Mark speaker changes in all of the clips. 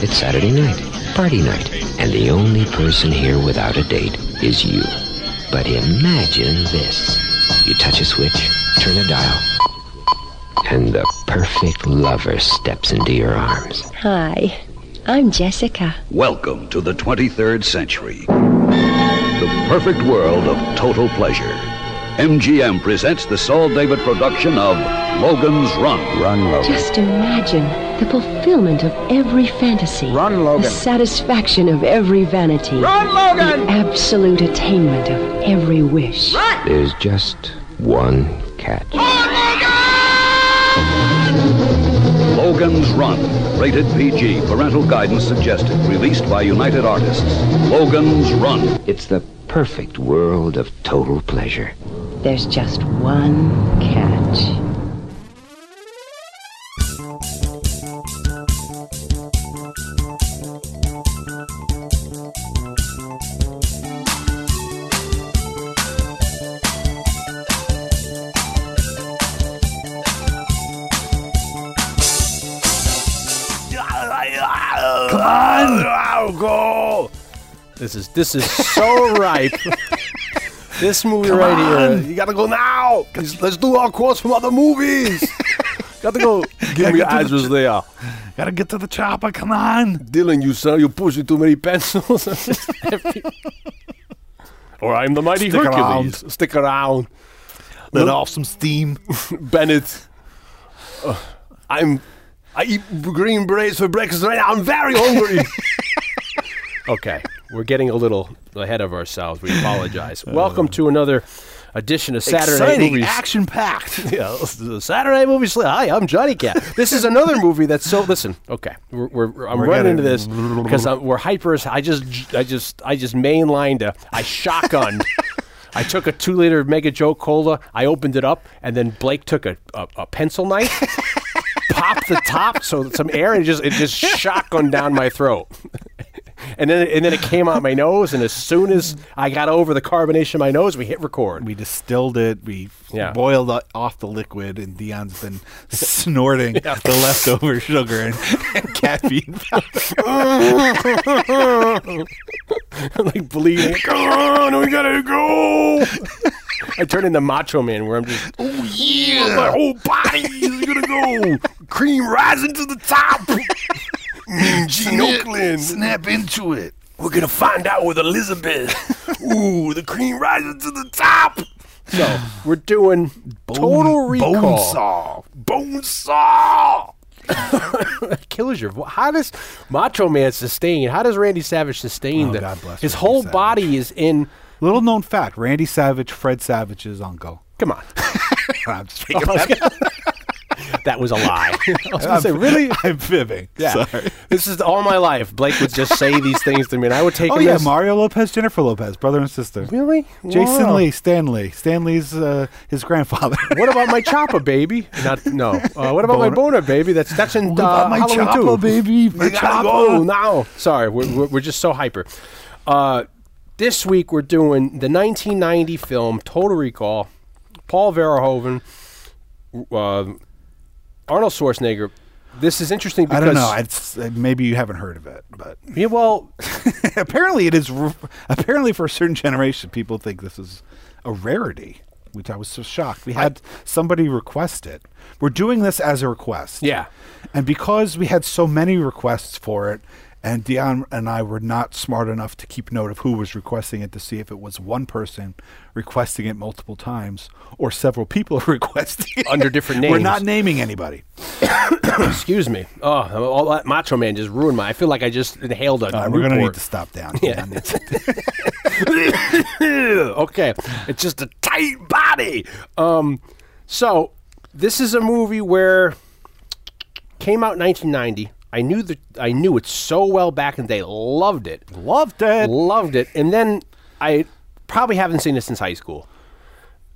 Speaker 1: It's Saturday night, party night, and the only person here without a date is you. But imagine this. You touch a switch, turn a dial, and the perfect lover steps into your arms.
Speaker 2: Hi, I'm Jessica.
Speaker 3: Welcome to the 23rd century. The perfect world of total pleasure. MGM presents the Saul David production of Logan's Run.
Speaker 4: Run, Logan.
Speaker 2: Just imagine the fulfillment of every fantasy.
Speaker 4: Run, Logan.
Speaker 2: The satisfaction of every vanity.
Speaker 4: Run, Logan!
Speaker 2: The absolute attainment of every wish.
Speaker 1: There's just one catch.
Speaker 3: Logan's Run. Rated PG. Parental guidance suggested. Released by United Artists. Logan's Run.
Speaker 1: It's the perfect world of total pleasure.
Speaker 2: There's just one catch.
Speaker 5: Come on, go! This is this is so ripe. this movie right here. You gotta go now. Let's, let's do our course from other movies. gotta go. Give me
Speaker 6: get to the
Speaker 5: address there.
Speaker 6: Gotta get to the chopper. Come on.
Speaker 5: Dylan, you son, you're pushing too many pencils. or I'm the mighty
Speaker 6: Stick
Speaker 5: Hercules. Stick around,
Speaker 6: Let
Speaker 5: Look-
Speaker 6: off some steam.
Speaker 5: Bennett. Uh, I'm. I eat green berets for breakfast right now. I'm very hungry. okay, we're getting a little ahead of ourselves. We apologize. Welcome to another edition of Saturday
Speaker 6: Exciting,
Speaker 5: Movies.
Speaker 6: action packed.
Speaker 5: Yeah, the Saturday movie slate. Hi, I'm Johnny Cat. This is another movie that's so. Listen, okay, we're, we're I'm running into
Speaker 6: gonna-
Speaker 5: this because we're hyper. as- I just I just I just mainlined a I shotgunned. I took a two liter Mega Joe cola. I opened it up, and then Blake took a, a, a pencil knife, popped the top so that some air and it just it just shotgunned down my throat. And then, and then it came out my nose, and as soon as I got over the carbonation of my nose, we hit record.
Speaker 6: We distilled it. We
Speaker 5: Yeah.
Speaker 6: boiled o- off the liquid, and Dion's been snorting the leftover sugar and, and caffeine.
Speaker 5: like bleeding. Like, oh, we gotta go. I turn into Macho Man, where I'm just, oh yeah, my whole body is gonna go, cream rising to the top. Gene Oakland,
Speaker 6: Snap into it.
Speaker 5: we're gonna find out with Elizabeth. Ooh, the cream rising to the top. So we're doing total recall.
Speaker 6: Bone saw.
Speaker 5: Bone saw. Kills your. vo- How does Macho Man sustain? How does Randy Savage sustain
Speaker 6: Oh,
Speaker 5: that?
Speaker 6: God bless
Speaker 5: His
Speaker 6: Randy
Speaker 5: whole
Speaker 6: Savage.
Speaker 5: body is in.
Speaker 6: Little known fact: Randy Savage, Fred Savage's uncle.
Speaker 5: Come on. Oh,
Speaker 6: I'm just making
Speaker 5: I was gonna- that was a lie. I was gonna say, really?
Speaker 6: I'm fibbing.
Speaker 5: Yeah.
Speaker 6: Sorry.
Speaker 5: This is all my life. Blake would just say these things to me, and I would take
Speaker 6: Oh
Speaker 5: them
Speaker 6: yeah,
Speaker 5: as-
Speaker 6: Mario Lopez, Jennifer Lopez, brother and sister.
Speaker 5: Really?
Speaker 6: Jason
Speaker 5: Wow.
Speaker 6: Lee, Stanley. Stanley's uh, his grandfather.
Speaker 5: What about my chopper, baby? Not no. Uh, what about my
Speaker 6: Boner.
Speaker 5: boner, baby? That's that's in uh, Halloween too.
Speaker 6: baby?
Speaker 5: We gotta go now. Sorry, we're, we're, we're just so hyper. Uh, this week we're doing the 1990 film Total Recall. Paul Verhoeven, uh, Arnold Schwarzenegger. This is interesting
Speaker 6: I
Speaker 5: because
Speaker 6: don't know. It's, uh, maybe you haven't heard of it, but
Speaker 5: Yeah, well,
Speaker 6: apparently it is. r- Apparently, for a certain generation, people think this is a rarity, which I was so shocked. We had somebody request it. We're doing this as a request.
Speaker 5: Yeah.
Speaker 6: And because we had so many requests for it, and Dion and I were not smart enough to keep note of who was requesting it to see if it was one person requesting it multiple times or several people requesting it.
Speaker 5: Under different
Speaker 6: We're
Speaker 5: names.
Speaker 6: not naming anybody.
Speaker 5: Excuse me. Oh, all that Macho Man just ruined my. I feel like I just inhaled a.
Speaker 6: Uh, we're going to need
Speaker 5: Newport.
Speaker 6: to stop down.
Speaker 5: Yeah.
Speaker 6: Dion. It's-
Speaker 5: okay, it's just a tight body. Um, so this is a movie where came out 1990. I knew that I knew it so well back in the day. Loved it,
Speaker 6: Loved it.
Speaker 5: loved it, and then I probably haven't seen it since high school.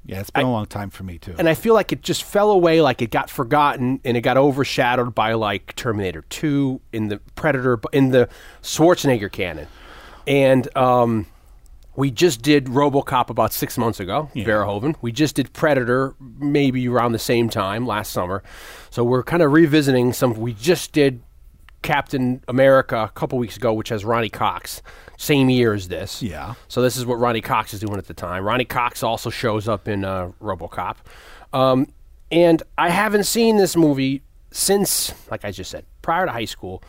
Speaker 6: Yeah, it's been a long time for me too.
Speaker 5: and I feel like it just fell away, like it got forgotten, and it got overshadowed by like Terminator Two in the Predator in the Schwarzenegger canon, and um, we just did RoboCop about six months ago, Verhoeven. We just did Predator maybe around the same time last summer, so we're kind of revisiting some. We just did Captain America a couple weeks ago, which has Ronnie Cox, same year as this.
Speaker 6: Yeah.
Speaker 5: So this is what Ronnie Cox is doing at the time. Ronnie Cox also shows up in uh, RoboCop, um, and I haven't seen this movie since, like I just said, prior to high school,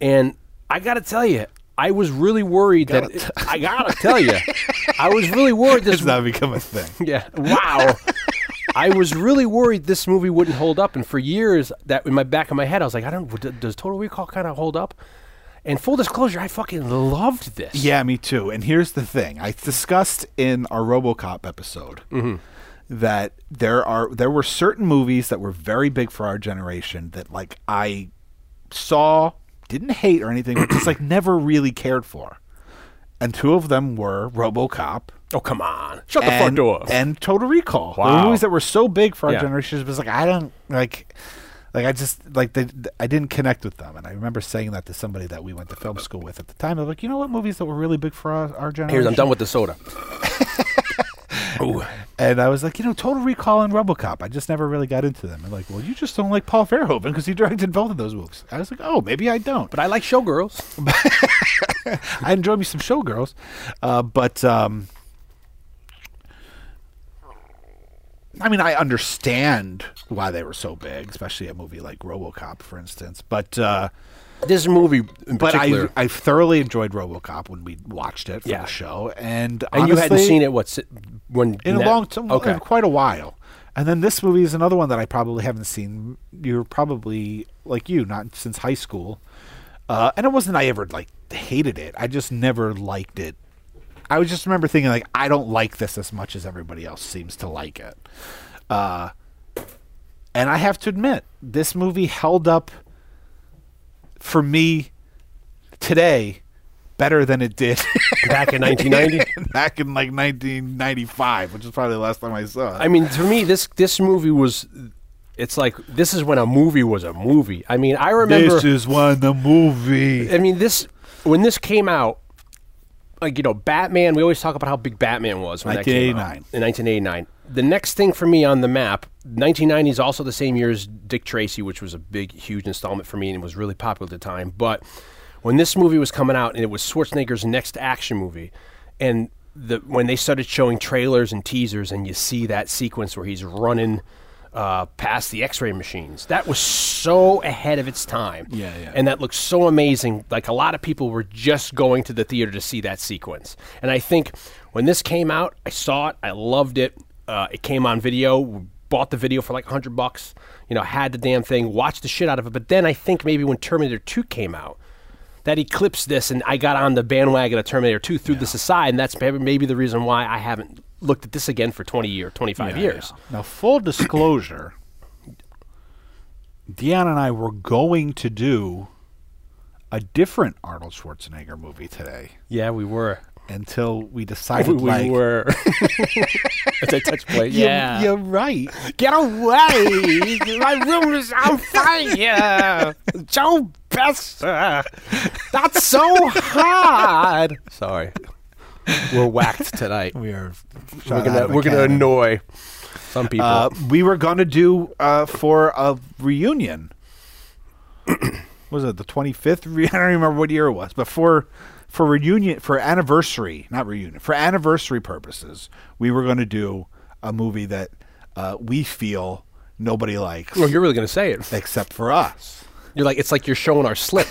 Speaker 5: and I got to tell you. I was really worried that I gotta tell you, I was really worried this
Speaker 6: It's not become a thing.
Speaker 5: yeah. Wow. I was really worried this movie wouldn't hold up, and for years, that in my back of my head, I was like, I don't. d- Does Total Recall kind of hold up? And full disclosure, I fucking loved this.
Speaker 6: Yeah, me too. And here's the thing: I discussed in our RoboCop episode that there are there were certain movies that were very big for our generation that like I saw, didn't hate or anything, but just like never really cared for. And two of them were RoboCop
Speaker 5: Oh come on! Shut the
Speaker 6: and,
Speaker 5: front door.
Speaker 6: and Total Recall. They were
Speaker 5: Wow.
Speaker 6: movies that were so big for our
Speaker 5: Yeah.
Speaker 6: generation. It was like I don't like, like I just like they, I didn't connect with them. And I remember saying that to somebody that we went to film school with at the time. They're like, you know what movies that were really big for our, our generation?
Speaker 5: Here's I'm done with the soda. Ooh.
Speaker 6: And I was like, you know, Total Recall and RoboCop. I just never really got into them. And like, well, you just don't like Paul Verhoeven because he directed both of those movies. I was like, oh, maybe I don't.
Speaker 5: But I like showgirls.
Speaker 6: I enjoy me some showgirls, uh, but um, I mean, I understand why they were so big, especially a movie like RoboCop, for instance. But uh,
Speaker 5: This movie, in
Speaker 6: but I
Speaker 5: particular,
Speaker 6: I thoroughly enjoyed ROboCop when we watched it for
Speaker 5: Yeah.
Speaker 6: the show, and
Speaker 5: and you hadn't
Speaker 6: honestly,
Speaker 5: seen it what si- when
Speaker 6: in a
Speaker 5: that-
Speaker 6: long time,
Speaker 5: Okay,
Speaker 6: in quite a while. And then this movie is another one that I probably haven't seen. You're probably like you, not since high school. Uh, and it wasn't I ever like hated it. I just never liked it. I was just remember thinking like I don't like this as much as everybody else seems to like it. Uh, and I have to admit, this movie held up for me today better than it did
Speaker 5: back in 1990.
Speaker 6: back in like 1995, which is probably the last time I saw it.
Speaker 5: I mean, to me, this this movie was. It's like this is when a movie was a movie. I mean, I remember
Speaker 6: is when the movie.
Speaker 5: I mean, this when this came out, like you know, Batman. We always talk about how big Batman was. When that came out.
Speaker 6: 1989.
Speaker 5: in 1989. The next thing for me on the map, 1990 is also the same year as Dick Tracy, which was a big, huge installment for me and was really popular at the time. But when this movie was coming out, and it was Schwarzenegger's next action movie, and the when they started showing trailers and teasers, and you see that sequence where he's running. Uh, past the X-ray machines, that was so ahead of its time.
Speaker 6: Yeah, yeah.
Speaker 5: And that looks so amazing. Like a lot of people were just going to the theater to see that sequence. And I think when this came out, I saw it, I loved it. Uh, it came on video, bought the video for like a hundred bucks. You know, had the damn thing, watched the shit out of it. But then I think maybe when Terminator Two came out, that eclipsed this, and I got on the bandwagon of Terminator Two, threw this aside, and that's maybe maybe the reason why I haven't looked at this again for twenty year, twenty five years.
Speaker 6: Now, full disclosure, Deanna and I were going to do a different Arnold Schwarzenegger movie today
Speaker 5: Yeah, we were.
Speaker 6: until we
Speaker 5: We,
Speaker 6: decided
Speaker 5: we
Speaker 6: like.
Speaker 5: were. As I touch play.
Speaker 6: "You-
Speaker 5: Yeah.
Speaker 6: You're right.
Speaker 5: Get away! My room is on fire! Joe Besser! That's so hard! Sorry. We're whacked tonight.
Speaker 6: We are.
Speaker 5: We're gonna, we're gonna annoy some people.
Speaker 6: Uh, we were going to do uh, for a reunion. was it the 25th? Re- I don't remember what year it was, but for for reunion for anniversary, not reunion, for anniversary purposes, we were going to do a movie that uh, we feel nobody likes
Speaker 5: well, you're really gonna say it.
Speaker 6: except for us.
Speaker 5: You're like, it's like you're showing our slip,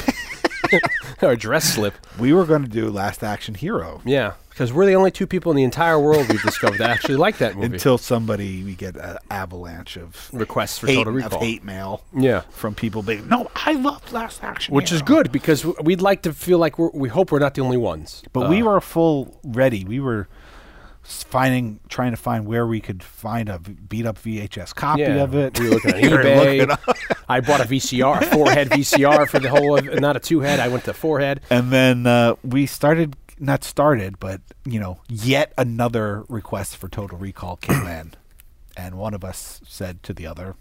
Speaker 5: our dress slip.
Speaker 6: We were going to do Last Action Hero
Speaker 5: Yeah, because we're the only two people in the entire world we've discovered that actually like that movie.
Speaker 6: until somebody we get an avalanche of
Speaker 5: Requests for
Speaker 6: hate,
Speaker 5: Total
Speaker 6: of
Speaker 5: Recall.
Speaker 6: hate mail,
Speaker 5: Yeah.
Speaker 6: from people being no, I love Last Action,
Speaker 5: Which is
Speaker 6: Hero."
Speaker 5: good because w- we'd like to feel like we're, we hope we're not the only ones. Uh,
Speaker 6: But we were full ready. We were s- finding, trying to find where we could find a v- beat up VHS copy of it.
Speaker 5: We were looking on
Speaker 6: We were looking
Speaker 5: eBay.
Speaker 6: up-
Speaker 5: I bought a VCR, a four head VCR for the whole of, not a two head. I went to four head.
Speaker 6: and then uh, we started, not started, but you know, yet another request for Total Recall came in, and one of us said to the other,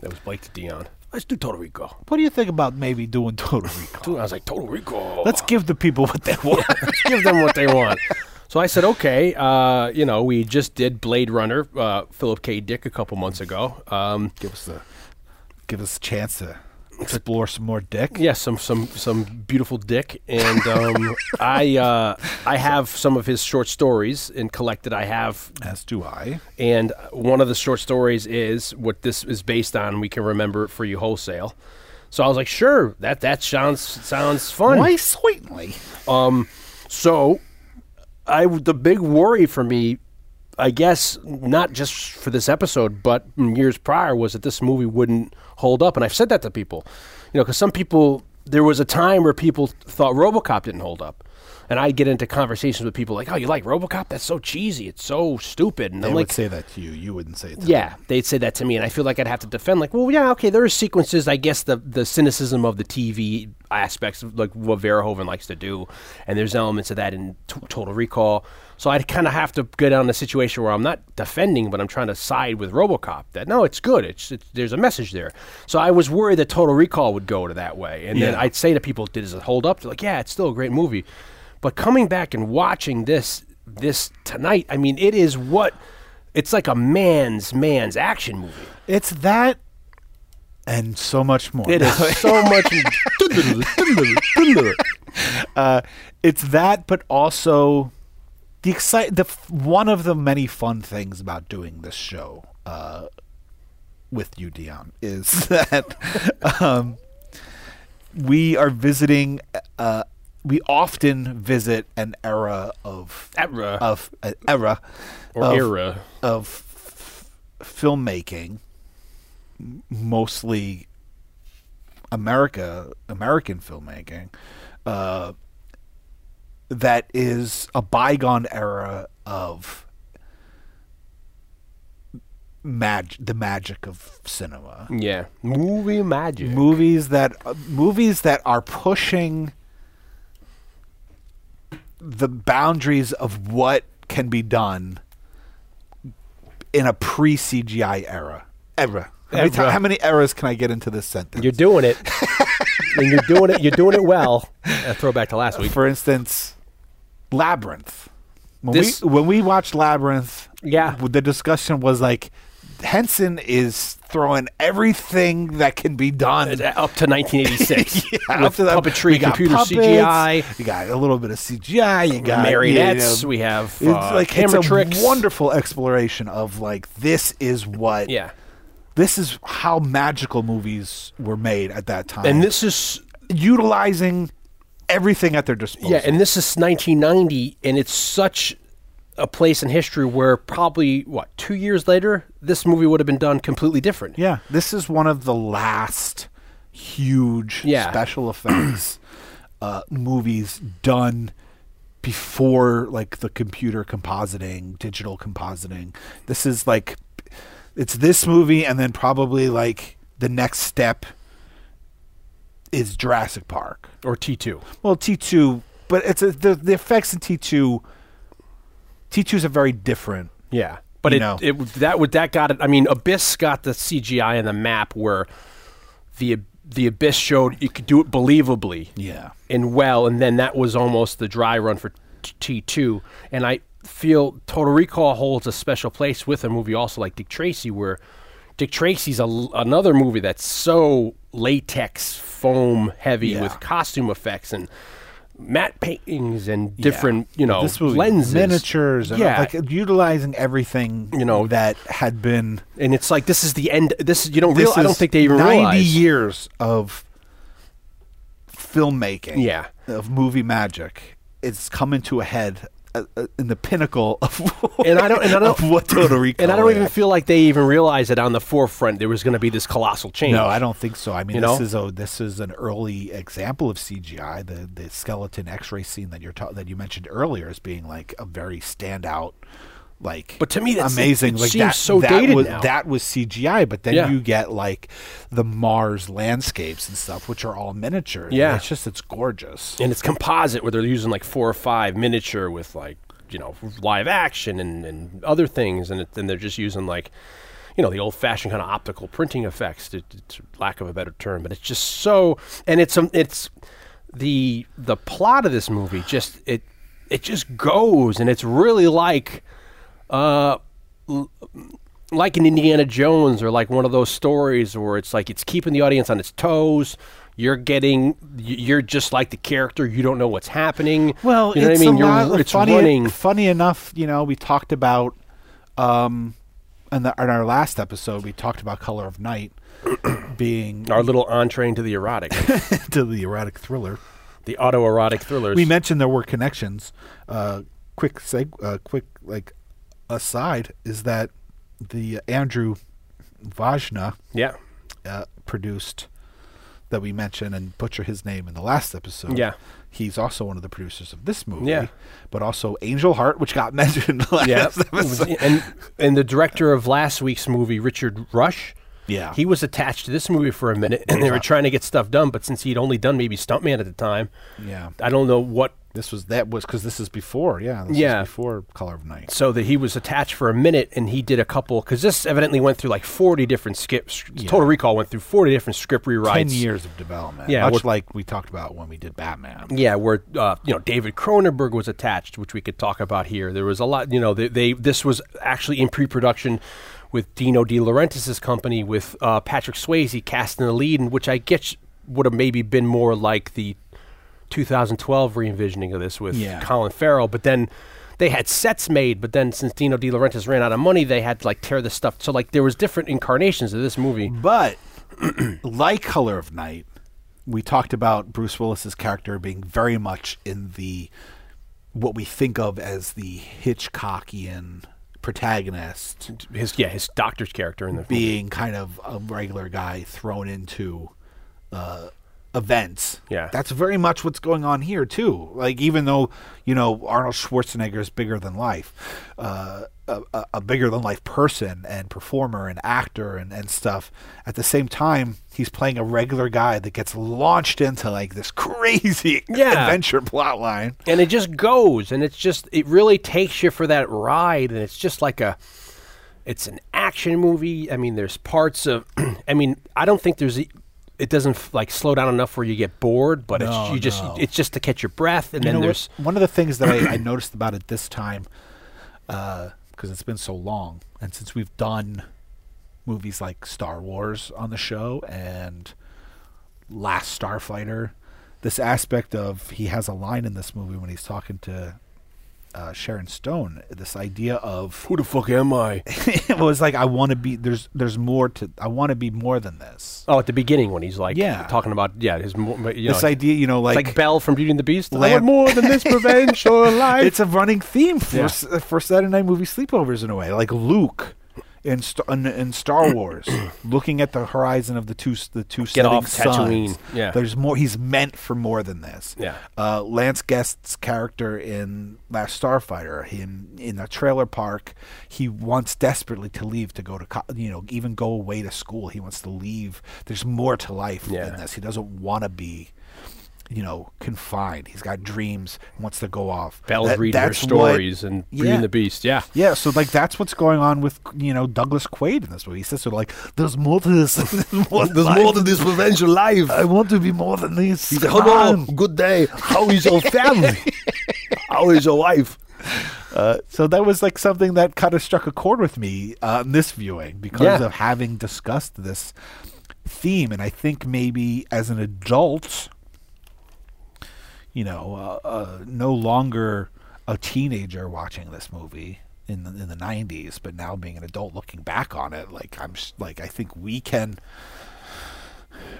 Speaker 5: That was Blake to Dion. Let's do Total Recall.
Speaker 6: "What do you think about maybe doing Total
Speaker 5: Dude,
Speaker 6: Recall?
Speaker 5: I was like, Total Recall.
Speaker 6: Let's give the people what they want."
Speaker 5: give them what they want. So I said, okay, uh, you know, we just did Blade Runner, uh, Philip K. Dick, a couple months ago. Um,
Speaker 6: give us a, give us a chance to explore some more dick.
Speaker 5: Yes, some some some beautiful dick, and um, I uh, I have some of his short stories in collected. I have,
Speaker 6: As do I.
Speaker 5: and one of the short stories is what this is based on. We can remember it for you wholesale. So I was like, sure, that that sounds sounds fun.
Speaker 6: Why certainly?
Speaker 5: So, I w- the big worry for me, I guess, not just for this episode, but in years prior, was that this movie wouldn't hold up, and I've said that to people, you know, because some people there was a time where people thought RoboCop didn't hold up. And I get into conversations with people like, "Oh, you like RoboCop? That's so cheesy. It's so stupid." And
Speaker 6: They
Speaker 5: I'm
Speaker 6: would
Speaker 5: like,
Speaker 6: say that to you. You wouldn't say it. To
Speaker 5: yeah, they'd say that to me, and I feel like I'd have to defend, like, well, yeah, okay, there are sequences. I guess the the cynicism of the TV aspects, of, like what Verhoeven likes to do, and there's elements of that in t- Total Recall. So I'd kind of have to go down a situation where I'm not defending, but I'm trying to side with RoboCop. That no, it's good. It's, it's there's a message there. So I was worried that Total Recall would go to that way, and then
Speaker 6: Yeah.
Speaker 5: I'd say to people, "Does it hold up?" They're like, "Yeah, it's still a great movie," but coming back and watching this this tonight, I mean, it is what it's like a man's man's action movie.
Speaker 6: It's that and so much more.
Speaker 5: It is so much.
Speaker 6: uh, it's that, but also the excite the f- one of the many fun things about doing this show uh, with you, Dion, is that um, we are visiting. Uh, we often visit an era of
Speaker 5: Era.
Speaker 6: of uh, era
Speaker 5: Or
Speaker 6: of-
Speaker 5: era.
Speaker 6: of f- filmmaking, m- mostly America, American filmmaking, uh, that is a bygone era of mag- the magic of cinema.
Speaker 5: yeah, movie magic.
Speaker 6: Movies that uh, movies that are pushing the boundaries of what can be done in a pre CGI era. Era. How many, ti-
Speaker 5: Era.
Speaker 6: how many eras can I get into this sentence?
Speaker 5: You're doing it, and you're doing it. You're doing it well. A throwback to last week.
Speaker 6: For instance, Labyrinth. When
Speaker 5: This-
Speaker 6: we when we watched Labyrinth,
Speaker 5: Yeah.
Speaker 6: w- the discussion was like Henson is throwing everything that can be done
Speaker 5: Uh, Up to 1986,
Speaker 6: Yeah,
Speaker 5: with
Speaker 6: up to that-
Speaker 5: puppetry,
Speaker 6: we got
Speaker 5: computer
Speaker 6: puppets,
Speaker 5: CGI,
Speaker 6: You got a little bit of CGI. You got
Speaker 5: marionettes.
Speaker 6: you know,
Speaker 5: we have
Speaker 6: it's
Speaker 5: uh,
Speaker 6: like
Speaker 5: camera
Speaker 6: it's a
Speaker 5: tricks.
Speaker 6: wonderful exploration of like this is what
Speaker 5: Yeah,
Speaker 6: this is how magical movies were made at that time
Speaker 5: and this is
Speaker 6: utilizing everything at their disposal.
Speaker 5: Yeah, and this is 1990, and it's such a place in history where probably what two years later this movie would have been done completely different.
Speaker 6: Yeah, this is one of the last huge
Speaker 5: Yeah.
Speaker 6: special effects uh, movies done before like the computer compositing, digital compositing. This is like it's this movie, and then probably like the next step is Jurassic Park.
Speaker 5: Or T2.
Speaker 6: Well, T two, but it's a, the the effects in T two. T two is a very different.
Speaker 5: Yeah, but
Speaker 6: You
Speaker 5: it,
Speaker 6: know.
Speaker 5: it that would that got it. I mean, Abyss got the CGI and the map where the the Abyss showed you could do it believably.
Speaker 6: Yeah.
Speaker 5: and well, and then that was almost the dry run for T two. And I feel Total Recall holds a special place with a movie also like Dick Tracy, where Dick Tracy's a, another movie that's so latex foam heavy
Speaker 6: Yeah.
Speaker 5: with costume effects and matte paintings and different you know
Speaker 6: this was
Speaker 5: lenses
Speaker 6: miniatures, and
Speaker 5: yeah,
Speaker 6: like utilizing everything
Speaker 5: You know,
Speaker 6: that had been.
Speaker 5: and it's like this is the end. This is you don't
Speaker 6: This
Speaker 5: real. I don't
Speaker 6: is
Speaker 5: think they even
Speaker 6: ninety
Speaker 5: realize.
Speaker 6: years of filmmaking,
Speaker 5: Yeah.
Speaker 6: of movie magic. It's coming to a head uh, uh, in the pinnacle of
Speaker 5: And I don't- and I don't-
Speaker 6: of what Total Recall
Speaker 5: and I don't even
Speaker 6: is.
Speaker 5: feel like they even realize that on the forefront there was going to be this colossal change.
Speaker 6: No, I don't think so. I mean,
Speaker 5: You
Speaker 6: this
Speaker 5: know?
Speaker 6: is a this is an early example of CGI. The the skeleton X-ray scene that you're ta- that you mentioned earlier as being like a very standout, like
Speaker 5: But to me, that's-
Speaker 6: amazing.
Speaker 5: it
Speaker 6: like
Speaker 5: seems
Speaker 6: that,
Speaker 5: so
Speaker 6: that
Speaker 5: dated
Speaker 6: was
Speaker 5: now.
Speaker 6: that was CGI. But then
Speaker 5: Yeah.
Speaker 6: you get like the Mars landscapes and stuff, which are all miniature. and
Speaker 5: Yeah.
Speaker 6: it's just it's gorgeous.
Speaker 5: and it's composite where they're using like four or five miniature with like you know live action and, and other things and it, and they're just using like you know the old fashioned kind of optical printing effects to, to, to lack of a better term but it's just so and it's um, it's the the plot of this movie just it it just goes and it's really like uh l- like an Indiana Jones or like one of those stories where it's like it's keeping the audience on its toes. You're getting, y- you're just like the character. You don't know what's happening.
Speaker 6: Well,
Speaker 5: you know
Speaker 6: it's
Speaker 5: what I mean.
Speaker 6: a
Speaker 5: you're
Speaker 6: lot of
Speaker 5: it's
Speaker 6: funny,
Speaker 5: running.
Speaker 6: funny enough, you know, we talked about um in, the, in our last episode we talked about Color of Night being
Speaker 5: Our little entree into the erotic,
Speaker 6: to the erotic thriller.
Speaker 5: the autoerotic thrillers.
Speaker 6: We mentioned there were connections. Uh quick seg- uh, quick like aside is that the Andrew Vajna
Speaker 5: yeah,
Speaker 6: uh, produced that we mentioned and butcher his name in the last episode.
Speaker 5: Yeah.
Speaker 6: He's also one of the producers of this movie.
Speaker 5: Yeah.
Speaker 6: But also Angel Heart, which got mentioned in the last
Speaker 5: yeah,
Speaker 6: episode.
Speaker 5: and and the director of last week's movie, Richard Rush.
Speaker 6: Yeah.
Speaker 5: he was attached to this movie for a minute, and they were trying to get stuff done. But since he'd only done maybe Stuntman at the time,
Speaker 6: Yeah.
Speaker 5: I don't know what
Speaker 6: This was that was because this is before, yeah. This
Speaker 5: Yeah.
Speaker 6: is before Color of Night.
Speaker 5: so that he was attached for a minute and he did a couple because this evidently went through like 40 different skips total recall went through 40 different script rewrites
Speaker 6: Ten years of development.
Speaker 5: Yeah,
Speaker 6: Much
Speaker 5: what-
Speaker 6: like we talked about when we did Batman.
Speaker 5: yeah where uh, you know david cronenberg was attached which we could talk about here there was a lot you know they, they this was actually in pre-production with dino de laurentiis' company with uh, patrick swayze cast in the lead and which i guess would have maybe been more like the 2012 re-envisioning of this with
Speaker 6: Yeah.
Speaker 5: colin farrell but then they had sets made but then since dino de laurentiis ran out of money they had to like tear this stuff so like there was different incarnations of this movie
Speaker 6: But like Color of Night, we talked about Bruce Willis's character being very much in the what we think of as the Hitchcockian protagonist
Speaker 5: his yeah his doctor's character in the
Speaker 6: being kind of a regular guy thrown into uh, events.
Speaker 5: Yeah.
Speaker 6: that's very much what's going on here too. Like even though you know Arnold Schwarzenegger is bigger than life, uh, a, a- a bigger than life person and performer and actor and and stuff. At the same time, he's playing a regular guy that gets launched into like this crazy
Speaker 5: Yeah.
Speaker 6: adventure plot line.
Speaker 5: and it just goes and it's just it really takes you for that ride and it's just like a it's an action movie i mean there's parts of i mean i don't think there's e- it doesn't f- like slow down enough where you get bored but it's you just it's just to catch your breath and
Speaker 6: You
Speaker 5: then
Speaker 6: know what?
Speaker 5: there's
Speaker 6: one of the things that I, I noticed about it this time, because it's been so long, and since we've done movies like Star Wars on the show and Last Starfighter, this aspect of he has a line in this movie when he's talking to uh, Sharon Stone. This idea of
Speaker 5: who the fuck am i
Speaker 6: it was like I want to be there's there's more to I want to be more than this.
Speaker 5: oh at the beginning when he's like
Speaker 6: Yeah.
Speaker 5: talking about yeah his mo- mo- you know,
Speaker 6: this idea, you know,
Speaker 5: it's like, belle from beauty and the beast i want
Speaker 6: Lamp-
Speaker 5: more than this provincial life
Speaker 6: it's a running theme for
Speaker 5: Yeah.
Speaker 6: s- for Saturday night movie sleepovers in a way, like Luke in Star, in, in Star Wars, looking at the horizon of the two s- the two
Speaker 5: Get
Speaker 6: setting
Speaker 5: off Tatooine.
Speaker 6: suns.
Speaker 5: Yeah.
Speaker 6: there's more. He's meant for more than this.
Speaker 5: Yeah.
Speaker 6: uh, Lance Guest's character in Last Starfighter, in in a trailer park, he wants desperately to leave to go to co- you know even go away to school. He wants to leave. There's more to life
Speaker 5: Yeah.
Speaker 6: than this. He doesn't want to be you know, confined. He's got dreams, wants to go off.
Speaker 5: belle's
Speaker 6: That-
Speaker 5: reading her
Speaker 6: that's what-
Speaker 5: stories and beauty
Speaker 6: yeah.
Speaker 5: and the beast yeah
Speaker 6: Yeah, so like that's what's going on with you know Douglas Quaid in this movie. He says so like, "There's more to this. There's more, to life.
Speaker 4: this revenge alive.
Speaker 6: I want to be more than this. Come on."
Speaker 4: good day. How is your family? How is your wife?
Speaker 6: Uh, So that was like something that kind of struck a chord with me on this viewing because
Speaker 5: Yeah.
Speaker 6: of having discussed this theme, and I think maybe as an adult, you know, uh, uh, no longer a teenager watching this movie in the, in the '90s, but now being an adult looking back on it, like I'm s- like I think we can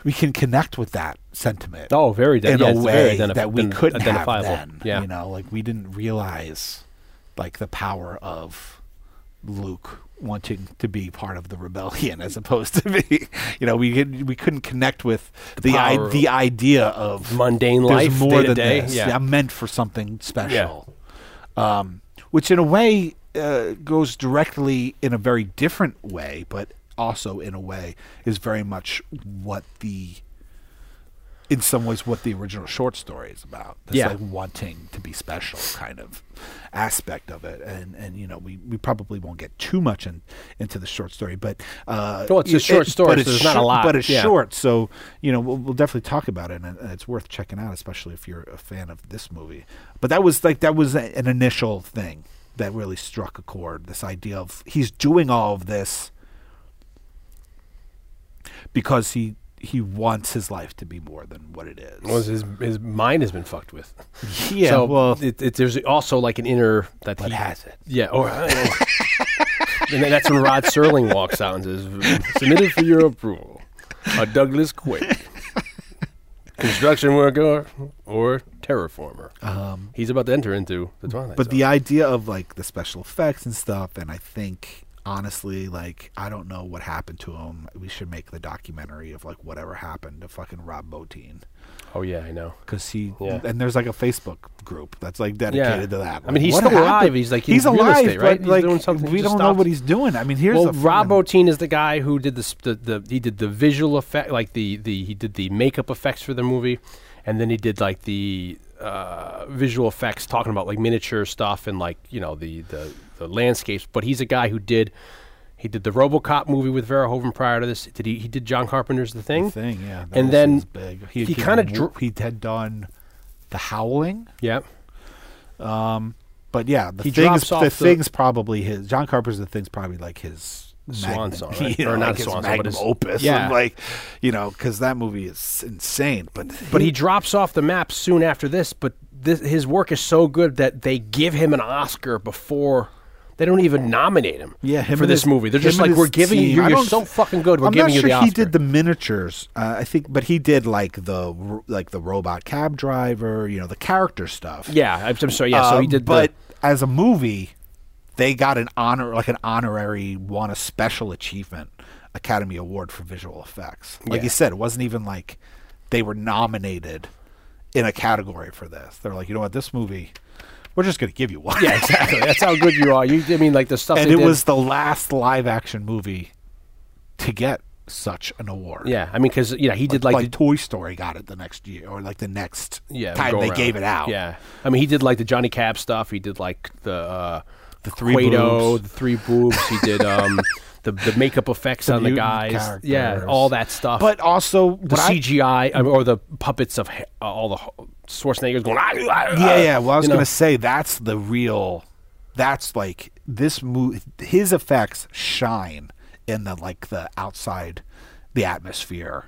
Speaker 6: we can connect with that sentiment
Speaker 5: oh very de-
Speaker 6: in
Speaker 5: yeah,
Speaker 6: a
Speaker 5: it's very
Speaker 6: way
Speaker 5: identif-
Speaker 6: that we
Speaker 5: ident-
Speaker 6: couldn't have
Speaker 5: identifiable
Speaker 6: then.
Speaker 5: yeah
Speaker 6: You know, like we didn't realize like the power of Luke wanting to be part of the rebellion as opposed to be you know we could, we couldn't connect with the the,
Speaker 5: power
Speaker 6: I-
Speaker 5: of
Speaker 6: the idea of
Speaker 5: mundane
Speaker 6: there's
Speaker 5: life,
Speaker 6: more than
Speaker 5: day-to-day,
Speaker 6: this
Speaker 5: yeah.
Speaker 6: I'm meant for something special um, which in a way uh, goes directly in a very different way but also in a way is very much what the in some ways what the original short story is about. This
Speaker 5: Yeah.
Speaker 6: like wanting to be special kind of aspect of it. And and you know, we, we probably won't get too much in, into the short story, but uh
Speaker 5: Well, it's a
Speaker 6: it-
Speaker 5: short
Speaker 6: it-
Speaker 5: story,
Speaker 6: but
Speaker 5: so
Speaker 6: it's
Speaker 5: there's not a
Speaker 6: short-
Speaker 5: lot.
Speaker 6: But it's
Speaker 5: Yeah.
Speaker 6: short, so you know, we'll, we'll definitely talk about it and, and it's worth checking out, especially if you're a fan of this movie. But that was like that was a, an initial thing that really struck a chord. This idea of he's doing all of this because he he wants his life to be more than what it is.
Speaker 5: Well, his his mind has been fucked with.
Speaker 6: yeah,
Speaker 5: so
Speaker 6: well,
Speaker 5: it, it, there's also like an inner that
Speaker 6: but
Speaker 5: he
Speaker 6: has it.
Speaker 5: Yeah, oh, or and then that's when Rod Serling walks out and says, "Submitted for your approval, a Douglas Quake, construction worker or terraformer." Um, He's about to enter into the twilight.
Speaker 6: But the idea of like the special effects and stuff, and I think honestly, like I don't know what happened to him. We should make the documentary of like whatever happened to fucking Rob
Speaker 5: Zone.
Speaker 6: Botine
Speaker 5: oh yeah, I know.
Speaker 6: because he
Speaker 5: Yeah.
Speaker 6: and there's like a Facebook group that's like dedicated to that.
Speaker 5: I mean, he's
Speaker 6: what
Speaker 5: still
Speaker 6: happened?
Speaker 5: alive. He's, like, in
Speaker 6: he's
Speaker 5: real
Speaker 6: alive,
Speaker 5: estate, right?
Speaker 6: but
Speaker 5: He's
Speaker 6: like
Speaker 5: doing something.
Speaker 6: we
Speaker 5: He just
Speaker 6: don't know
Speaker 5: stopped.
Speaker 6: what he's doing. I mean, here's
Speaker 5: well,
Speaker 6: the fucking-
Speaker 5: Rob Bottin is the guy who did this, the, the he did the visual effect, like the, the he did the makeup effects for the movie, and then he did like the uh, visual effects, talking about like miniature stuff and like you know the, the the landscapes. But he's a guy who did he did the RoboCop movie with Vera Hoven prior to this. Did he he did John Carpenter's The Thing?
Speaker 6: The thing, yeah. that
Speaker 5: And
Speaker 6: was-
Speaker 5: then
Speaker 6: was big. he,
Speaker 5: he
Speaker 6: he
Speaker 5: kinda
Speaker 6: w-
Speaker 5: dro-
Speaker 6: he had done the Howling.
Speaker 5: Yeah,
Speaker 6: But yeah, the
Speaker 5: He
Speaker 6: things
Speaker 5: drops
Speaker 6: the,
Speaker 5: off the-
Speaker 6: thing's probably his John Carpenter's the thing's probably like his
Speaker 5: Swan
Speaker 6: magnum-
Speaker 5: song, right?
Speaker 6: you know,
Speaker 5: Or not
Speaker 6: like his
Speaker 5: swan song, but
Speaker 6: magnum
Speaker 5: his-
Speaker 6: opus.
Speaker 5: yeah.
Speaker 6: Yeah, like you know, because that movie is insane. But
Speaker 5: but he drops off the map soon after this. But this, his work is so good that they give him an Oscar before. They don't even nominate him.
Speaker 6: yeah, him
Speaker 5: for
Speaker 6: and
Speaker 5: this
Speaker 6: his-
Speaker 5: movie, they're
Speaker 6: him
Speaker 5: just
Speaker 6: and
Speaker 5: like
Speaker 6: his
Speaker 5: we're giving
Speaker 6: team.
Speaker 5: you.
Speaker 6: I
Speaker 5: You're
Speaker 6: don't-
Speaker 5: so fucking good. We're
Speaker 6: I'm
Speaker 5: giving
Speaker 6: not
Speaker 5: you
Speaker 6: sure
Speaker 5: the Oscar.
Speaker 6: he did the miniatures. Uh, I think, but he did like the ro- like the robot cab driver. You know, the character stuff.
Speaker 5: Yeah, I'm, I'm sorry. Yeah, so he
Speaker 6: Um,
Speaker 5: did.
Speaker 6: But
Speaker 5: the,
Speaker 6: as a movie, they got an honor, like an honorary, won a special achievement Academy Award for visual effects. Like
Speaker 5: Yeah.
Speaker 6: you said, it wasn't even like they were nominated in a category for this. They're like, you know what, this movie, we're just going to give you one.
Speaker 5: yeah, exactly. That's how good you are. You, I mean, like the stuff.
Speaker 6: and
Speaker 5: they
Speaker 6: it
Speaker 5: did-
Speaker 6: was the last live action movie to get such an award.
Speaker 5: Yeah, I mean, because yeah, he did like,
Speaker 6: Like,
Speaker 5: the,
Speaker 6: Toy Story got it the next year, or like the next
Speaker 5: yeah
Speaker 6: time
Speaker 5: go
Speaker 6: they
Speaker 5: around.
Speaker 6: gave it out.
Speaker 5: Yeah, I mean, he did like the Johnny Cab stuff. He did like the uh,
Speaker 6: The three
Speaker 5: Quato,
Speaker 6: boobs.
Speaker 5: the three boobs. He did um, the the makeup effects on the
Speaker 6: mutant
Speaker 5: guys. Yeah,
Speaker 6: characters.
Speaker 5: all that stuff.
Speaker 6: But also,
Speaker 5: the
Speaker 6: what I-
Speaker 5: CGI um, or the puppets of he- uh, all the ho- Schwarzenegger's going. "Ah, ah, ah,"
Speaker 6: Yeah, yeah. Well, I was
Speaker 5: you know?
Speaker 6: gonna say that's the real. That's like this movie. His effects shine in the like the outside, the atmosphere.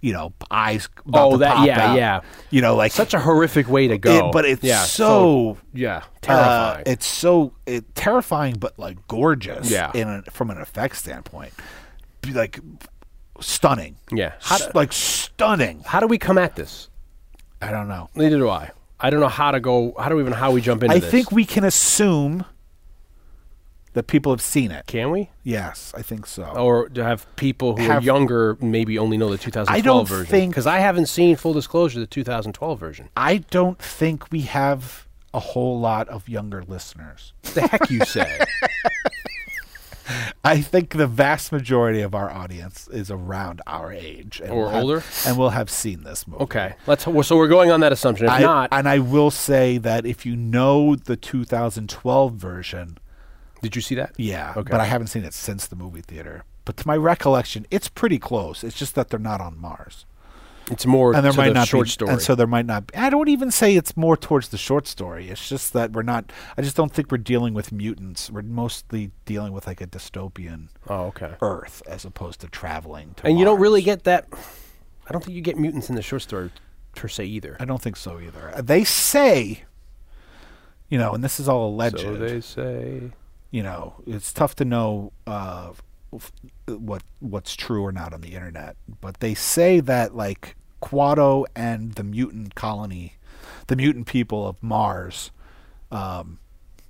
Speaker 6: You know, eyes. About
Speaker 5: Oh,
Speaker 6: to
Speaker 5: that-
Speaker 6: pop
Speaker 5: yeah,
Speaker 6: out.
Speaker 5: yeah.
Speaker 6: You know, like uh,
Speaker 5: Such a horrific way to go.
Speaker 6: It, but it's
Speaker 5: yeah,
Speaker 6: so,
Speaker 5: yeah
Speaker 6: uh,
Speaker 5: terrifying.
Speaker 6: it's so it, terrifying, but like gorgeous.
Speaker 5: Yeah.
Speaker 6: In a, from an effect standpoint, Be, like stunning.
Speaker 5: Yeah.
Speaker 6: How
Speaker 5: How do-
Speaker 6: like stunning.
Speaker 5: How do we come at this?
Speaker 6: I don't know.
Speaker 5: Neither do I. I don't know how to go. I don't even know how we jump into
Speaker 6: I
Speaker 5: this.
Speaker 6: think we can assume that people have seen it.
Speaker 5: can we,
Speaker 6: Yes, I think so.
Speaker 5: or do have people who are
Speaker 6: Have-
Speaker 5: younger maybe only know the 2012
Speaker 6: I don't
Speaker 5: version?
Speaker 6: think-
Speaker 5: because I haven't seen full disclosure the 2012 version.
Speaker 6: I don't think we have a whole lot of younger listeners.
Speaker 5: The heck you say?
Speaker 6: I think the vast majority of our audience is around our age and
Speaker 5: Or
Speaker 6: will have-
Speaker 5: older?
Speaker 6: and we'll have seen this movie.
Speaker 5: okay, let's. Well, so we're going on that assumption. If
Speaker 6: I,
Speaker 5: not,
Speaker 6: and I will say that if you know the 2012 version,
Speaker 5: did you see that?
Speaker 6: yeah,
Speaker 5: Okay.
Speaker 6: but I haven't seen it since the movie theater. But to my recollection, it's pretty close. It's just that they're not on Mars.
Speaker 5: It's more
Speaker 6: and there
Speaker 5: to
Speaker 6: might
Speaker 5: the
Speaker 6: not
Speaker 5: short
Speaker 6: be,
Speaker 5: story.
Speaker 6: And so there might not. Be, I don't even say it's more towards the short story. It's just that we're not. I just don't think we're dealing with mutants. We're mostly dealing with like a dystopian
Speaker 5: oh, okay.
Speaker 6: Earth as opposed to traveling. To
Speaker 5: And you don't
Speaker 6: Mars.
Speaker 5: really get that. I don't think you get mutants in the short story per se either.
Speaker 6: I don't think so either. Uh, They say, you know, and this is all alleged.
Speaker 5: So they say.
Speaker 6: you know, it's tough to know uh, f- what what's true or not on the internet. But they say that like Quado and the mutant colony, the mutant people of Mars, um,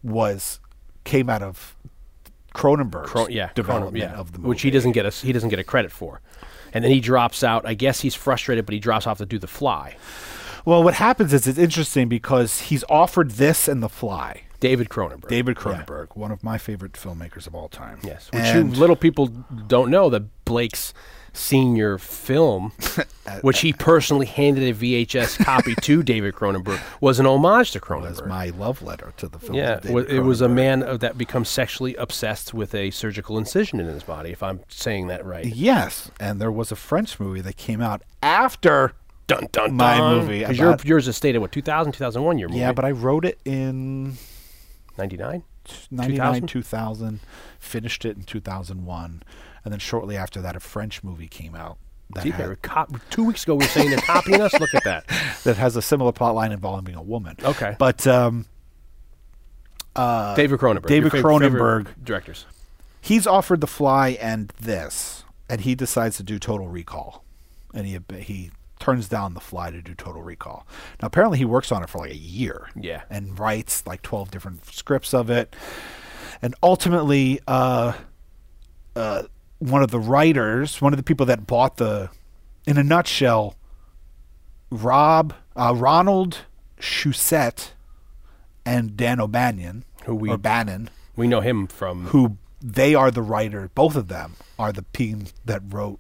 Speaker 6: was came out of Cronenberg's
Speaker 5: Cron- yeah, Cronin,
Speaker 6: Oh, development
Speaker 5: yeah,
Speaker 6: of the movie,
Speaker 5: which he doesn't get a he doesn't get a credit for, and then he drops out. I guess he's frustrated, but he drops off to do the fly.
Speaker 6: Well, what happens is it's interesting because he's offered this and The Fly.
Speaker 5: David Cronenberg.
Speaker 6: David Cronenberg, one of my favorite filmmakers of all time.
Speaker 5: yes, which you
Speaker 6: and
Speaker 5: little people don't know that Blake's senior film,
Speaker 6: Uh,
Speaker 5: which he personally handed a VHS copy to David Cronenberg, was an homage to
Speaker 6: was
Speaker 5: Cronenberg.
Speaker 6: my love letter to the film.
Speaker 5: yeah,
Speaker 6: of
Speaker 5: it
Speaker 6: David
Speaker 5: wa- it was a
Speaker 6: Cronenberg.
Speaker 5: man of- that becomes sexually obsessed with a surgical incision in his body. If I'm saying that right,
Speaker 6: Yes, and there was a French movie that came out after.
Speaker 5: dun dun
Speaker 6: My
Speaker 5: dun.
Speaker 6: movie
Speaker 5: 'Cause your,
Speaker 6: about-
Speaker 5: yours is stated what 2000, 2001 Your movie,
Speaker 6: Yeah, but I wrote it in
Speaker 5: ninety nine.
Speaker 6: 99, 2000, finished it in 2001. And then shortly after that, a French movie came out. That
Speaker 5: See,
Speaker 6: had-
Speaker 5: they're cop- two weeks ago we were saying they're copying us. Look at that.
Speaker 6: that has a similar plot line involving a woman.
Speaker 5: Okay.
Speaker 6: But um,
Speaker 5: David Cronenberg.
Speaker 6: Uh, David
Speaker 5: your fav- favorite
Speaker 6: Cronenberg.
Speaker 5: directors.
Speaker 6: he's offered The Fly and this, and he decides to do Total Recall, and he he turns down The Fly to do Total Recall. Now apparently he works on it for like a year,
Speaker 5: Yeah.
Speaker 6: and writes like twelve different scripts of it, and ultimately, uh, uh, one of the writers, one of the people that bought the, in a nutshell, Rob uh, Ronald Shusett and Dan O'Bannon,
Speaker 5: Who we-
Speaker 6: or Bannon,
Speaker 5: We know him from
Speaker 6: who they are the writer. Both of them are the team that wrote,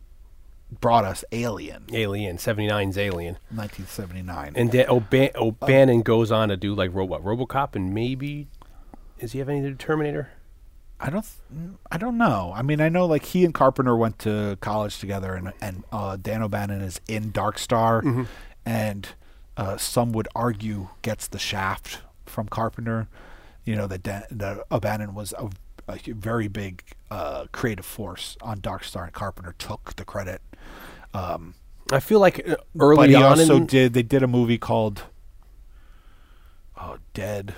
Speaker 6: brought us Alien,
Speaker 5: Alien, 79's Alien.
Speaker 6: 1979.
Speaker 5: And then O'Ban- O'Bannon goes on to do like Robot, RoboCop, and maybe does he have anything to do Terminator?
Speaker 6: I don't, th- I don't know. I mean, I know like he and Carpenter went to college together, and and uh, Dan O'Bannon is in Dark Star, and uh, some would argue gets the shaft from Carpenter. You know that Dan, that O'Bannon was a, a hu- very big uh, creative force on Dark Star, and Carpenter took the credit.
Speaker 5: I feel like uh, early
Speaker 6: but he
Speaker 5: on,
Speaker 6: also
Speaker 5: in,
Speaker 6: did. They did a movie called Oh Dead.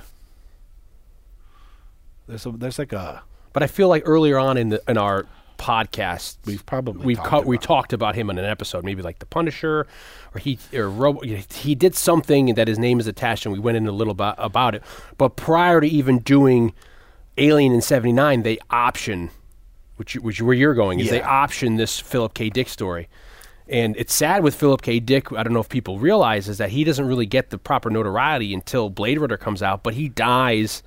Speaker 6: There's a, there's like a
Speaker 5: but I feel like earlier on in the in our podcast,
Speaker 6: We've probably
Speaker 5: we've
Speaker 6: talked
Speaker 5: co- we
Speaker 6: about it.
Speaker 5: talked about him in an episode, maybe like the Punisher, or he or Robo, he did something that his name is attached, and we went in a little bit about it. But prior to even doing Alien in '79, they option, which you- which you- where you're going is they
Speaker 6: Yeah.
Speaker 5: option this Philip K. Dick story. And it's sad with Philip K. Dick. I don't know if people realize is that he doesn't really get the proper notoriety until Blade Runner comes out, but he dies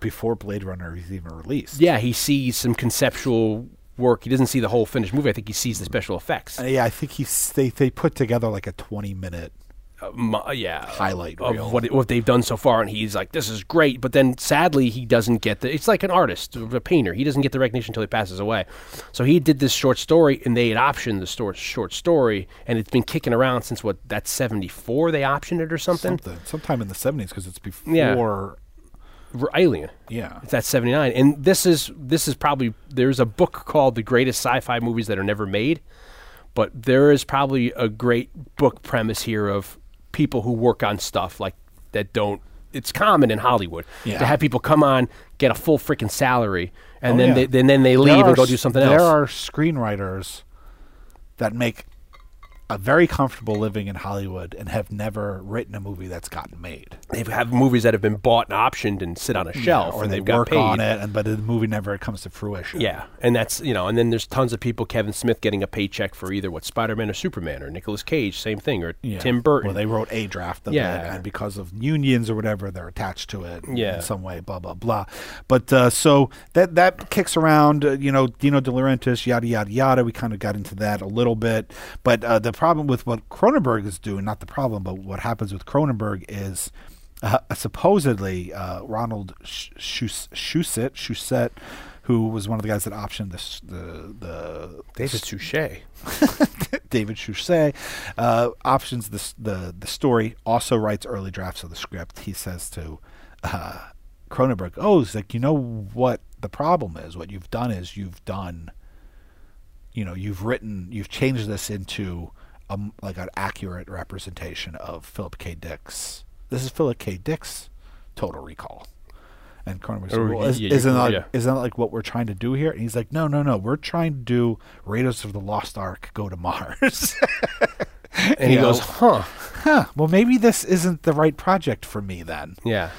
Speaker 6: before Blade Runner was even released.
Speaker 5: yeah, he sees some conceptual work. He doesn't see the whole finished movie. I think he sees the special effects.
Speaker 6: Uh, yeah, I think he's they they put together like a 20 minute.
Speaker 5: Uh, mu- yeah,
Speaker 6: Highlight
Speaker 5: of
Speaker 6: reel.
Speaker 5: what it- what they've done so far, and he's like, "This is great." But then, sadly, he doesn't get the. It's like an artist, a painter. He doesn't get the recognition until he passes away. So he did this short story, and they had optioned the stor- short story, and it's been kicking around since what that's seventy four. They optioned it or something.
Speaker 6: Something sometime in the 70s because it's
Speaker 5: Yeah.
Speaker 6: before.
Speaker 5: R- Alien.
Speaker 6: Yeah.
Speaker 5: It's at 79. And this is this is probably there's a book called The Greatest Sci-Fi Movies That Are Never Made, but there is probably a great book premise here of people who work on stuff like that don't it's common in Hollywood
Speaker 6: Yeah.
Speaker 5: to have people come on, get a full freaking salary, and
Speaker 6: Oh,
Speaker 5: then
Speaker 6: yeah.
Speaker 5: they then, then they
Speaker 6: There
Speaker 5: leave
Speaker 6: are
Speaker 5: and go
Speaker 6: s-
Speaker 5: do something
Speaker 6: There
Speaker 5: else.
Speaker 6: are screenwriters that make a very comfortable living in Hollywood and have never written a movie that's gotten made.
Speaker 5: they have movies that have been bought and optioned and sit on a shelf
Speaker 6: or
Speaker 5: and
Speaker 6: they
Speaker 5: they've got
Speaker 6: work
Speaker 5: paid.
Speaker 6: on it, and but the movie never comes to fruition.
Speaker 5: Yeah, and that's you know, and then there's tons of people. Kevin Smith getting a paycheck for either what Spider Man or Superman or Nicolas Cage, same thing, or
Speaker 6: Yeah.
Speaker 5: Tim Burton.
Speaker 6: Well, they wrote a draft of
Speaker 5: Yeah.
Speaker 6: it, and because of unions or whatever, they're attached to it
Speaker 5: Yeah.
Speaker 6: in some way. Blah blah blah. But uh, so that that kicks around, uh, you know, Dino De Laurentiis, yada yada yada. We kind of got into that a little bit, but uh, the problem with what Cronenberg is doing—not the problem, but what happens with Cronenberg is. Uh, supposedly, uh, Ronald Sh- Shus- Shusett, Shusett, who was one of the guys that optioned this, the the
Speaker 5: David Suchet.
Speaker 6: David Chusset, uh, options the, the the story. Also writes early drafts of the script. He says to uh, Cronenberg, "Oh, it's like you know what the problem is. What you've done is you've done, you know, you've written, you've changed this into um like an accurate representation of Philip K. Dick's. This is Philip K. Dick's Total Recall." And Cronenberg said,
Speaker 5: Or,
Speaker 6: well, is,
Speaker 5: yeah,
Speaker 6: isn't,
Speaker 5: yeah.
Speaker 6: that, isn't that like what we're trying to do here? And he's like, no, no, no. We're trying to do Raiders of the Lost Ark go to Mars.
Speaker 5: And he
Speaker 6: Yeah.
Speaker 5: goes, huh?
Speaker 6: huh, well, maybe this isn't the right project for me then.
Speaker 5: Yeah,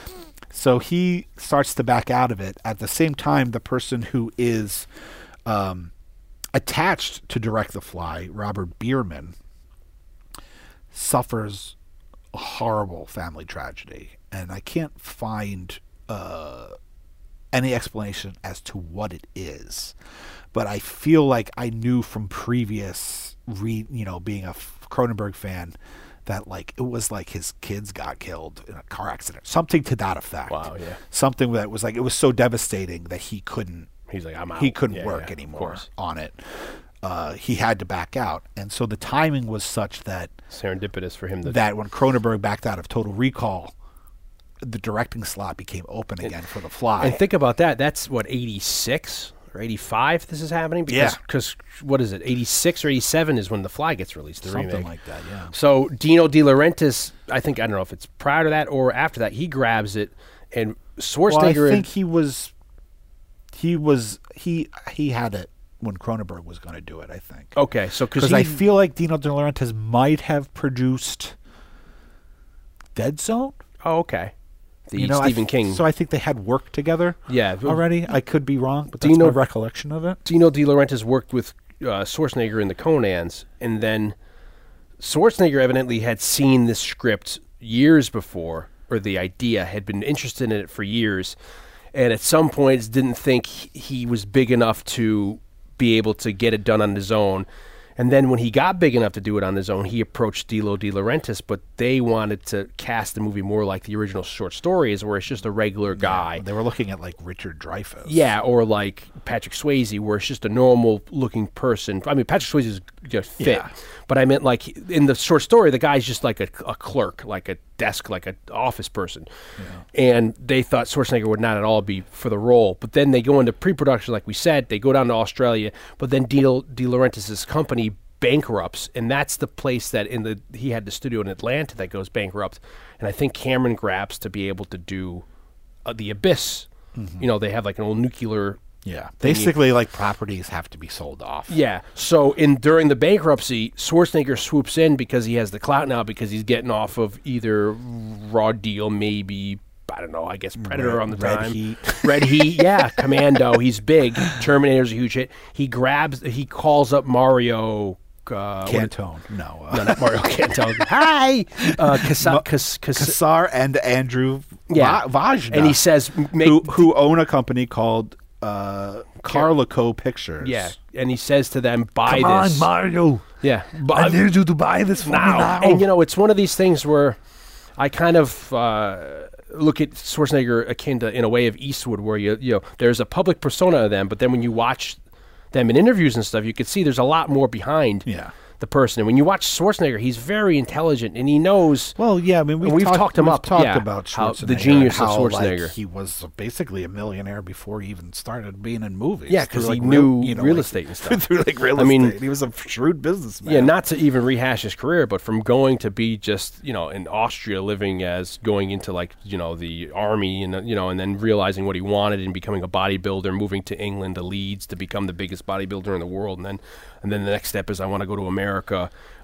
Speaker 6: So he starts to back out of it. At the same time, the person who is um, attached to direct The Fly, Robert Bierman, suffers a horrible family tragedy. And I can't find uh, any explanation as to what it is. But I feel like I knew from previous, re- you know, being a F- Cronenberg fan, that like it was like his kids got killed in a car accident, something to that effect.
Speaker 5: Wow, yeah.
Speaker 6: Something that was like it was so devastating that he couldn't
Speaker 5: he's like, I'm out.
Speaker 6: he couldn't
Speaker 5: Yeah,
Speaker 6: work
Speaker 5: yeah, of
Speaker 6: anymore
Speaker 5: course.
Speaker 6: on it. Uh, he had to back out, and so the timing was such that
Speaker 5: Serendipitous for him to
Speaker 6: that when Cronenberg backed out of Total Recall, the directing slot became open again for the fly.
Speaker 5: And think about that. That's what eighty six or eighty five. This is happening because
Speaker 6: Yeah.
Speaker 5: because what is it? Eighty six or eighty seven is when the Fly gets released. The
Speaker 6: Something
Speaker 5: remake.
Speaker 6: like that, yeah.
Speaker 5: So Dino De Laurentiis, I think I don't know if it's prior to that or after that, he grabs it and
Speaker 6: Well, I
Speaker 5: Schwarzenegger.
Speaker 6: think he was, he was, he he had it when Cronenberg was going to do it. I think
Speaker 5: okay, so because
Speaker 6: because I feel like Dino De Laurentiis might have produced Dead Zone.
Speaker 5: oh okay, the
Speaker 6: You know, I
Speaker 5: Stephen
Speaker 6: th-
Speaker 5: King.
Speaker 6: So I think they had worked together.
Speaker 5: Yeah.
Speaker 6: already. I could be wrong, but that's
Speaker 5: Dino-
Speaker 6: my recollection of it.
Speaker 5: Dino De Laurentiis worked with uh, Schwarzenegger in the Conan's, and then Schwarzenegger evidently had seen this script years before, or the idea had been interested in it for years, and at some points didn't think he- he was big enough to be able to get it done on his own. And then when he got big enough to do it on his own, he approached Dilo De Laurentiis, but they wanted to cast the movie more like the original short story is, where it's just a regular guy.
Speaker 6: They were looking at like Richard Dreyfuss.
Speaker 5: Yeah, or like Patrick Swayze, where it's just a normal looking person. I mean, Patrick Swayze is just fit,
Speaker 6: Yeah.
Speaker 5: but I meant like in the short story, the guy's just like a, a clerk, like a desk, like an office person. And they thought Schwarzenegger would not at all be for the role. But then they go into pre production, like we said, they go down to Australia, but then De, De Laurentiis' company bankrupts and that's the place that in the he had the studio in Atlanta that goes bankrupt and I think Cameron grabs to be able to do uh, the abyss you know they have like an old nuclear
Speaker 6: Mm-hmm. yeah. Basically, like properties have to be sold off.
Speaker 5: yeah so in during the bankruptcy Schwarzenegger swoops in because he has the clout now because he's getting off of either raw deal maybe I don't know I guess Predator on the
Speaker 6: Red
Speaker 5: time
Speaker 6: Heat.
Speaker 5: Red Heat yeah Commando he's big Terminator's a huge hit he grabs he calls up Mario uh, what-
Speaker 6: Cantone. No. Uh,
Speaker 5: no, not Mario Cantone. Hi, uh, Casa, Cas- Cas-
Speaker 6: Kassar and Andrew
Speaker 5: Yeah.
Speaker 6: yeah. Vajda.
Speaker 5: and he says, make,
Speaker 6: who, who own a company called uh, Carlico Pictures.
Speaker 5: yeah, and he says to them, buy
Speaker 6: Come on,
Speaker 5: this,
Speaker 6: Mario.
Speaker 5: yeah,
Speaker 6: I
Speaker 5: buy
Speaker 6: need you to buy this for me now.
Speaker 5: And you know, it's one of these things where I kind of uh, look at Schwarzenegger akin to, in a way, of Eastwood, where you you know, there's a public persona of them, but then when you watch them in interviews and stuff, you can see there's a lot more behind.
Speaker 6: Yeah.
Speaker 5: The person, and when you watch Schwarzenegger, he's very intelligent, and he knows.
Speaker 6: well, yeah, I mean, we've,
Speaker 5: we've talked him
Speaker 6: we've
Speaker 5: up,
Speaker 6: Talked
Speaker 5: yeah,
Speaker 6: about
Speaker 5: how
Speaker 6: Schwarzenegger,
Speaker 5: the genius of
Speaker 6: how, like,
Speaker 5: Schwarzenegger.
Speaker 6: he was basically a millionaire before he even started being in movies.
Speaker 5: Yeah,
Speaker 6: Through,
Speaker 5: 'cause he
Speaker 6: like, real-
Speaker 5: knew
Speaker 6: you know,
Speaker 5: real
Speaker 6: like-
Speaker 5: estate and stuff.
Speaker 6: through like real
Speaker 5: I mean-
Speaker 6: estate. he was a shrewd businessman.
Speaker 5: Yeah, not to even rehash his career, but from going to be just you know in Austria, living as going into like you know the army, and uh, you know, and then realizing what he wanted and becoming a bodybuilder, moving to England to Leeds to become the biggest bodybuilder in the world, and then and then the next step is I want to go to America.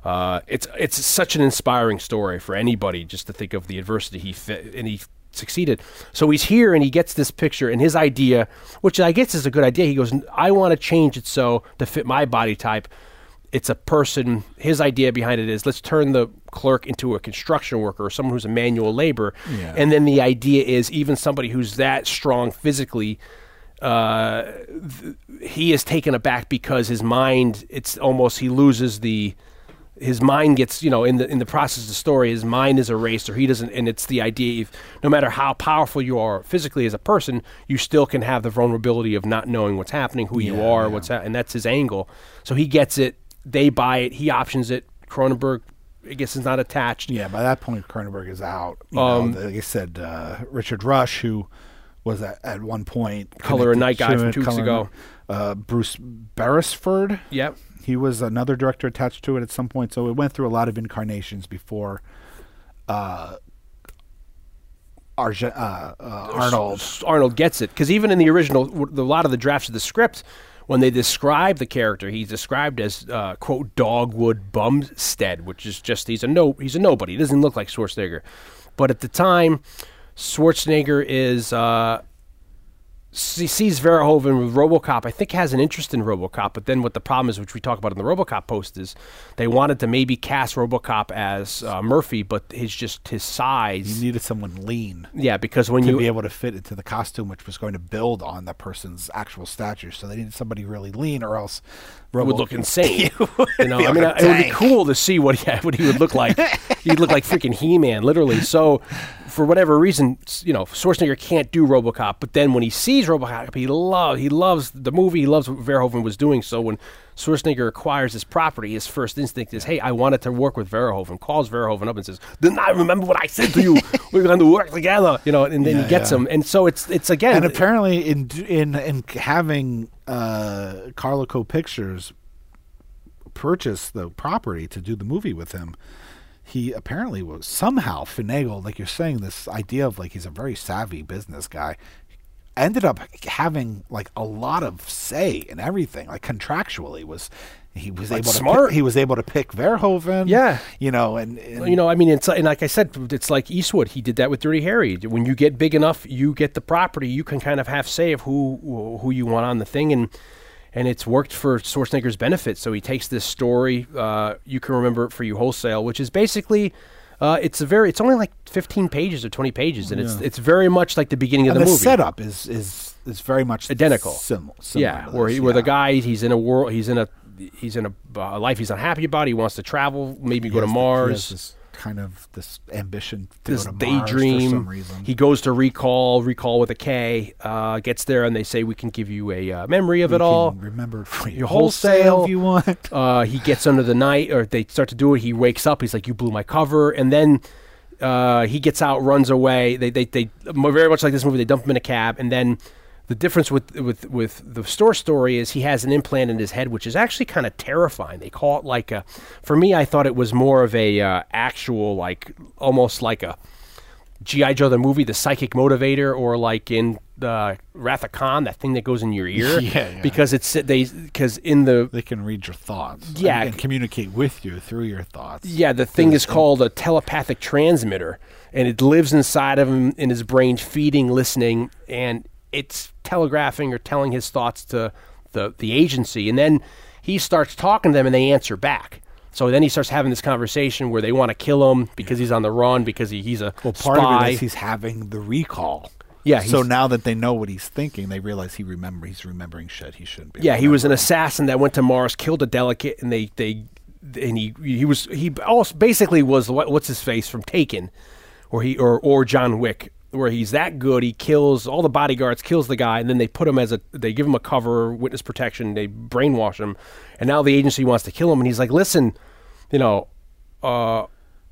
Speaker 5: Uh, it's it's such an inspiring story for anybody just to think of the adversity he fit and he succeeded. So he's here and he gets this picture and his idea, which I guess is a good idea. He goes, I want to change it so to fit my body type it's a person his idea behind it is let's turn the clerk into a construction worker or someone who's a manual laborer
Speaker 6: Yeah.
Speaker 5: and then the idea is even somebody who's that strong physically uh, th- he is taken aback because his mind it's almost he loses the his mind gets you know in the in the process of the story his mind is erased or he doesn't and it's the idea if no matter how powerful you are physically as a person you still can have the vulnerability of not knowing what's happening who you are what's hap- and that's his angle so he gets it they buy it he options it Cronenberg I guess is not attached
Speaker 6: Yeah, by that point, Cronenberg is out. You
Speaker 5: Um,
Speaker 6: know, like I said, uh, Richard Rush, who was at, at one point
Speaker 5: Colour and
Speaker 6: connected
Speaker 5: Night Guy
Speaker 6: to
Speaker 5: from
Speaker 6: it,
Speaker 5: two weeks
Speaker 6: Colour
Speaker 5: ago.
Speaker 6: and- Uh, Bruce Beresford.
Speaker 5: Yep.
Speaker 6: he was another director attached to it at some point. So it went through a lot of incarnations before uh, Arge- uh, uh, Arnold.
Speaker 5: S- Arnold gets it because even in the original, w- the- a lot of the drafts of the script, when they describe the character, he's described as uh, quote dogwood bumstead, which is just he's a no he's a nobody. He doesn't look like Schwarzenegger, but at the time, Schwarzenegger is. Uh, see- sees Verhoeven with RoboCop. I think has an interest in RoboCop, but then what the problem is, which we talk about in the RoboCop post, is they wanted to maybe cast RoboCop as uh, Murphy, but his just his
Speaker 6: You
Speaker 5: size.
Speaker 6: needed someone lean.
Speaker 5: Yeah, because when
Speaker 6: To
Speaker 5: you
Speaker 6: be able to fit into the costume, which was going to build on the person's actual stature, so they needed somebody really lean, or else
Speaker 5: It would
Speaker 6: Robo-
Speaker 5: look insane. you know,
Speaker 6: be
Speaker 5: I mean,
Speaker 6: like a
Speaker 5: it would be
Speaker 6: tank.
Speaker 5: cool to see what yeah, what he would look like. He'd look like freaking He-Man, literally. So, for whatever reason, s- you know, Schwarzenegger can't do RoboCop. But then when he sees plays RoboCop. He love he loves the movie. He loves what Verhoeven was doing. So when Schwarzenegger acquires his property, his first instinct is, "Hey, I wanted to work with Verhoeven." Calls Verhoeven up and says, "Didn't I remember what I said to you? We're going to work together." You know, and then he
Speaker 6: Yeah,
Speaker 5: gets
Speaker 6: yeah.
Speaker 5: him. And so it's it's again.
Speaker 6: and apparently in in in having uh Carlico Pictures purchase the property to do the movie with him he apparently was somehow finagled like you're saying this idea of like he's a very savvy business guy ended up having like a lot of say in everything like contractually was he was able to
Speaker 5: smart.
Speaker 6: pick, he was able to pick Verhoeven
Speaker 5: Yeah.
Speaker 6: you know and, and
Speaker 5: you know, I mean, it's and like I said, it's like Eastwood. He did that with Dirty Harry. When you get big enough, you get the property. You can kind of have say of who who you want on the thing, and and it's worked for Schwarzenegger's benefit. So he takes this story. Uh, you can remember it for you wholesale, which is basically. Uh, it's a very. It's only like fifteen pages or twenty pages, and it's it's very much like the beginning of
Speaker 6: and
Speaker 5: the,
Speaker 6: the,
Speaker 5: movie.
Speaker 6: setup is is is very much
Speaker 5: Identical.
Speaker 6: sim- similar
Speaker 5: Yeah,
Speaker 6: to
Speaker 5: where
Speaker 6: this,
Speaker 5: he, where the
Speaker 6: yeah.
Speaker 5: guy he's in a world, he's in a he's in a uh, life he's unhappy about. He wants to travel, maybe go to
Speaker 6: has the-
Speaker 5: Mars.
Speaker 6: has this kind of this ambition to
Speaker 5: this
Speaker 6: go to
Speaker 5: daydream.
Speaker 6: Mars for some reason.
Speaker 5: He goes to recall, recall with a K, uh, gets there, and they say we can give you a uh, memory of it all.
Speaker 6: remember for
Speaker 5: your
Speaker 6: your
Speaker 5: wholesale
Speaker 6: wholesale if you want.
Speaker 5: Uh, he gets under the night, or they start to do it. He wakes up. He's like, "You blew my cover," and then uh, he gets out, runs away. They, they, they, mo- very much like this movie. They dump him in a cab, and then the difference with with with the store story is he has an implant in his head, which is actually kind of terrifying. They call it like a. For me, I thought it was more of a uh, actual, like almost like a. G.I. Joe the movie, the psychic motivator, or like in the Wrath of Khan, that thing that goes in your ear.
Speaker 6: Yeah, yeah.
Speaker 5: Because it's they because in the
Speaker 6: They can read your thoughts. and-
Speaker 5: Yeah.
Speaker 6: And, communicate with you through your thoughts.
Speaker 5: yeah, the thing is called a telepathic transmitter, and it lives inside of him in his brain, feeding, listening, and it's telegraphing or telling his thoughts to the the agency, and then he starts talking to them, and they answer back. So then he starts having this conversation where they want to kill him because he's on the run because he, he's a
Speaker 6: Well, part
Speaker 5: spy.
Speaker 6: of it is he's having the recall.
Speaker 5: Yeah,
Speaker 6: So
Speaker 5: he's-
Speaker 6: now that they know what he's thinking, they realize he remember he's remembering shit he shouldn't be.
Speaker 5: Yeah, he was an assassin that went to Mars, killed a delegate, and they they and he he was he also basically was what, what's his face from Taken, or he or or John Wick, where he's that good, he kills all the bodyguards, kills the guy, and then they put him as a they give him a cover, witness protection, they brainwash him, and now the agency wants to kill him, and he's like, listen, you know, uh,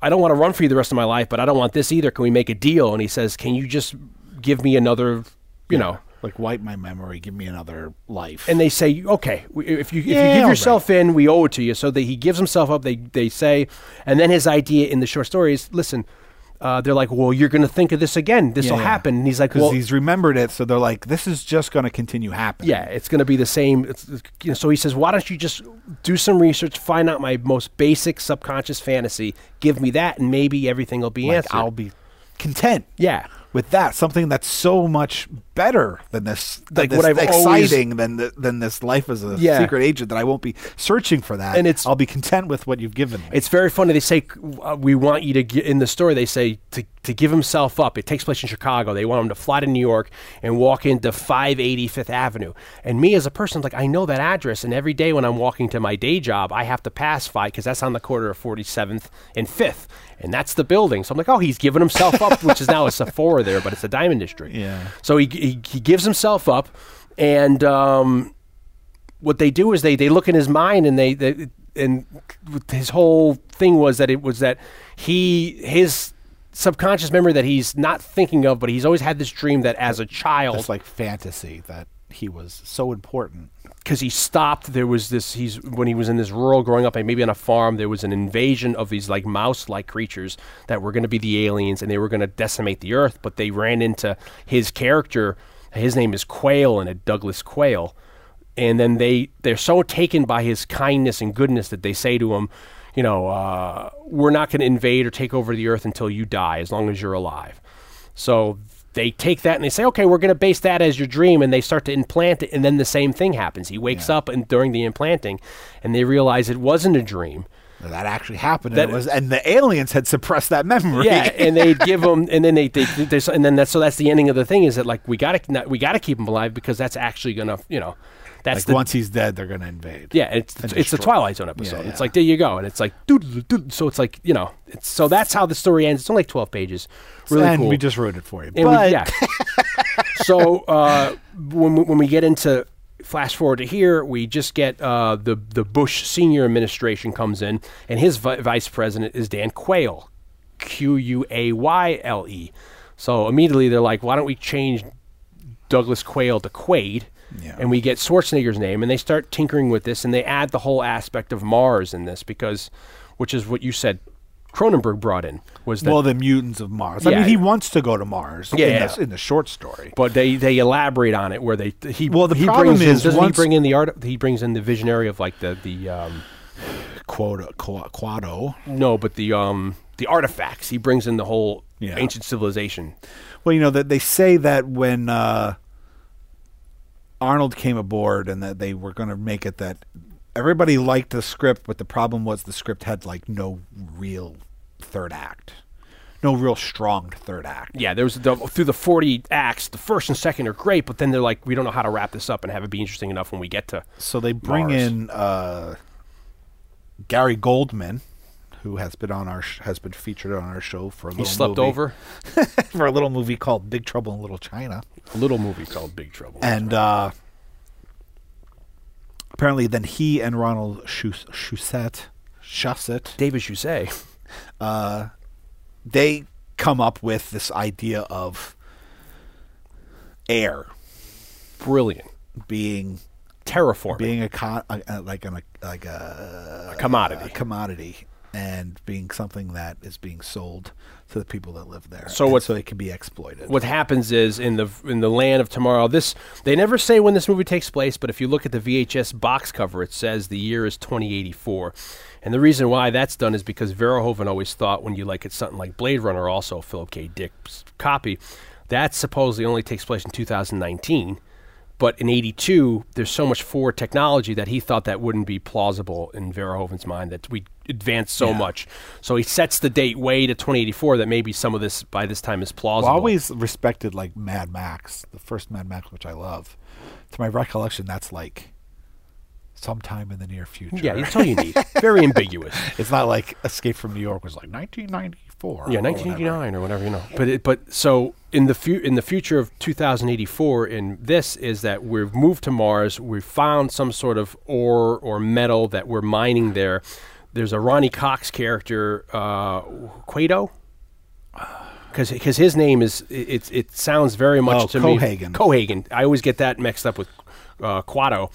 Speaker 5: I don't want to run for you the rest of my life, but I don't want this either. Can we make a deal? And he says, can you just give me another, you know.
Speaker 6: Like wipe my memory, give me another life.
Speaker 5: and they say, okay, we- if you if
Speaker 6: Yeah,
Speaker 5: you give
Speaker 6: all
Speaker 5: yourself in, we owe it to you. So that he gives himself up. They they say, and then his idea in the short story is, listen, uh, they're like, well, you're going to think of this again. This will
Speaker 6: Yeah, yeah.
Speaker 5: happen. And he's like,
Speaker 6: because
Speaker 5: well,
Speaker 6: he's remembered it, so they're like, "This is just going to continue happening."
Speaker 5: yeah, it's going to be the same. It's, it's- you know, so he says, why don't you just do some research, find out my most basic subconscious fantasy, give me that, and maybe everything will be
Speaker 6: like,
Speaker 5: answered.
Speaker 6: I'll be content.
Speaker 5: yeah.
Speaker 6: with that something that's so much better than this than
Speaker 5: Like
Speaker 6: this
Speaker 5: what I've always-
Speaker 6: exciting than the, than this life as a
Speaker 5: Yeah.
Speaker 6: secret agent that I won't be searching for that
Speaker 5: And it's-
Speaker 6: I'll be content with what you've given me.
Speaker 5: It's very funny. They say uh, we want you to get in the story. They say to, to give himself up. It takes place in Chicago. They want him to fly to New York and walk into 580 Fifth Avenue. And me as a person, like I know that address, and every day when I'm walking to my day job, I have to pass by because that's on the corner of 47th and Fifth, and that's the building. So I'm like, oh, he's giving himself up, which is now a Sephora there, but it's a diamond district.
Speaker 6: Yeah.
Speaker 5: So he he, he gives himself up, and um, what they do is they they look in his mind and they, they and his whole thing was that it was that he his subconscious memory that he's not thinking of but he's always had this dream that as a child
Speaker 6: It's like fantasy that he was so important.
Speaker 5: because he stopped there was this he's when he was in this rural growing up and maybe on a farm there was an invasion of these like mouse like creatures that were going to be the aliens and they were going to decimate the earth but they ran into his character his name is quail and a douglas quail and then they they're so taken by his kindness and goodness that they say to him you know uh, we're not going to invade or take over the earth until you die as long as you're alive so they take that and they say, okay, we're going to base that as your dream, and they start to implant it, and then the same thing happens. He wakes up and during the implanting, and they realize it wasn't a dream.
Speaker 6: That actually happened.
Speaker 5: That-
Speaker 6: and, it was, and the aliens had suppressed that memory.
Speaker 5: Yeah, and they give him, and then they, they, they and then that's so that's the ending of the thing is that like we got to we got to keep him alive because that's actually gonna you know that's
Speaker 6: like
Speaker 5: the
Speaker 6: once he's dead, they're going to invade.
Speaker 5: yeah it's
Speaker 6: and
Speaker 5: it's the
Speaker 6: destroy.
Speaker 5: Twilight Zone episode.
Speaker 6: Yeah,
Speaker 5: It's
Speaker 6: yeah.
Speaker 5: like there you go, and it's like doo-doo-doo-doo. so it's like you know it's, so that's how the story ends. It's only like twelve pages, really
Speaker 6: and
Speaker 5: cool.
Speaker 6: we just wrote it for you.
Speaker 5: And we-
Speaker 6: but
Speaker 5: yeah. so uh, when we, when we get into flash forward to here, we just get uh, the the Bush senior administration comes in, and his vi- vice president is Dan Quayle, Q U A Y L E. So immediately they're like, why don't we change Douglas Quayle to Quaid?
Speaker 6: Yeah.
Speaker 5: And we get Schwarzenegger's name, and they start tinkering with this, and they add the whole aspect of Mars in this because, which is what you said, Cronenberg brought in was that
Speaker 6: well, the mutants of Mars. I
Speaker 5: Yeah.
Speaker 6: mean, he wants to go to Mars
Speaker 5: Yeah,
Speaker 6: in,
Speaker 5: yeah.
Speaker 6: The, in the short story.
Speaker 5: but they they elaborate on it where they he
Speaker 6: Well, the
Speaker 5: he
Speaker 6: problem
Speaker 5: brings
Speaker 6: is
Speaker 5: in, doesn't he
Speaker 6: once-
Speaker 5: bring in the art he brings in the visionary of like the the um
Speaker 6: Quota, qua- Quado.
Speaker 5: no but the um the artifacts he brings in the whole
Speaker 6: Yeah.
Speaker 5: ancient civilization
Speaker 6: Well, you know that they say that when uh, Arnold came aboard and that they were going to make it that everybody liked the script, but the problem was the script had like no real third act, no real strong third act.
Speaker 5: yeah there was the, through the 40 acts the first and second are great but then they're like we don't know how to wrap this up and have it be interesting enough when we get to
Speaker 6: So they bring
Speaker 5: Mars.
Speaker 6: in uh, Gary Goldman, who has been on our sh- has been featured on our show for a
Speaker 5: he
Speaker 6: little
Speaker 5: slept
Speaker 6: movie,
Speaker 5: over
Speaker 6: for a little movie called Big Trouble in Little China.
Speaker 5: a little movie called big trouble
Speaker 6: and uh, apparently then he and Ronald Chus- Chusette, Chusette,
Speaker 5: davis you say
Speaker 6: they come up with this idea of air
Speaker 5: brilliant
Speaker 6: being
Speaker 5: terraforming
Speaker 6: being a, con- a, a like an, a like a,
Speaker 5: a commodity
Speaker 6: a commodity and being something that is being sold to the people that live there.
Speaker 5: So
Speaker 6: and
Speaker 5: what-
Speaker 6: so it can be exploited.
Speaker 5: what happens is in the in the land of tomorrow this they never say when this movie takes place but if you look at the VHS box cover it says the year is 2084 and the reason why that's done is because Verhoeven always thought when you like it's something like Blade Runner also Philip K Dick's copy that supposedly only takes place in 2019 but in 82 there's so much forward technology that he thought that wouldn't be plausible in Verhoeven's mind that we advance so much so he sets the date way to 2084 that maybe some of this by this time is plausible
Speaker 6: Well, I always respected like Mad Max, the first Mad Max, which I love. To my recollection, that's like sometime in the near future.
Speaker 5: Yeah, that's all you need. Very ambiguous.
Speaker 6: It's not like Escape from New York was like 1994.
Speaker 5: Yeah,
Speaker 6: or
Speaker 5: 1989 or whatever you know. But it, but so in the fu- in the future of 2084, in this is that we've moved to Mars. We've found some sort of ore or metal that we're mining there. There's a Ronnie Cox character, uh, Quato. Because his name is it, it sounds very much
Speaker 6: Oh,
Speaker 5: to me
Speaker 6: Cohagen.
Speaker 5: Cohagen. I always get that mixed up with uh, Quato.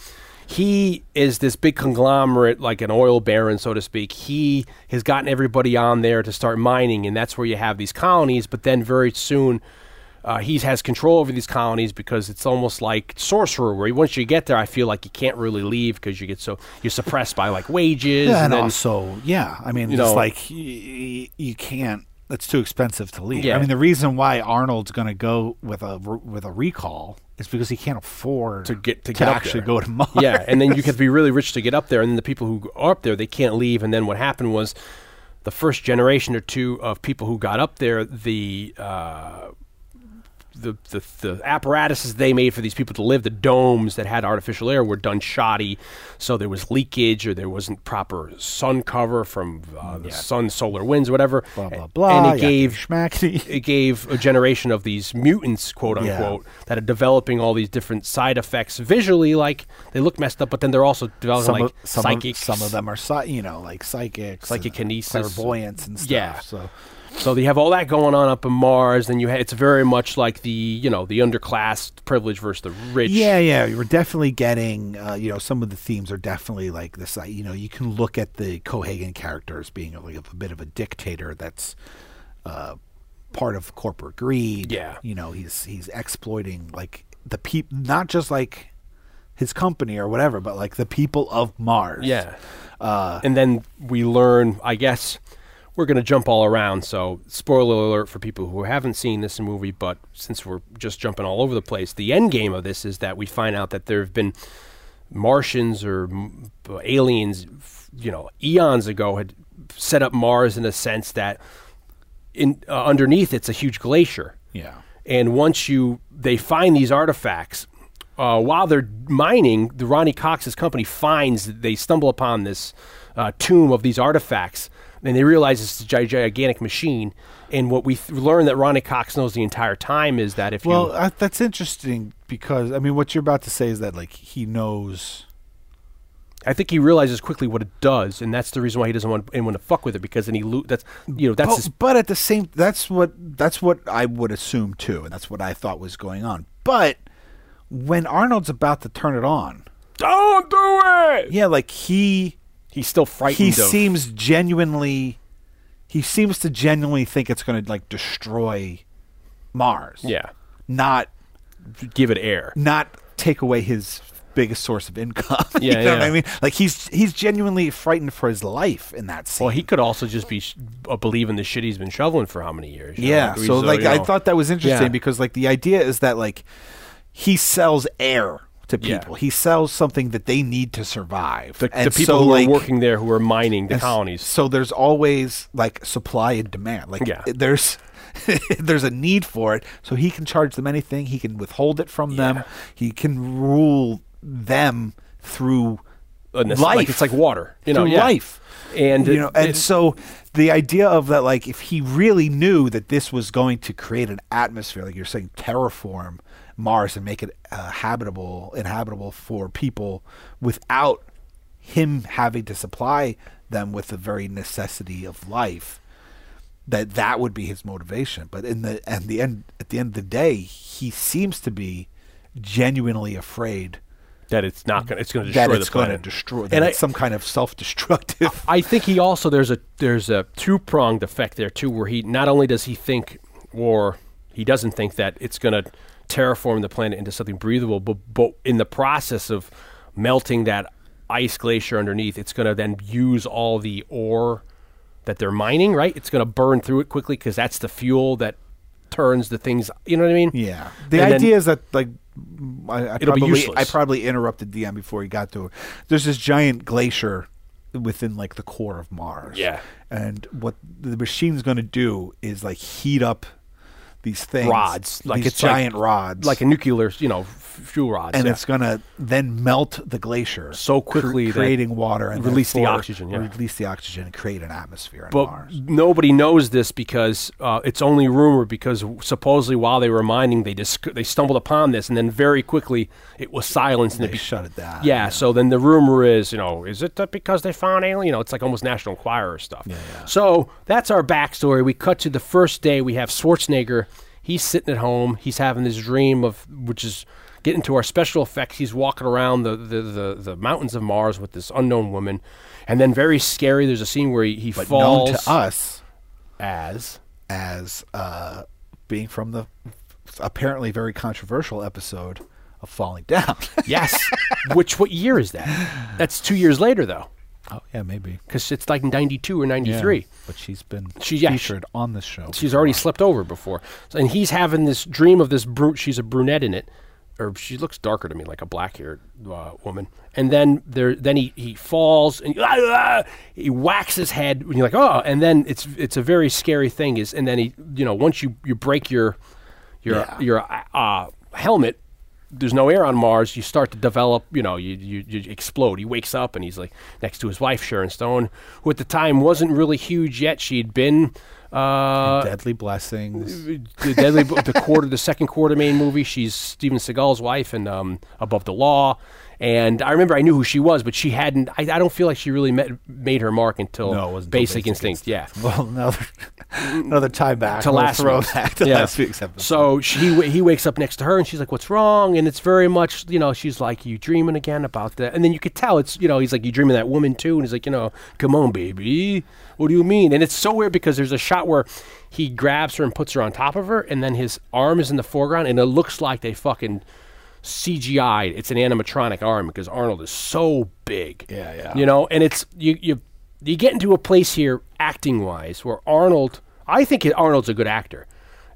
Speaker 5: He is this big conglomerate, like an oil baron, so to speak. He has gotten everybody on there to start mining, and that's where you have these colonies. But then very soon, uh, he has control over these colonies because it's almost like sorcerer. Where once you get there, I feel like you can't really leave because you get so you're suppressed by like wages.
Speaker 6: Yeah, and
Speaker 5: then-
Speaker 6: also, yeah, I mean,
Speaker 5: you
Speaker 6: it's
Speaker 5: know-
Speaker 6: like y- y- you can't. It's too expensive to leave.
Speaker 5: Yeah.
Speaker 6: I mean, the reason why Arnold's going to go with a re- with a recall is because he can't afford
Speaker 5: To get- to get up
Speaker 6: actually
Speaker 5: there.
Speaker 6: go to Mars.
Speaker 5: Yeah, and then you have to be really rich to get up there, and then the people who are up there they can't leave. And then what happened was, the first generation or two of people who got up there, the uh, the, the the apparatuses they made for these people to live, the domes that had artificial air, were done shoddy. So there was leakage, or there wasn't proper sun cover from uh, the sun, solar winds, whatever.
Speaker 6: blah blah blah.
Speaker 5: And it
Speaker 6: yeah,
Speaker 5: gave
Speaker 6: schmackety.
Speaker 5: it gave a generation of these mutants, quote
Speaker 6: Yeah.
Speaker 5: unquote, that are developing all these different side effects visually. Like they look messed up, but then they're also developing
Speaker 6: some
Speaker 5: like
Speaker 6: of, some
Speaker 5: psychic.
Speaker 6: Of, some of them are, psy- you know, like psychics,
Speaker 5: Psychic
Speaker 6: and
Speaker 5: kinesis.
Speaker 6: clairvoyance, and stuff.
Speaker 5: Yeah.
Speaker 6: So
Speaker 5: So you have all that going on up in Mars. Then you ha- it's very much like the you know the underclass privilege versus the rich.
Speaker 6: yeah, yeah, you are definitely getting. Uh, you know, some of the themes are definitely like this. uh, You know, you can look at the Cohagen character as being like a, bit of a dictator. That's. Uh, part of corporate greed
Speaker 5: Yeah.
Speaker 6: you know he's he's exploiting like the people not just like his company or whatever but like the people of mars
Speaker 5: Yeah. and then we learn, I guess, we're going to jump all around. So, spoiler alert for people who haven't seen this movie, but since we're just jumping all over the place, the end game of this is that we find out that there have been Martians or m- aliens, f- you know, eons ago had set up Mars in a sense that in uh, underneath it's a huge glacier.
Speaker 6: yeah
Speaker 5: And once you they find these artifacts, uh, while they're mining, the Ronnie Cox's company finds that they stumble upon this uh, tomb of these artifacts And they realize it's a gi- gigantic machine. And what we th- learn that Ronnie Cox knows the entire time is that if
Speaker 4: Well,
Speaker 5: you
Speaker 6: uh,
Speaker 4: I, that's interesting because I mean, what you're about to say is that like he knows.
Speaker 5: I think he realizes quickly what it does, and that's the reason why he doesn't want anyone to fuck with it because then he lo- that's you know that's
Speaker 6: but,
Speaker 5: his,
Speaker 6: but at the same that's what that's what I would assume too, and that's what I thought was going on. But
Speaker 4: When Arnold's about to turn it on,
Speaker 5: don't do it.
Speaker 6: yeah, like he
Speaker 5: He's still frightened.
Speaker 6: he
Speaker 5: of-
Speaker 6: seems genuinely he seems to genuinely think it's going to like destroy Mars.
Speaker 5: yeah,
Speaker 6: Not
Speaker 5: give it air.
Speaker 6: not take away his biggest source of income. you
Speaker 5: Yeah,
Speaker 6: know what
Speaker 5: yeah.
Speaker 6: I mean? Like he's he's genuinely frightened for his life in that scene.
Speaker 5: Well, he could also just be sh- uh, believing the shit he's been shoveling for how many years. you know?
Speaker 6: Yeah.
Speaker 5: we-
Speaker 6: So like
Speaker 5: you
Speaker 6: I
Speaker 5: know,
Speaker 6: thought that was interesting
Speaker 5: Yeah.
Speaker 6: because like the idea is that like he sells air to
Speaker 5: Yeah.
Speaker 6: people. He sells something that they need to survive.
Speaker 5: the, the
Speaker 6: And
Speaker 5: people
Speaker 6: so,
Speaker 5: who
Speaker 6: like-
Speaker 5: are working there who are mining the
Speaker 6: and s-
Speaker 5: colonies.
Speaker 6: So there's always like supply and demand. Like
Speaker 5: Yeah.
Speaker 6: there's there's a need for it. So he can charge them anything. He can withhold it from them. He can rule them through
Speaker 5: And it's
Speaker 6: life.
Speaker 5: uh, like, it's like water. You know,
Speaker 6: Through
Speaker 5: yeah.
Speaker 6: life
Speaker 5: and
Speaker 6: you know, and
Speaker 5: it-
Speaker 6: so the idea of that, like, if he really knew that this was going to create an atmosphere, like you're saying, terraform Mars and make it uh, habitable, inhabitable for people, without him having to supply them with the very necessity of life, that that would be his motivation. But in the and the end, at the end of the day, he seems to be genuinely afraid
Speaker 5: that it's not going. to It's going to destroy
Speaker 6: that it's
Speaker 5: the
Speaker 6: going to
Speaker 5: planet.
Speaker 6: destroy that
Speaker 5: And I,
Speaker 6: it's some kind of self-destructive.
Speaker 5: I think he also there's a there's a two pronged effect there too, where he not only does he think or he doesn't think that it's going to terraform the planet into something breathable, but but in the process of melting that ice glacier underneath, it's going to then use all the ore that they're mining. Right, it's going to burn through it quickly because that's the fuel that turns the things. You know what I mean?
Speaker 6: Yeah.
Speaker 5: The
Speaker 6: The
Speaker 5: And then-
Speaker 6: idea
Speaker 5: idea
Speaker 6: is that like I,
Speaker 5: It'll be probably- I
Speaker 6: probably I
Speaker 5: useless.
Speaker 6: probably interrupted Dion before he got to it. There's this giant glacier within like the core of Mars.
Speaker 5: Yeah.
Speaker 6: And what the machine's going to do is like heat up these things
Speaker 5: Rods, like
Speaker 6: these
Speaker 5: it's like-
Speaker 6: giant rods
Speaker 5: Like a nuclear, you know, f- fuel rods.
Speaker 6: and
Speaker 5: yeah.
Speaker 6: it's going to then melt the glacier
Speaker 5: So quickly that
Speaker 6: creating water and
Speaker 5: release the
Speaker 6: therefore
Speaker 5: oxygen, yeah.
Speaker 6: release the oxygen and create an atmosphere on
Speaker 5: but
Speaker 6: Mars.
Speaker 5: nobody knows this because uh, it's only rumor. Because supposedly, while they were mining, they dis- they stumbled upon this, and then very quickly it was silenced. And it
Speaker 6: They shut it down.
Speaker 5: Yeah, So then the rumor is, you know, is it that because they found alien? You know, it's like almost National Enquirer stuff. So that's our backstory. We cut to the first day. We have Schwarzenegger. He's sitting at home. He's having this dream of which is getting to our special effects. He's walking around the the, the, the mountains of Mars with this unknown woman. And then very scary. There's a scene where he, he
Speaker 6: But
Speaker 5: falls
Speaker 6: known to us
Speaker 5: as
Speaker 6: as uh, being from the apparently very controversial episode of Falling Down.
Speaker 5: yes. Which what year is that? That's two years later though,
Speaker 6: oh yeah, maybe
Speaker 5: because it's like '92 or '93.
Speaker 6: But she's been
Speaker 5: She- yeah,
Speaker 6: featured on the show.
Speaker 5: She's already slept over before, So- and he's having this dream of this brute. She's a brunette in it, or she looks darker to me, like a black-haired uh, woman. And then there, then he, he falls and ah, he whacks his head. And you're like, oh! And then it's it's a very scary thing. Is and then he, you know, once you you break your your
Speaker 6: Yeah.
Speaker 5: your uh, uh, helmet. There's no air on Mars. You start to develop, you know, you, you, you explode. He wakes up and he's like next to his wife, Sharon Stone, who at the time wasn't really huge yet. She'd been uh,
Speaker 6: Deadly Blessings.
Speaker 5: the deadly Book- the quarter the second quarter main movie she's steven seagal's wife and um, above the law and i remember i knew who she was but she hadn't i, I don't feel like she really met, made her mark until
Speaker 6: No, it wasn't until
Speaker 5: basic,
Speaker 6: Basic
Speaker 5: instinct, yeah
Speaker 6: Well, another another tie back
Speaker 5: to
Speaker 6: another
Speaker 5: last week's.
Speaker 6: throwback to
Speaker 5: Yeah.
Speaker 6: last week's episode.
Speaker 5: So she wa- he wakes up next to her and she's like, "What's wrong?" And it's very much you know she's like, "You dreaming again about that?" And then you could tell it's you know he's like, "You dreaming that woman too?" And he's like, "You know, come on, baby, what do you mean?" And it's so weird because there's a shot where he grabs her and puts her on top of her, and then his arm is in the foreground, and it looks like they fucking. CGI. It's an animatronic arm because Arnold is so big.
Speaker 6: Yeah, yeah.
Speaker 5: You know, and it's you you you get into a place here acting wise where Arnold. I think Arnold's a good actor,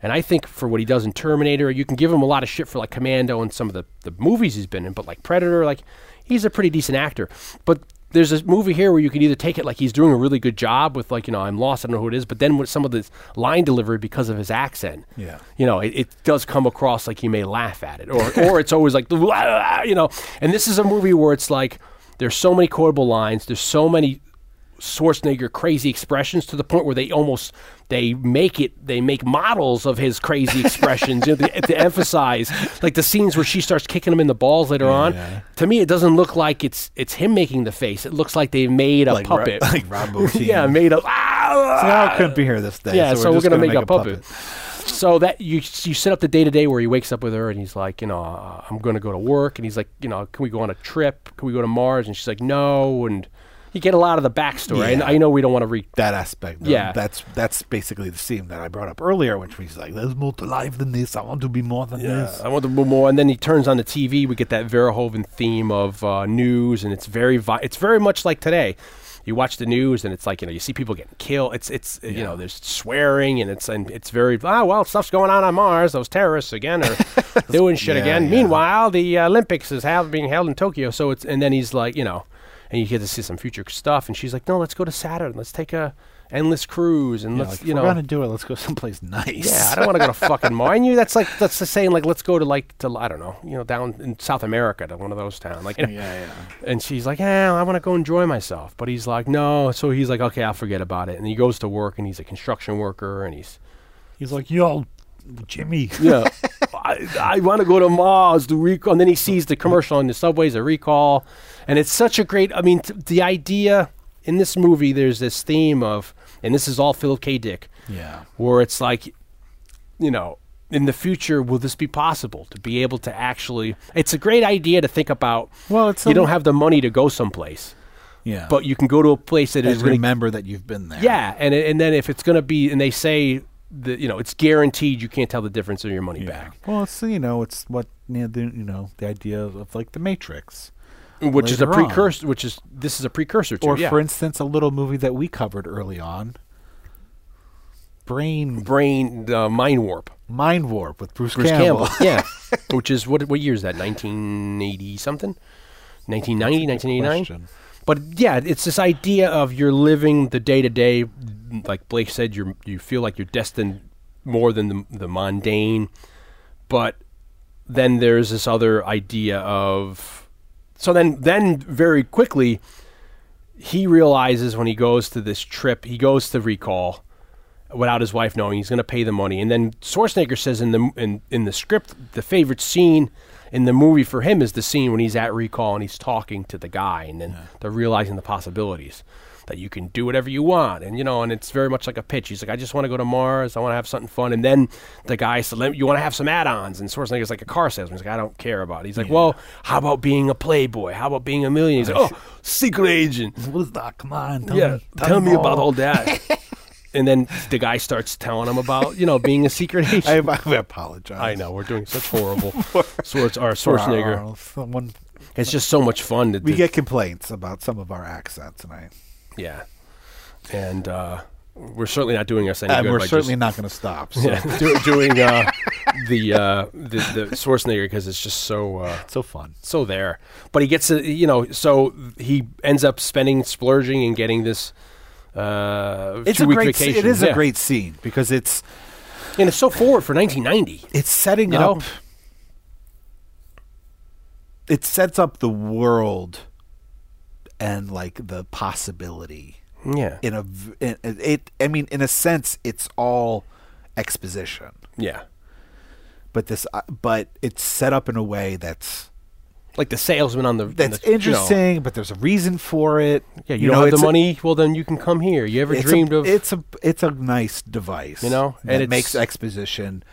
Speaker 5: and I think for what he does in Terminator, you can give him a lot of shit for like Commando and some of the the movies he's been in, but like Predator, like he's a pretty decent actor, but. There's this movie here where you can either take it like he's doing a really good job with like you know I'm lost I don't know who it is but then with some of the line delivery because of his accent
Speaker 6: Yeah.
Speaker 5: you know, it, it does come across like you may laugh at it, or or it's always like you know. And this is a movie where it's like there's so many quotable lines, there's so many Schwarzenegger crazy expressions to the point where they almost they make it they make models of his crazy expressions you know, to, to emphasize like the scenes where she starts kicking him in the balls later on. To me, it doesn't look like it's it's him making the face. It looks like they made a
Speaker 6: like Ra-
Speaker 5: puppet.
Speaker 6: like Rob Bottin.
Speaker 5: yeah, made a. Ah!
Speaker 6: So I couldn't be here this day.
Speaker 5: Yeah, so, we're,
Speaker 6: just
Speaker 5: gonna, make,
Speaker 6: gonna
Speaker 5: a puppet. So that you you set up the day to day where he wakes up with her and he's like, you know, uh, I'm gonna go to work, and he's like, you know, can we go on a trip? Can we go to Mars? And she's like, no, and you get a lot of the backstory. And
Speaker 6: Yeah.
Speaker 5: I know we don't want to re.
Speaker 6: That aspect. no,
Speaker 5: Yeah.
Speaker 6: that's that's basically the scene that I brought up earlier, which was like, "There's more to life than this. I want to be more than this."
Speaker 5: I want to do more, and then he turns on the TV. We get that Verhoeven theme of uh, news, and it's very vi- it's very much like today. You watch the news, and it's like you know you see people getting killed. It's it's uh, you know there's swearing, and it's and it's very ah well stuff's going on on Mars. Those terrorists again are doing shit
Speaker 6: Yeah,
Speaker 5: again.
Speaker 6: yeah.
Speaker 5: Meanwhile, the uh, Olympics is have, being held in Tokyo, so it's and then he's like you know, and you get to see some future stuff, and she's like no, let's go to Saturn, let's take a endless cruise, and
Speaker 6: Yeah,
Speaker 5: let's
Speaker 6: like,
Speaker 5: you
Speaker 6: if
Speaker 5: know
Speaker 6: we're gonna do it. Let's go someplace nice.
Speaker 5: yeah, I don't want to go to fucking Mars. And you, that's like that's the saying like let's go to like to I don't know, you know, down in South America to one of those towns. Like, you know.
Speaker 6: yeah, yeah.
Speaker 5: and she's like, eh, I want to go enjoy myself. But he's like, no. So he's like, okay, I'll forget about it. And he goes to work, and he's a construction worker, and he's
Speaker 6: He's like, "Yo, Jimmy."
Speaker 5: yeah, I, I want to go to Mars to recall. And then he sees the commercial on the subways, a recall, and it's such a great. I mean, t- the idea in this movie, there's this theme of, and this is all Philip K. Dick
Speaker 6: Yeah,
Speaker 5: where it's like, you know, in the future, will this be possible to be able to actually? It's a great idea to think about.
Speaker 6: Well, it's
Speaker 5: you
Speaker 6: a-
Speaker 5: don't have the money to go someplace,
Speaker 6: yeah.
Speaker 5: but you can go to a place that
Speaker 6: Just
Speaker 5: is going to
Speaker 6: remember that you've been there.
Speaker 5: yeah, and and then if it's going to be, and they say that you know it's guaranteed, you can't tell the difference in your money back,
Speaker 6: Well, it's you know, it's what you know, the, you know, the idea of, of like the Matrix,
Speaker 5: which is a
Speaker 6: Later on.
Speaker 5: precursor. Which is this is a precursor to
Speaker 6: or
Speaker 5: yeah.
Speaker 6: for instance, a little movie that we covered early on, Brain
Speaker 5: brain uh, mind warp.
Speaker 6: Mind Warp with Bruce,
Speaker 5: Bruce
Speaker 6: Campbell.
Speaker 5: Campbell. yeah. Which is what what year is that? 1980 something? 1990, 1989?
Speaker 6: question.
Speaker 5: But yeah, it's this idea of you're living the day to day like Blake said you you feel like you're destined more than the, the mundane. But then there's this other idea of so then then very quickly he realizes when he goes to this trip, he goes to recall without his wife knowing he's going to pay the money. And then Schwarzenegger says in the in, in the script, the favorite scene in the movie for him is the scene when he's at recall and he's talking to the guy, and then they're realizing the possibilities that you can do whatever you want, and you know, and it's very much like a pitch. He's like, I just want to go to Mars, I want to have something fun, and then the guy said, "Let- you want to have some add-ons, and Schwarzenegger's like a car salesman. He's like, I don't care about it. He's like, well, how about being a playboy? How about being a millionaire? He's like, oh, secret agent
Speaker 6: What is that? Come on, tell
Speaker 5: yeah,
Speaker 6: me.
Speaker 5: tell, me, about all that. and then the guy starts telling him about you know being a secret agent.
Speaker 6: I, I apologize.
Speaker 5: I know we're doing such horrible Schwarz, or
Speaker 6: For our-
Speaker 5: Schwarzenegger.
Speaker 6: our- someone-
Speaker 5: It's just so much fun to
Speaker 6: we
Speaker 5: do.
Speaker 6: get complaints about some of our accents, and I
Speaker 5: yeah, and uh, we're certainly not doing us any
Speaker 6: and
Speaker 5: good.
Speaker 6: we're
Speaker 5: by
Speaker 6: certainly
Speaker 5: just,
Speaker 6: not going to stop. So.
Speaker 5: yeah, do, doing uh, the, uh, the the Schwarzenegger because it's just so. Uh,
Speaker 6: It's so fun.
Speaker 5: so there. But he gets, a, you know, so he ends up spending, splurging, and getting this uh,
Speaker 6: It's a
Speaker 5: two-week
Speaker 6: great. s-
Speaker 5: vacation.
Speaker 6: It is
Speaker 5: Yeah.
Speaker 6: a great scene because it's
Speaker 5: and it's so forward for 1990.
Speaker 6: it's setting
Speaker 5: You know?
Speaker 6: up it sets up the world and like the possibility
Speaker 5: Yeah,
Speaker 6: in a v- in, in- it i mean in a sense it's all exposition
Speaker 5: yeah.
Speaker 6: but this uh, but it's set up in a way that's
Speaker 5: Like the salesman on the on
Speaker 6: that's
Speaker 5: the- you know,
Speaker 6: interesting but there's a reason for it
Speaker 5: yeah, you, don't have
Speaker 6: it's
Speaker 5: the
Speaker 6: a-
Speaker 5: money. Well, then you can come here. You ever
Speaker 6: it's
Speaker 5: dreamed
Speaker 6: a,
Speaker 5: of?
Speaker 6: it's a it's a nice device
Speaker 5: You know?
Speaker 6: and
Speaker 5: And
Speaker 6: it
Speaker 5: it's-
Speaker 6: makes exposition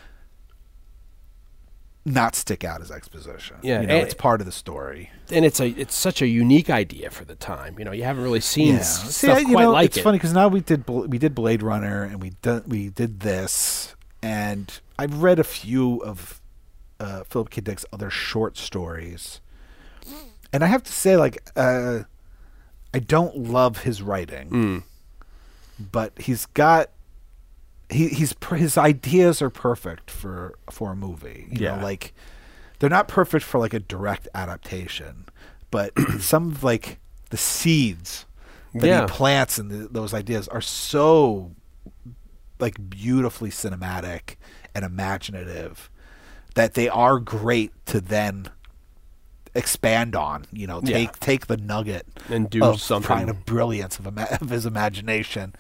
Speaker 6: not stick out as exposition
Speaker 5: Yeah,
Speaker 6: you know
Speaker 5: and-
Speaker 6: it's part of the story
Speaker 5: and it's a it's such a unique idea for the time. You know, you haven't really seen s-
Speaker 6: See,
Speaker 5: stuff
Speaker 6: I- you
Speaker 5: quite
Speaker 6: know,
Speaker 5: like
Speaker 6: it's
Speaker 5: it.
Speaker 6: funny because now we did Bl- we did Blade Runner and we did we did this and I've read a few of uh, Philip K. Dick's other short stories, and I have to say, like, uh, I don't love his writing,
Speaker 5: Hmm.
Speaker 6: but he's got he he's per- his ideas are perfect for for a movie. You
Speaker 5: Yeah.
Speaker 6: know, like they're not perfect for like a direct adaptation, but some of like the seeds that
Speaker 5: Yeah.
Speaker 6: he plants and th those ideas are so like beautifully cinematic and imaginative that they are great to then expand on. You know, take take the nugget
Speaker 5: And do
Speaker 6: of
Speaker 5: something.
Speaker 6: kind of brilliance of, ima- of his imagination,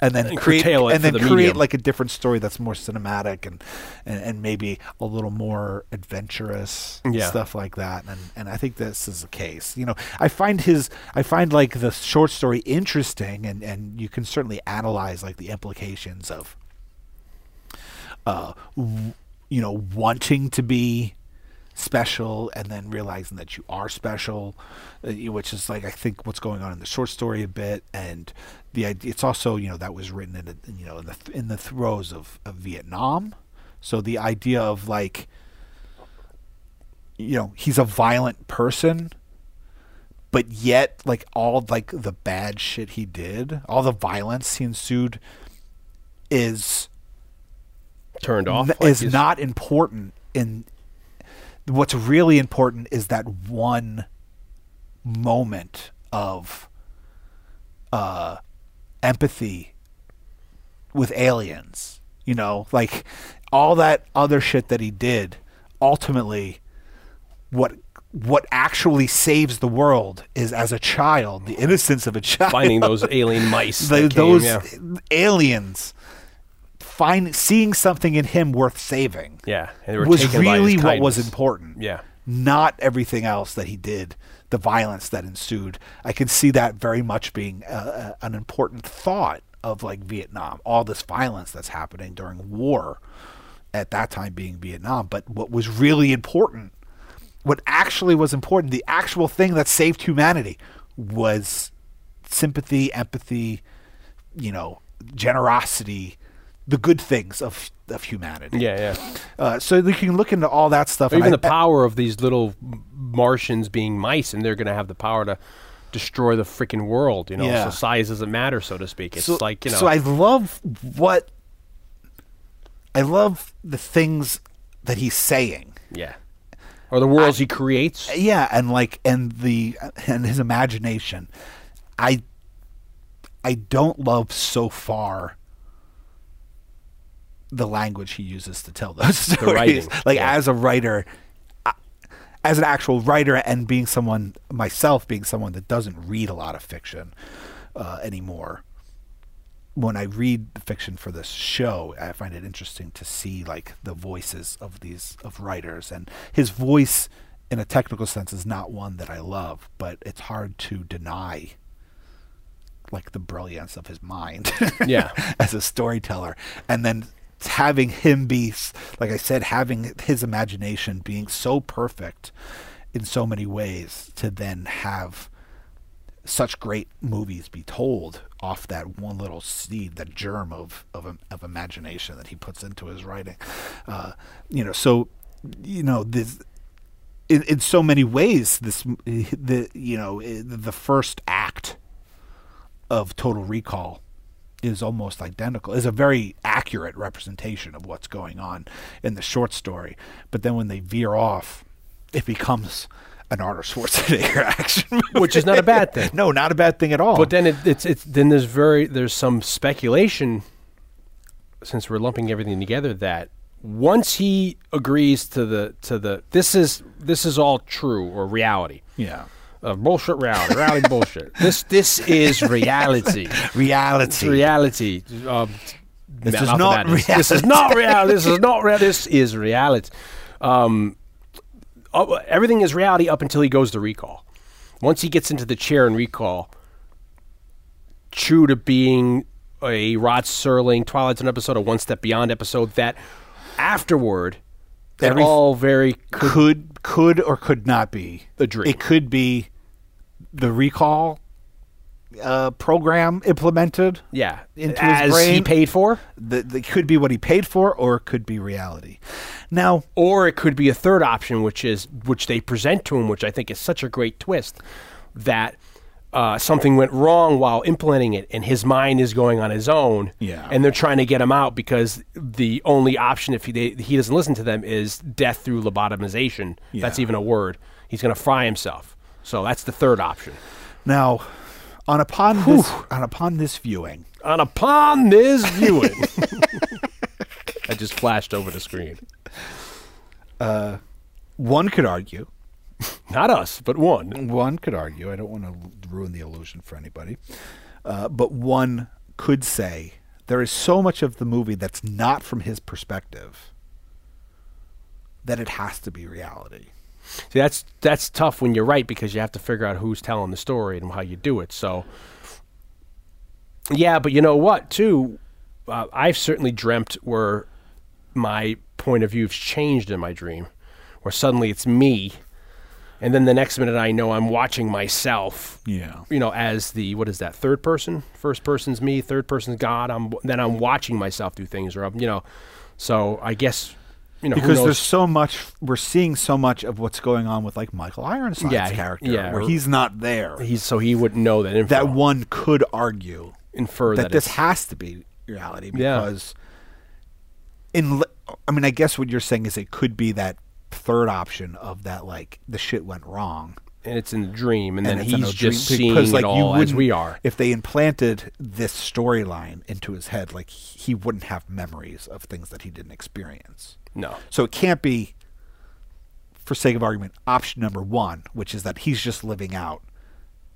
Speaker 6: and then
Speaker 5: And
Speaker 6: create
Speaker 5: curtail it
Speaker 6: and
Speaker 5: for
Speaker 6: then
Speaker 5: the
Speaker 6: create
Speaker 5: medium.
Speaker 6: like a different story that's more cinematic and and, and maybe a little more adventurous and
Speaker 5: Yeah.
Speaker 6: stuff like that. And and I think this is the case. You know, I find his I find like the short story interesting, and and you can certainly analyze like the implications of uh, w- you know, wanting to be special and then realizing that you are special, uh, you- which is like I think what's going on in the short story a bit, and the idea. It's also you know that was written in the, you know in the th- in the throes of, of Vietnam, so the idea of like you know he's a violent person but yet like all like the bad shit he did all the violence he ensued is
Speaker 5: turned off
Speaker 6: n-
Speaker 5: like
Speaker 6: is
Speaker 5: he's-
Speaker 6: not important in what's really important is that one moment of uh empathy with aliens you know like all that other shit that he did ultimately what what actually saves the world is as a child the innocence of a child
Speaker 5: finding those alien mice.
Speaker 6: the-
Speaker 5: that came,
Speaker 6: those
Speaker 5: yeah.
Speaker 6: aliens find seeing something in him worth saving
Speaker 5: Yeah, and they were
Speaker 6: was
Speaker 5: taken by his
Speaker 6: really what was
Speaker 5: kindness.
Speaker 6: important
Speaker 5: Yeah.
Speaker 6: not everything else that he did the violence that ensued i can see that very much being uh, an important thought of like vietnam all this violence that's happening during war at that time being vietnam but what was really important what actually was important, the actual thing that saved humanity, was sympathy, empathy, you know, generosity, the good things of of humanity.
Speaker 5: Yeah, yeah.
Speaker 6: Uh, so you can look into all that stuff.
Speaker 5: Or even
Speaker 6: I-
Speaker 5: the power of these little m- Martians being mice, and they're going to have the power to destroy the freaking world. You know,
Speaker 6: Yeah.
Speaker 5: so size doesn't matter, so to speak. It's
Speaker 6: so,
Speaker 5: like you know,
Speaker 6: So I love what I love the things that he's saying.
Speaker 5: yeah, or the worlds he creates.
Speaker 6: yeah and like and the and his imagination i i don't love so far the language he uses to tell those stories
Speaker 5: writing,
Speaker 6: like
Speaker 5: yeah.
Speaker 6: as a writer I- as an actual writer and being someone myself being someone that doesn't read a lot of fiction uh, anymore when I read the fiction for this show, I find it interesting to see like the voices of these of writers and his voice in a technical sense is not one that I love, but it's hard to deny like the brilliance of his mind
Speaker 5: Yeah.
Speaker 6: as a storyteller and then having him be s- like I said having his imagination being so perfect in so many ways to then have such great movies be told off that one little seed, that germ of of, of imagination that he puts into his writing. Uh, you know, so you know this. In, in so many ways, this m- the you know i- the first act of Total Recall is almost identical. is a very accurate representation of what's going on in the short story. But then when they veer off, it becomes an Arnold Schwarzenegger action movie.
Speaker 5: Which is not a bad thing.
Speaker 6: No, not a bad thing at all.
Speaker 5: But then it, it's it's then there's very there's some speculation, since we're lumping everything together that once he agrees to the to the this is this is all true or reality.
Speaker 6: yeah,
Speaker 5: Uh, bullshit reality, reality bullshit. This this is reality.
Speaker 6: reality.
Speaker 5: reality. Um,
Speaker 6: This
Speaker 5: man,
Speaker 6: is
Speaker 5: off the
Speaker 6: not
Speaker 5: bat, This is not real. This is not real. This is reality. Um, uh, everything is reality up until he goes to recall. Once he gets into the chair in recall, true to being a Rod Serling Twilight's an episode, a One Step Beyond episode, that afterward, they're
Speaker 6: Every-
Speaker 5: all very
Speaker 6: could, could or could not be
Speaker 5: The dream.
Speaker 6: It could be the recall uh, program implemented.
Speaker 5: yeah
Speaker 6: into his
Speaker 5: as he
Speaker 6: brain.
Speaker 5: paid for,
Speaker 6: That that could be what he paid for, or it could be reality. Now,
Speaker 5: or it could be a third option, which is which they present to him, which I think is such a great twist that uh, something went wrong while implementing it, and his mind is going on his own.
Speaker 6: Yeah.
Speaker 5: and they're trying to get him out because the only option if he they, he doesn't listen to them is death through lobotomization. if That's
Speaker 6: Yeah.
Speaker 5: even a word. He's going to fry himself. So that's the third option.
Speaker 6: now, on upon this, on upon this viewing,
Speaker 5: And upon this viewing, I just flashed over the screen.
Speaker 6: one could argue
Speaker 5: Not us, but one.
Speaker 6: one could argue i don't want to ruin the illusion for anybody uh, but one could say there is so much of the movie that's not from his perspective that it has to be reality
Speaker 5: See, that's that's tough when you're right because you have to figure out who's telling the story and how you do it. So, yeah, but you know what? Too, uh, I've certainly dreamt where my point of view's changed in my dream, where suddenly it's me, and then the next minute I know I'm watching myself.
Speaker 6: Yeah.
Speaker 5: you know, as the what is that? Third person, first person's me, third person's God. I'm then I'm watching myself do things, or I'm you know, so I guess you know who
Speaker 6: because
Speaker 5: knows?
Speaker 6: there's so much we're seeing so much of what's going on with like michael ironside's
Speaker 5: Yeah, he-
Speaker 6: character
Speaker 5: yeah,
Speaker 6: where
Speaker 5: or-
Speaker 6: he's not there
Speaker 5: he's so he wouldn't know that info.
Speaker 6: that one could argue
Speaker 5: infer
Speaker 6: that,
Speaker 5: that,
Speaker 6: this
Speaker 5: it's-
Speaker 6: has to be reality
Speaker 5: Yeah.
Speaker 6: because in I mean I guess what you're saying is it could be that third option of that like the shit went wrong
Speaker 5: and it's in the dream, and, then
Speaker 6: it's an
Speaker 5: he's
Speaker 6: old
Speaker 5: just
Speaker 6: dream,
Speaker 5: seeing it all as
Speaker 6: wouldn't-
Speaker 5: we are.
Speaker 6: If they implanted this storyline into his head, like he wouldn't have memories of things that he didn't experience.
Speaker 5: No,
Speaker 6: So it can't be, for sake of argument, option number one, which is that he's just living out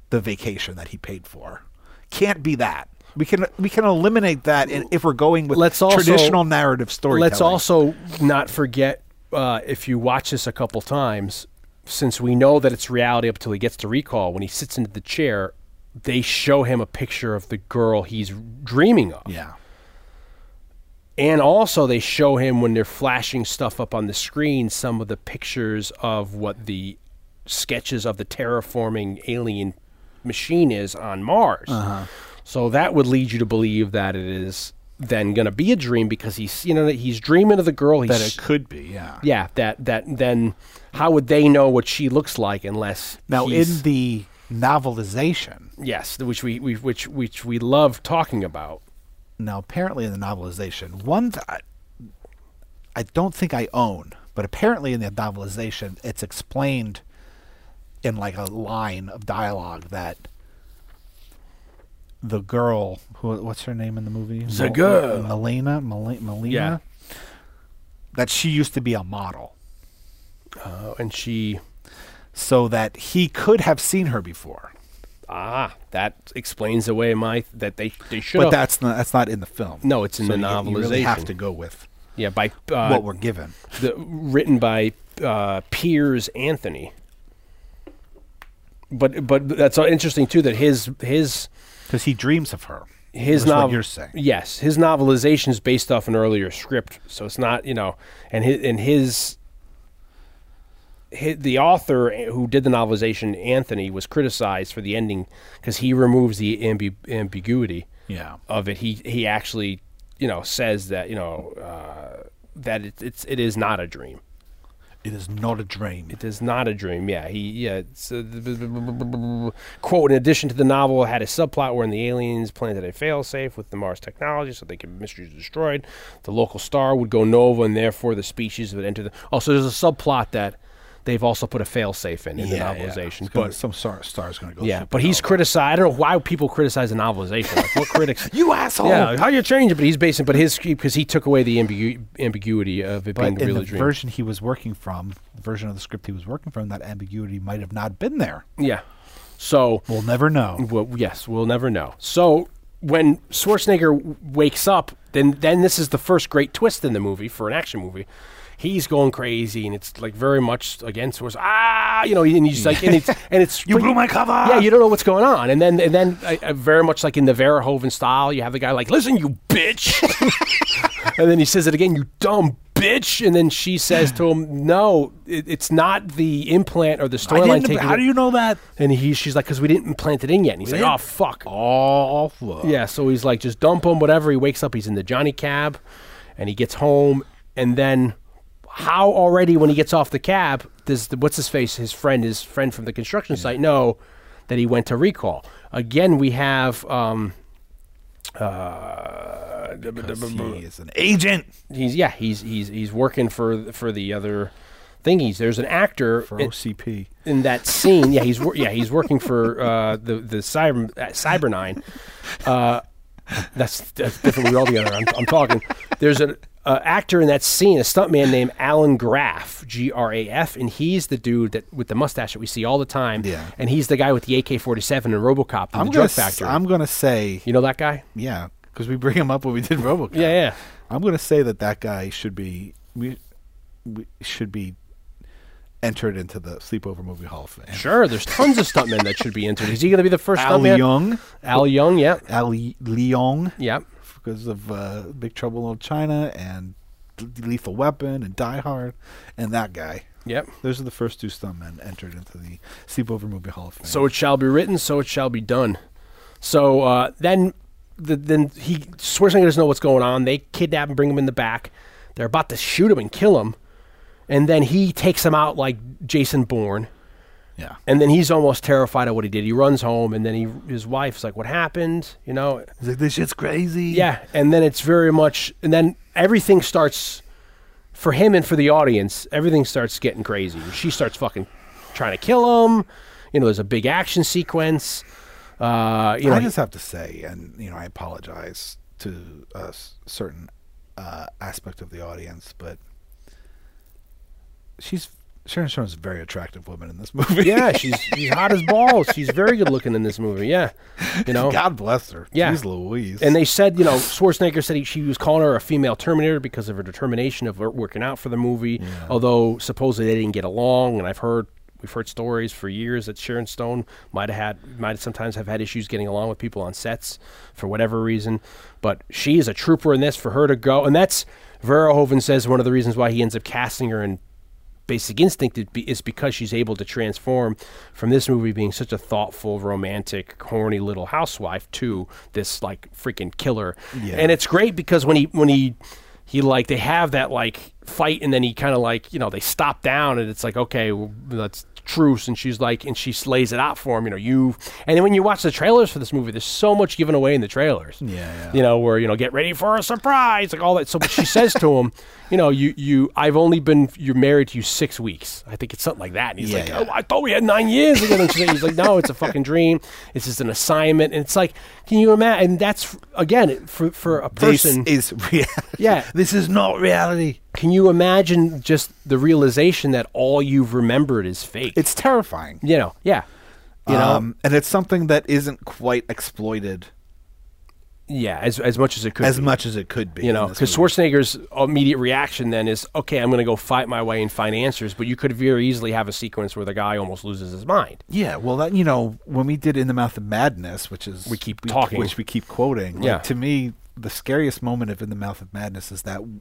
Speaker 6: the vacation that he paid for. Can't be that. We can we can eliminate that in, if we're going with
Speaker 5: Let's also-
Speaker 6: traditional narrative storytelling.
Speaker 5: let's also not forget uh, if you watch this a couple times, since we know that it's reality up till he gets to recall. When he sits into the chair, they show him a picture of the girl he's dreaming of.
Speaker 6: yeah
Speaker 5: And also, they show him when they're flashing stuff up on the screen some of the pictures of what the sketches of the terraforming alien machine is on Mars.
Speaker 6: Uh-huh.
Speaker 5: So that would lead you to believe that it is then going to be a dream because he's you know that he's dreaming of the girl. He's,
Speaker 6: that it could be yeah.
Speaker 5: yeah, that that then how would they know what she looks like unless
Speaker 6: Now
Speaker 5: he's-
Speaker 6: in the novelization,
Speaker 5: yes, which we, we which which we love talking about.
Speaker 6: now apparently in the novelization one th- I, I don't think i own but apparently in the novelization it's explained in like a line of dialogue that the girl who what's her name in the movie the girl melina Mel- melina that she used to be a model
Speaker 5: Uh, and she
Speaker 6: so that he could have seen her before
Speaker 5: ah that explains away my that they they should
Speaker 6: but
Speaker 5: have
Speaker 6: that's not that's not in the film
Speaker 5: No, it's in
Speaker 6: So
Speaker 5: the
Speaker 6: you-
Speaker 5: novelization.
Speaker 6: you really have to go with
Speaker 5: yeah, by uh,
Speaker 6: what we're given
Speaker 5: the, written by uh, Piers Anthony. But but that's so interesting too that his his
Speaker 6: because he dreams of her
Speaker 5: his
Speaker 6: That's what
Speaker 5: novel
Speaker 6: you're saying.
Speaker 5: yes his novelization is based off an earlier script so it's not you know and his and his, hi the author who did the novelization Anthony was criticized for the ending because he removes the ambi- ambiguity
Speaker 6: yeah
Speaker 5: of it, he he actually you know says that you know uh, that it, it's it is not a dream.
Speaker 6: It is not a dream.
Speaker 5: It is not a dream. Yeah, he yeah. It's, uh, quote: In addition to the novel, it had a subplot wherein the aliens planted a failsafe with the Mars technology, so they could mysteries destroyed. The local star would go nova, and therefore the species would enter the. Oh, so there's a subplot that they've also put a failsafe in in the novelization.
Speaker 6: But
Speaker 5: But
Speaker 6: some star, star's going to go.
Speaker 5: yeah, but he's criticized. I don't know why people criticize the novelization. Like, what critics?
Speaker 6: you asshole.
Speaker 5: Yeah, how you change it? But he's basing, but his because he took away the ambigu- ambiguity of it being
Speaker 6: But
Speaker 5: the
Speaker 6: in
Speaker 5: real
Speaker 6: the
Speaker 5: dream.
Speaker 6: version he was working from, the version of the script he was working from, that ambiguity might have not been there.
Speaker 5: yeah. So,
Speaker 6: We'll never know.
Speaker 5: well, yes, we'll never know. So when Schwarzenegger w- wakes up, then then this is the first great twist in the movie for an action movie. He's going crazy, and it's like very much against Schwarzenegger. Ah, you know, and he's like, and it's and it's
Speaker 6: You blew my cover.
Speaker 5: Yeah, you don't know what's going on, and then and then uh, uh, very much like in the Verhoeven style, you have the guy like, "Listen, you bitch," and then he says it again, "You dumb bitch," and then she says to him, "No, it, it's not the implant or the
Speaker 6: I
Speaker 5: storyline
Speaker 6: didn't-
Speaker 5: taking."
Speaker 6: how
Speaker 5: it."
Speaker 6: do you know that?
Speaker 5: And he, she's like, "Cause we didn't implant it in yet." And he's like, "Oh fuck."
Speaker 6: Awful.
Speaker 5: Yeah, so he's like, just dump him, whatever. He wakes up, he's in the Johnny cab, and he gets home, and then how already when he gets off the cab, does the, what's his face, his friend, his friend from the construction site, know that he went to recall? Again, we have um,
Speaker 6: He is an agent
Speaker 5: he's yeah, he's he's he's working for for the other thingies. There's an actor
Speaker 6: for
Speaker 5: in,
Speaker 6: OCP.
Speaker 5: in that scene. Yeah, he's wor- yeah he's working for uh, the the cyber uh, cyber nine. Uh, that's that's different. We're all together. I'm, I'm talking. There's a uh, actor in that scene, a stuntman named Alan Graff, G R A F, and he's the dude that with the mustache that we see all the time.
Speaker 6: Yeah.
Speaker 5: And he's the guy with the AK 47 and Robocop in
Speaker 6: I'm
Speaker 5: the
Speaker 6: gonna
Speaker 5: drug
Speaker 6: s-
Speaker 5: factory.
Speaker 6: I'm gonna say
Speaker 5: you know that guy?
Speaker 6: yeah because we bring him up when we did RoboCop.
Speaker 5: Yeah, yeah.
Speaker 6: I'm gonna say that that guy should be we, we should be entered into the sleepover movie hall of fame.
Speaker 5: Sure, there's tons of stuntmen that should be entered. Is he going to be the first
Speaker 6: Al
Speaker 5: stuntman?
Speaker 6: Young,
Speaker 5: Al Young, yeah.
Speaker 6: Al Leong,
Speaker 5: Yeah.
Speaker 6: because of uh, Big Trouble in Little China and Lethal Weapon and Die Hard, and that guy.
Speaker 5: Yep.
Speaker 6: Those are the first two stuntmen entered into the sleepover movie hall of fame.
Speaker 5: So it shall be written, so it shall be done. So uh, then, the, then he Schwarzenegger doesn't know what's going on. They kidnap and bring him in the back. They're about to shoot him and kill him, and then he takes him out like Jason Bourne.
Speaker 6: yeah,
Speaker 5: And then he's almost terrified of what he did. He runs home, and then he his wife's like, "What happened?" You know.
Speaker 6: he's like, this shit's crazy.
Speaker 5: Yeah, and then it's very much, and then everything starts for him and for the audience. Everything starts getting crazy. She starts fucking trying to kill him. You know, there's a big action sequence. Uh, you know,
Speaker 6: I just have to say, and you know, I apologize to a s- certain uh, aspect of the audience, but she's Sharon Stone's a very attractive woman in this movie.
Speaker 5: yeah, she's she's hot as balls. She's very good looking in this movie. Yeah, you know.
Speaker 6: God bless her.
Speaker 5: Yeah.
Speaker 6: she's Louise.
Speaker 5: And they said, you know, Schwarzenegger said he, she was calling her a female Terminator because of her determination of her working out for the movie. Although supposedly they didn't get along, and I've heard we've heard stories for years that Sharon Stone might have had might sometimes have had issues getting along with people on sets for whatever reason. But she is a trooper in this for her to go, and that's Verhoeven says one of the reasons why he ends up casting her in Basic Instinct is be- is because she's able to transform from this movie being such a thoughtful, romantic, horny little housewife to this like freaking killer. And it's great because when he when he he like they have that like fight and then he kind of like you know they stop down and it's like okay well, that's truce and she's like and she lays it out for him you know you and then when you watch the trailers for this movie there's so much given away in the trailers
Speaker 6: yeah.
Speaker 5: you know, where you know, get ready for a surprise, like all that. So, but she says to him, you know, you you, I've only been you're married to you six weeks. I think it's something like that. And he's like, oh, I thought we had nine years together. And she's like, he's like, no, it's a fucking dream. It's just an assignment. And it's like, can you imagine? And that's again for for a person.
Speaker 6: this is reality.
Speaker 5: Yeah.
Speaker 6: this is not reality.
Speaker 5: can you imagine just the realization that all you've remembered is fake?
Speaker 6: It's terrifying.
Speaker 5: you know, yeah, you know,
Speaker 6: um, and it's something that isn't quite exploited
Speaker 5: yeah. As as much as it could
Speaker 6: as
Speaker 5: be.
Speaker 6: much as it could be.
Speaker 5: You
Speaker 6: in
Speaker 5: know,
Speaker 6: this
Speaker 5: because
Speaker 6: movie.
Speaker 5: Schwarzenegger's immediate reaction then is, okay, I'm going to go fight my way and find answers. But you could very easily have a sequence where the guy almost loses his mind.
Speaker 6: Yeah, well, that you know, when we did "In the Mouth of Madness," which is
Speaker 5: We keep talking.
Speaker 6: which we keep quoting. like,
Speaker 5: Yeah.
Speaker 6: to me, the scariest moment of "In the Mouth of Madness" is that w-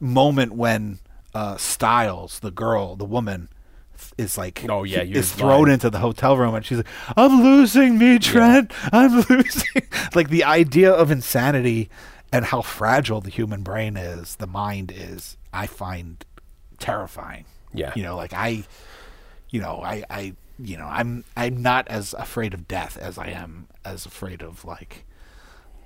Speaker 6: moment when uh, Styles, the girl, the woman, f- is like,
Speaker 5: Oh, yeah, you're
Speaker 6: is thrown
Speaker 5: lying.
Speaker 6: into the hotel room, and she's like, "I'm losing me, Trent. I'm losing." like the idea of insanity and how fragile the human brain is, the mind is, I find terrifying.
Speaker 5: Yeah.
Speaker 6: you know, like I you know, I, I, you know, I'm, I'm not as afraid of death as I am as afraid of like,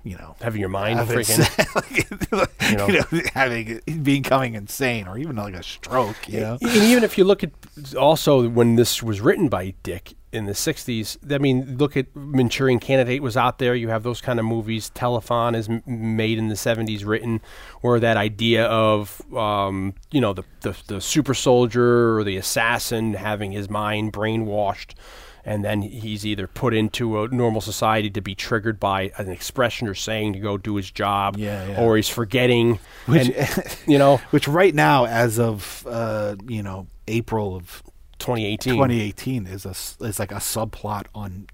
Speaker 6: you know,
Speaker 5: Having your mind
Speaker 6: having
Speaker 5: freaking.
Speaker 6: you know, having becoming insane or even like a stroke. You know,
Speaker 5: and even if you look at also when this was written by Dick in the 60s, I mean, look at Manchurian Candidate was out there. You have those kind of movies. Telethon is m- made in the 70s, written, or that idea of, um, you know, the, the, the super soldier or the assassin having his mind brainwashed. And then he's either put into a normal society to be triggered by an expression or saying to go do his job,
Speaker 6: Yeah, yeah.
Speaker 5: or he's forgetting, and, you know,
Speaker 6: which right now, as of uh, you know, April of
Speaker 5: 2018.
Speaker 6: 2018 is a s- is like a subplot on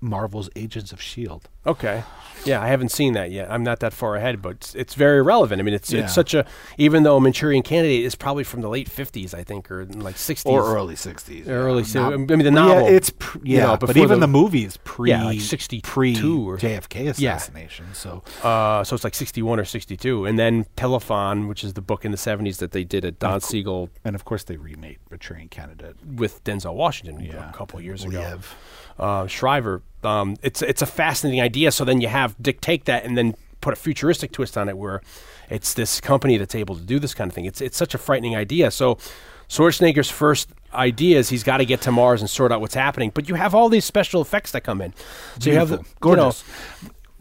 Speaker 6: Marvel's Agents of Shield.
Speaker 5: Okay. Yeah, I haven't seen that yet. I'm not that far ahead, but it's, it's very relevant. I mean, it's
Speaker 6: Yeah.
Speaker 5: it's such a even though Manchurian Candidate is probably from the late 50s, I think, or like 60s
Speaker 6: Or early 60s.
Speaker 5: early.
Speaker 6: yeah.
Speaker 5: si-
Speaker 6: Not-
Speaker 5: I mean, the novel.
Speaker 6: Yeah, it's pr-
Speaker 5: you
Speaker 6: yeah,
Speaker 5: know,
Speaker 6: but
Speaker 5: before
Speaker 6: even
Speaker 5: the-
Speaker 6: the, movie is pre
Speaker 5: Yeah, like 62
Speaker 6: pre
Speaker 5: or-
Speaker 6: JFK
Speaker 5: Yeah.
Speaker 6: assassination. So
Speaker 5: uh, so it's like 61 or 62, and then Telefon, which is the book in the 70s that they did at Don Siegel
Speaker 6: and of course they remade Betraying Canada.
Speaker 5: with Denzel Washington a couple of years ago.
Speaker 6: Liev.
Speaker 5: uh, Shriver. Um, it's it's a fascinating idea. So then you have Dick take that and then put a futuristic twist on it, where it's this company that's able to do this kind of thing. It's it's such a frightening idea. So Schwarzenegger's first idea is he's got to get to Mars and sort out what's happening. But you have all these special effects that come in. So you have the,
Speaker 6: Beautiful.
Speaker 5: you know,
Speaker 6: Gorgeous.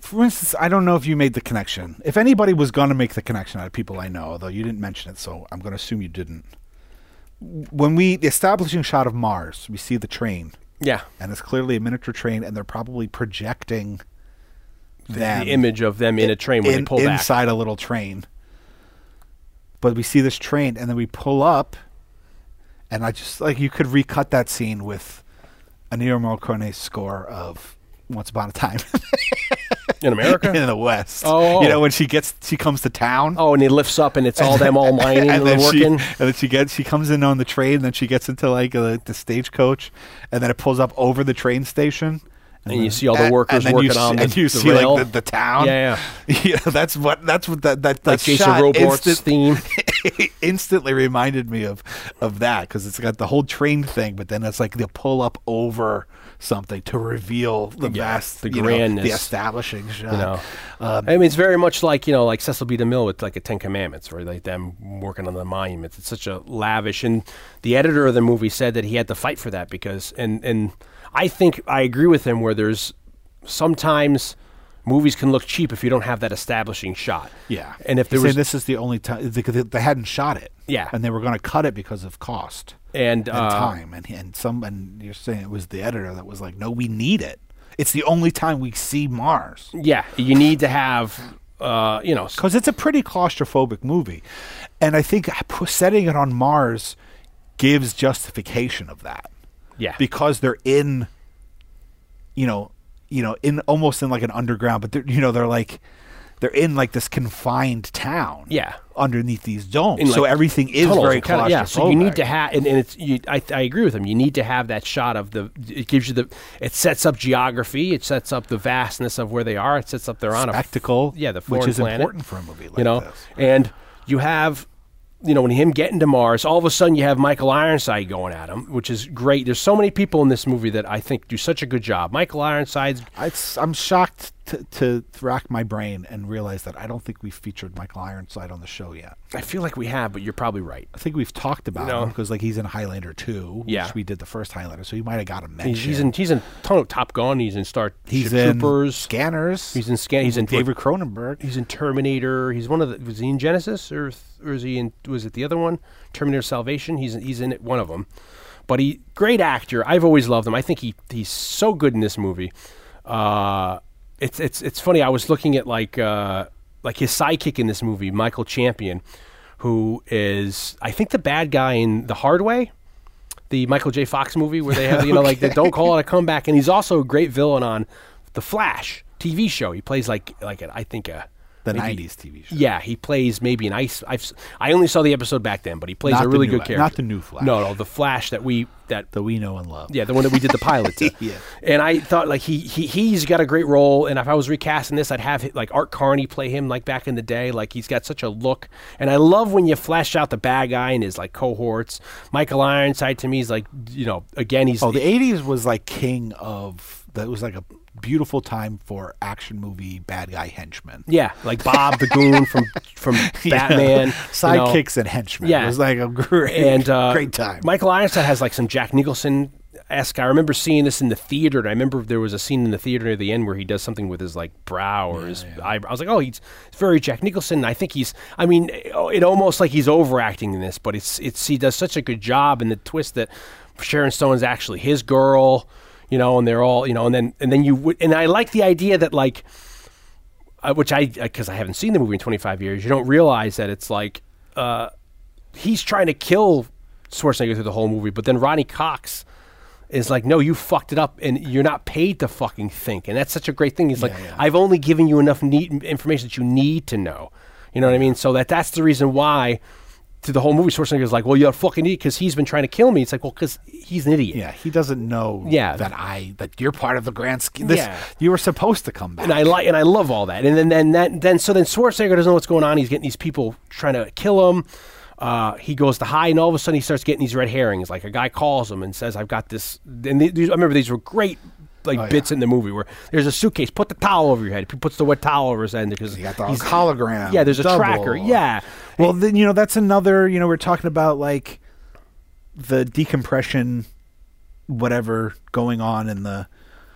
Speaker 6: for instance, I don't know if you made the connection. If anybody was going to make the connection out of people I know, although you didn't mention it, so I'm going to assume you didn't. When we the establishing shot of Mars, we see the train,
Speaker 5: Yeah.
Speaker 6: and it's clearly a miniature train, and they're probably projecting them
Speaker 5: the image of them in a train when
Speaker 6: in-
Speaker 5: they pull back.
Speaker 6: inside a little train. But we see this train, and then we pull up, and I just like you could recut that scene with a Neo Morricone score of "Once Upon a Time."
Speaker 5: in America.
Speaker 6: in the West.
Speaker 5: Oh.
Speaker 6: you know when she gets she comes to town.
Speaker 5: Oh, and he lifts up, and it's all them all mining and,
Speaker 6: And then, she,
Speaker 5: working.
Speaker 6: and then she gets she comes in on the train. Then she gets into like uh the stagecoach, and then it pulls up over the train station.
Speaker 5: And you see all the
Speaker 6: and-
Speaker 5: workers
Speaker 6: and then you
Speaker 5: working
Speaker 6: see-
Speaker 5: on the-
Speaker 6: and you
Speaker 5: the
Speaker 6: see
Speaker 5: rail.
Speaker 6: like the, the town.
Speaker 5: Yeah,
Speaker 6: yeah. that's what that's what that that, that
Speaker 5: like Jason
Speaker 6: shot
Speaker 5: Robards'
Speaker 6: instant-
Speaker 5: theme.
Speaker 6: instantly reminded me of of that because it's got the whole train thing, but then it's like the pull up over something to reveal the
Speaker 5: Yeah,
Speaker 6: vast,
Speaker 5: the
Speaker 6: you know, the
Speaker 5: grandness,
Speaker 6: establishing shot.
Speaker 5: You know, I mean, it's very much like you know, like Cecil B. DeMille with like the Ten Commandments, or like them working on the monuments. It's such a lavish, and the editor of the movie said that he had to fight for that because, and and I think I agree with him where there's sometimes movies can look cheap if you don't have that establishing shot.
Speaker 6: Yeah,
Speaker 5: and if
Speaker 6: He's
Speaker 5: there was
Speaker 6: saying this is the only time they, they hadn't shot it.
Speaker 5: Yeah.
Speaker 6: and they were going to cut it because of cost
Speaker 5: and,
Speaker 6: and
Speaker 5: uh,
Speaker 6: time, and and some and you're saying it was the editor that was like, no, we need it. It's the only time we see Mars
Speaker 5: yeah, you need to have uh, you know s-
Speaker 6: because it's a pretty claustrophobic movie, and I think p- setting it on Mars gives justification of that
Speaker 5: yeah
Speaker 6: because they're in, you know, you know, in almost in like an underground, but they're you know they're like. They're in like this confined town,
Speaker 5: Yeah.
Speaker 6: underneath these domes.
Speaker 5: in,
Speaker 6: so
Speaker 5: like,
Speaker 6: everything is
Speaker 5: tunnels
Speaker 6: very
Speaker 5: and kinda- Yeah, so you
Speaker 6: claustrophobic.
Speaker 5: need to have, and, and it's you, I, I agree with him. You need to have that shot of the. It gives you the. It sets up geography. It sets up the vastness of where they are. It sets up they're on a
Speaker 6: Spectacle,
Speaker 5: Yeah, the
Speaker 6: which
Speaker 5: foreign
Speaker 6: is
Speaker 5: planet,
Speaker 6: important for a movie like
Speaker 5: you know,
Speaker 6: this.
Speaker 5: and you have. You know, when him getting to Mars, all of a sudden you have Michael Ironside going at him, which is great. There's so many people in this movie that I think do such a good job. Michael Ironside's
Speaker 6: It's, I'm shocked to, to rack my brain and realize that I don't think we've featured Michael Ironside on the show yet.
Speaker 5: I feel like we have, but you're probably right.
Speaker 6: I think we've talked about
Speaker 5: No.
Speaker 6: him because like he's in Highlander 2,
Speaker 5: Yeah.
Speaker 6: which we did the first Highlander, so you might have got a mention.
Speaker 5: He's, he's in he's in ton of Top Gun. He's in Star
Speaker 6: He's in
Speaker 5: Troopers.
Speaker 6: Scanners.
Speaker 5: He's in Scan. He's in
Speaker 6: David Cronenberg.
Speaker 5: He's in Terminator. He's one of the. Was he in Genesis or th- or is he in? Was it the other one? Terminator Salvation. He's he's in it, one of them. But he great actor. I've always loved him. I think he he's so good in this movie. Uh, it's it's it's funny. I was looking at like uh, like his sidekick in this movie, Michael Champion, who is I think the bad guy in The Hard Way the Michael J. Fox movie where they have you know like the don't call it a comeback, and he's also a great villain on The Flash TV show. He plays like like an, I think a
Speaker 6: The
Speaker 5: maybe-
Speaker 6: 90s TV show.
Speaker 5: Yeah, he plays maybe an ice. I've s- I only saw the episode back then, but he plays a
Speaker 6: Not the
Speaker 5: really
Speaker 6: new
Speaker 5: good
Speaker 6: Flash-
Speaker 5: character.
Speaker 6: not the new Flash.
Speaker 5: No, no, the Flash that we that
Speaker 6: that we know and love.
Speaker 5: yeah, the one that we did the pilot to.
Speaker 6: Yeah.
Speaker 5: And I thought like he he he's got a great role, and if I was recasting this, I'd have like Art Carney play him like back in the day. Like he's got such a look, and I love when you flesh out the bad guy and his like cohorts. Michael Ironside to me is like you know again he's
Speaker 6: Oh, the 80s was like king of that was like a beautiful time for action movie bad guy henchmen.
Speaker 5: yeah like Bob the Goon from from Batman you know.
Speaker 6: sidekicks and henchmen.
Speaker 5: Yeah.
Speaker 6: It was like a great
Speaker 5: and uh,
Speaker 6: great time.
Speaker 5: Michael Ironside has like some Jack Nicholson esque. I remember seeing this in the theater. And I remember there was a scene in the theater near the end where he does something with his like brow or his eyebrow. I was like, oh, he's it's very Jack Nicholson. And I think he's. I mean, oh, it almost like he's overacting in this, but it's it's he does such a good job in the twist that Sharon Stone is actually his girl. You know, and they're all you know, and then and then you would, and I like the idea that like uh, which I because I haven't seen the movie in 25 years, you don't realize that it's like uh, he's trying to kill Schwarzenegger through the whole movie, but then Ronnie Cox is like, "No, you fucked it up, and you're not paid to fucking think." And that's such a great thing. He's like, "I've only given you enough need, information that you need to know." You know what I mean? So that that's the reason why. To the whole movie, Schwarzenegger's like, "Well, you're a fucking idiot because he's been trying to kill me." It's like, "Well, because he's an idiot."
Speaker 6: yeah, he doesn't know
Speaker 5: Yeah.
Speaker 6: that I that you're part of the grand scheme. This,
Speaker 5: Yeah.
Speaker 6: you were supposed to come back.
Speaker 5: and I like and I love all that. And then then that then so then Schwarzenegger doesn't know what's going on. He's getting these people trying to kill him. Uh, he goes to high, and all of a sudden he starts getting these red herrings. Like a guy calls him and says, "I've got this." And the- these, I remember these were great.
Speaker 6: Oh,
Speaker 5: Like bits in the movie where there's a suitcase, put the towel over your head. He puts the wet towel over his head because
Speaker 6: you got the
Speaker 5: he's-
Speaker 6: hologram.
Speaker 5: Yeah, there's a
Speaker 6: double.
Speaker 5: tracker. Yeah,
Speaker 6: Well, then you know that's another. You know, we're talking about like the decompression, whatever going on in the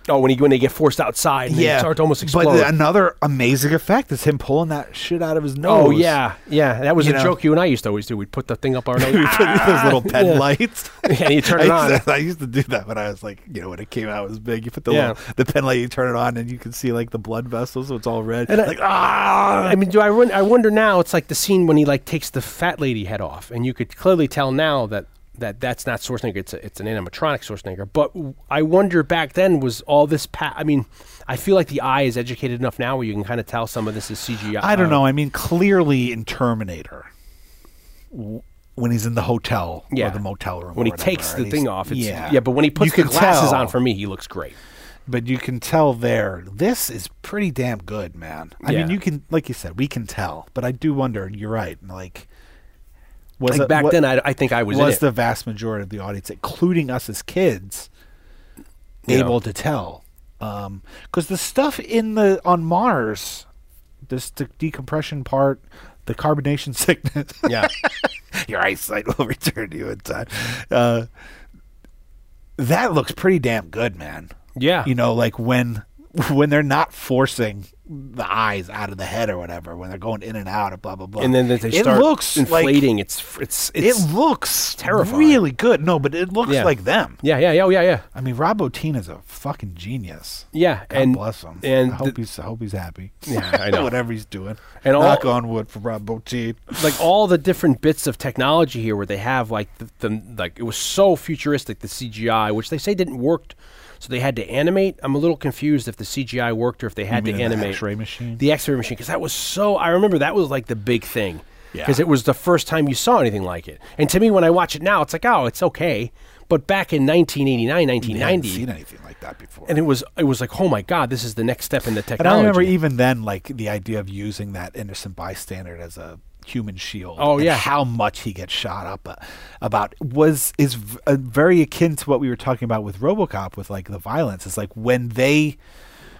Speaker 5: Oh, when he when they get forced outside, and they start to almost explode.
Speaker 6: But another amazing effect is him pulling that shit out of his nose.
Speaker 5: oh yeah, yeah. That was
Speaker 6: You
Speaker 5: a
Speaker 6: know.
Speaker 5: joke you and I used to always do. We'd put the thing up our nose.
Speaker 6: We put those little pen
Speaker 5: Yeah.
Speaker 6: lights.
Speaker 5: Yeah, you turn it
Speaker 6: I
Speaker 5: on.
Speaker 6: used, to, I used to do that when I was like, you know, when it came out, it was big. You put the
Speaker 5: Yeah.
Speaker 6: little, the pen light, you turn it on, and you can see like the blood vessels, so it's all red.
Speaker 5: And I-
Speaker 6: like ah,
Speaker 5: I mean, do I? Won- I wonder now. It's like the scene when he like takes the fat lady head off, and you could clearly tell now that that that's not Schwarzenegger. It's a, it's an animatronic Schwarzenegger. But w- I wonder back then was all this. Pa- I mean, I feel like the eye is educated enough now where you can kind of tell some of this is CGI.
Speaker 6: I don't know. I mean, clearly in Terminator, w- when he's in the hotel
Speaker 5: Yeah.
Speaker 6: or the motel room,
Speaker 5: When he
Speaker 6: or
Speaker 5: takes
Speaker 6: whatever,
Speaker 5: the
Speaker 6: and
Speaker 5: thing
Speaker 6: he's-
Speaker 5: off, it's, yeah. But when he puts
Speaker 6: You
Speaker 5: the
Speaker 6: can
Speaker 5: glasses
Speaker 6: tell.
Speaker 5: on, for me, he looks great.
Speaker 6: but you can tell there. This is pretty damn good, man. I
Speaker 5: Yeah.
Speaker 6: mean, you can, like you said, we can tell. But I do wonder. You're right. Like, was
Speaker 5: Like
Speaker 6: it-
Speaker 5: back
Speaker 6: what-
Speaker 5: then, I, I think I was,
Speaker 6: was,
Speaker 5: in it.
Speaker 6: the vast majority of the audience, including us as kids,
Speaker 5: Yeah.
Speaker 6: able to tell? Because the stuff in the on Mars, this the decompression part, the carbonation sickness,
Speaker 5: yeah,
Speaker 6: your eyesight will return to you in time. Uh, that looks pretty damn good, man.
Speaker 5: yeah.
Speaker 6: You know, like when when they're not forcing the eyes out of the head or whatever, when they're going in and out, or blah blah blah.
Speaker 5: and then they
Speaker 6: it
Speaker 5: start
Speaker 6: looks like
Speaker 5: inflating. it's f- it's it's
Speaker 6: it looks
Speaker 5: terrifying.
Speaker 6: really good. No, but it looks
Speaker 5: Yeah.
Speaker 6: like them.
Speaker 5: yeah yeah yeah oh, yeah yeah
Speaker 6: I mean, Rob Botina's a fucking genius.
Speaker 5: yeah.
Speaker 6: God
Speaker 5: and
Speaker 6: bless him.
Speaker 5: and
Speaker 6: I
Speaker 5: the-
Speaker 6: hope he's I hope he's happy.
Speaker 5: Yeah, I know.
Speaker 6: Whatever he's doing.
Speaker 5: And all-
Speaker 6: Knock on wood for Rob Botine.
Speaker 5: like all the different bits of technology here where they have like the, the like it was so futuristic the CGI which they say didn't work so they had to animate I'm a little confused if the CGI worked or if they had
Speaker 6: mean
Speaker 5: to
Speaker 6: in the
Speaker 5: animate
Speaker 6: X-ray machine?
Speaker 5: the x-ray machine because that was so I remember that was like the big thing because it was the first time you saw anything like it and to me when I watch it now it's like oh it's okay but back in 1989
Speaker 6: I haven't
Speaker 5: 1990
Speaker 6: seen anything like that before.
Speaker 5: and it was it was like oh my god this is the next step in the
Speaker 6: And I
Speaker 5: technology
Speaker 6: remember even then, like the idea of using that innocent bystander as a human shield.
Speaker 5: Oh,
Speaker 6: and
Speaker 5: yeah.
Speaker 6: how much he gets shot up uh, about was is v- uh, very akin to what we were talking about with RoboCop with like the violence. It's like when they.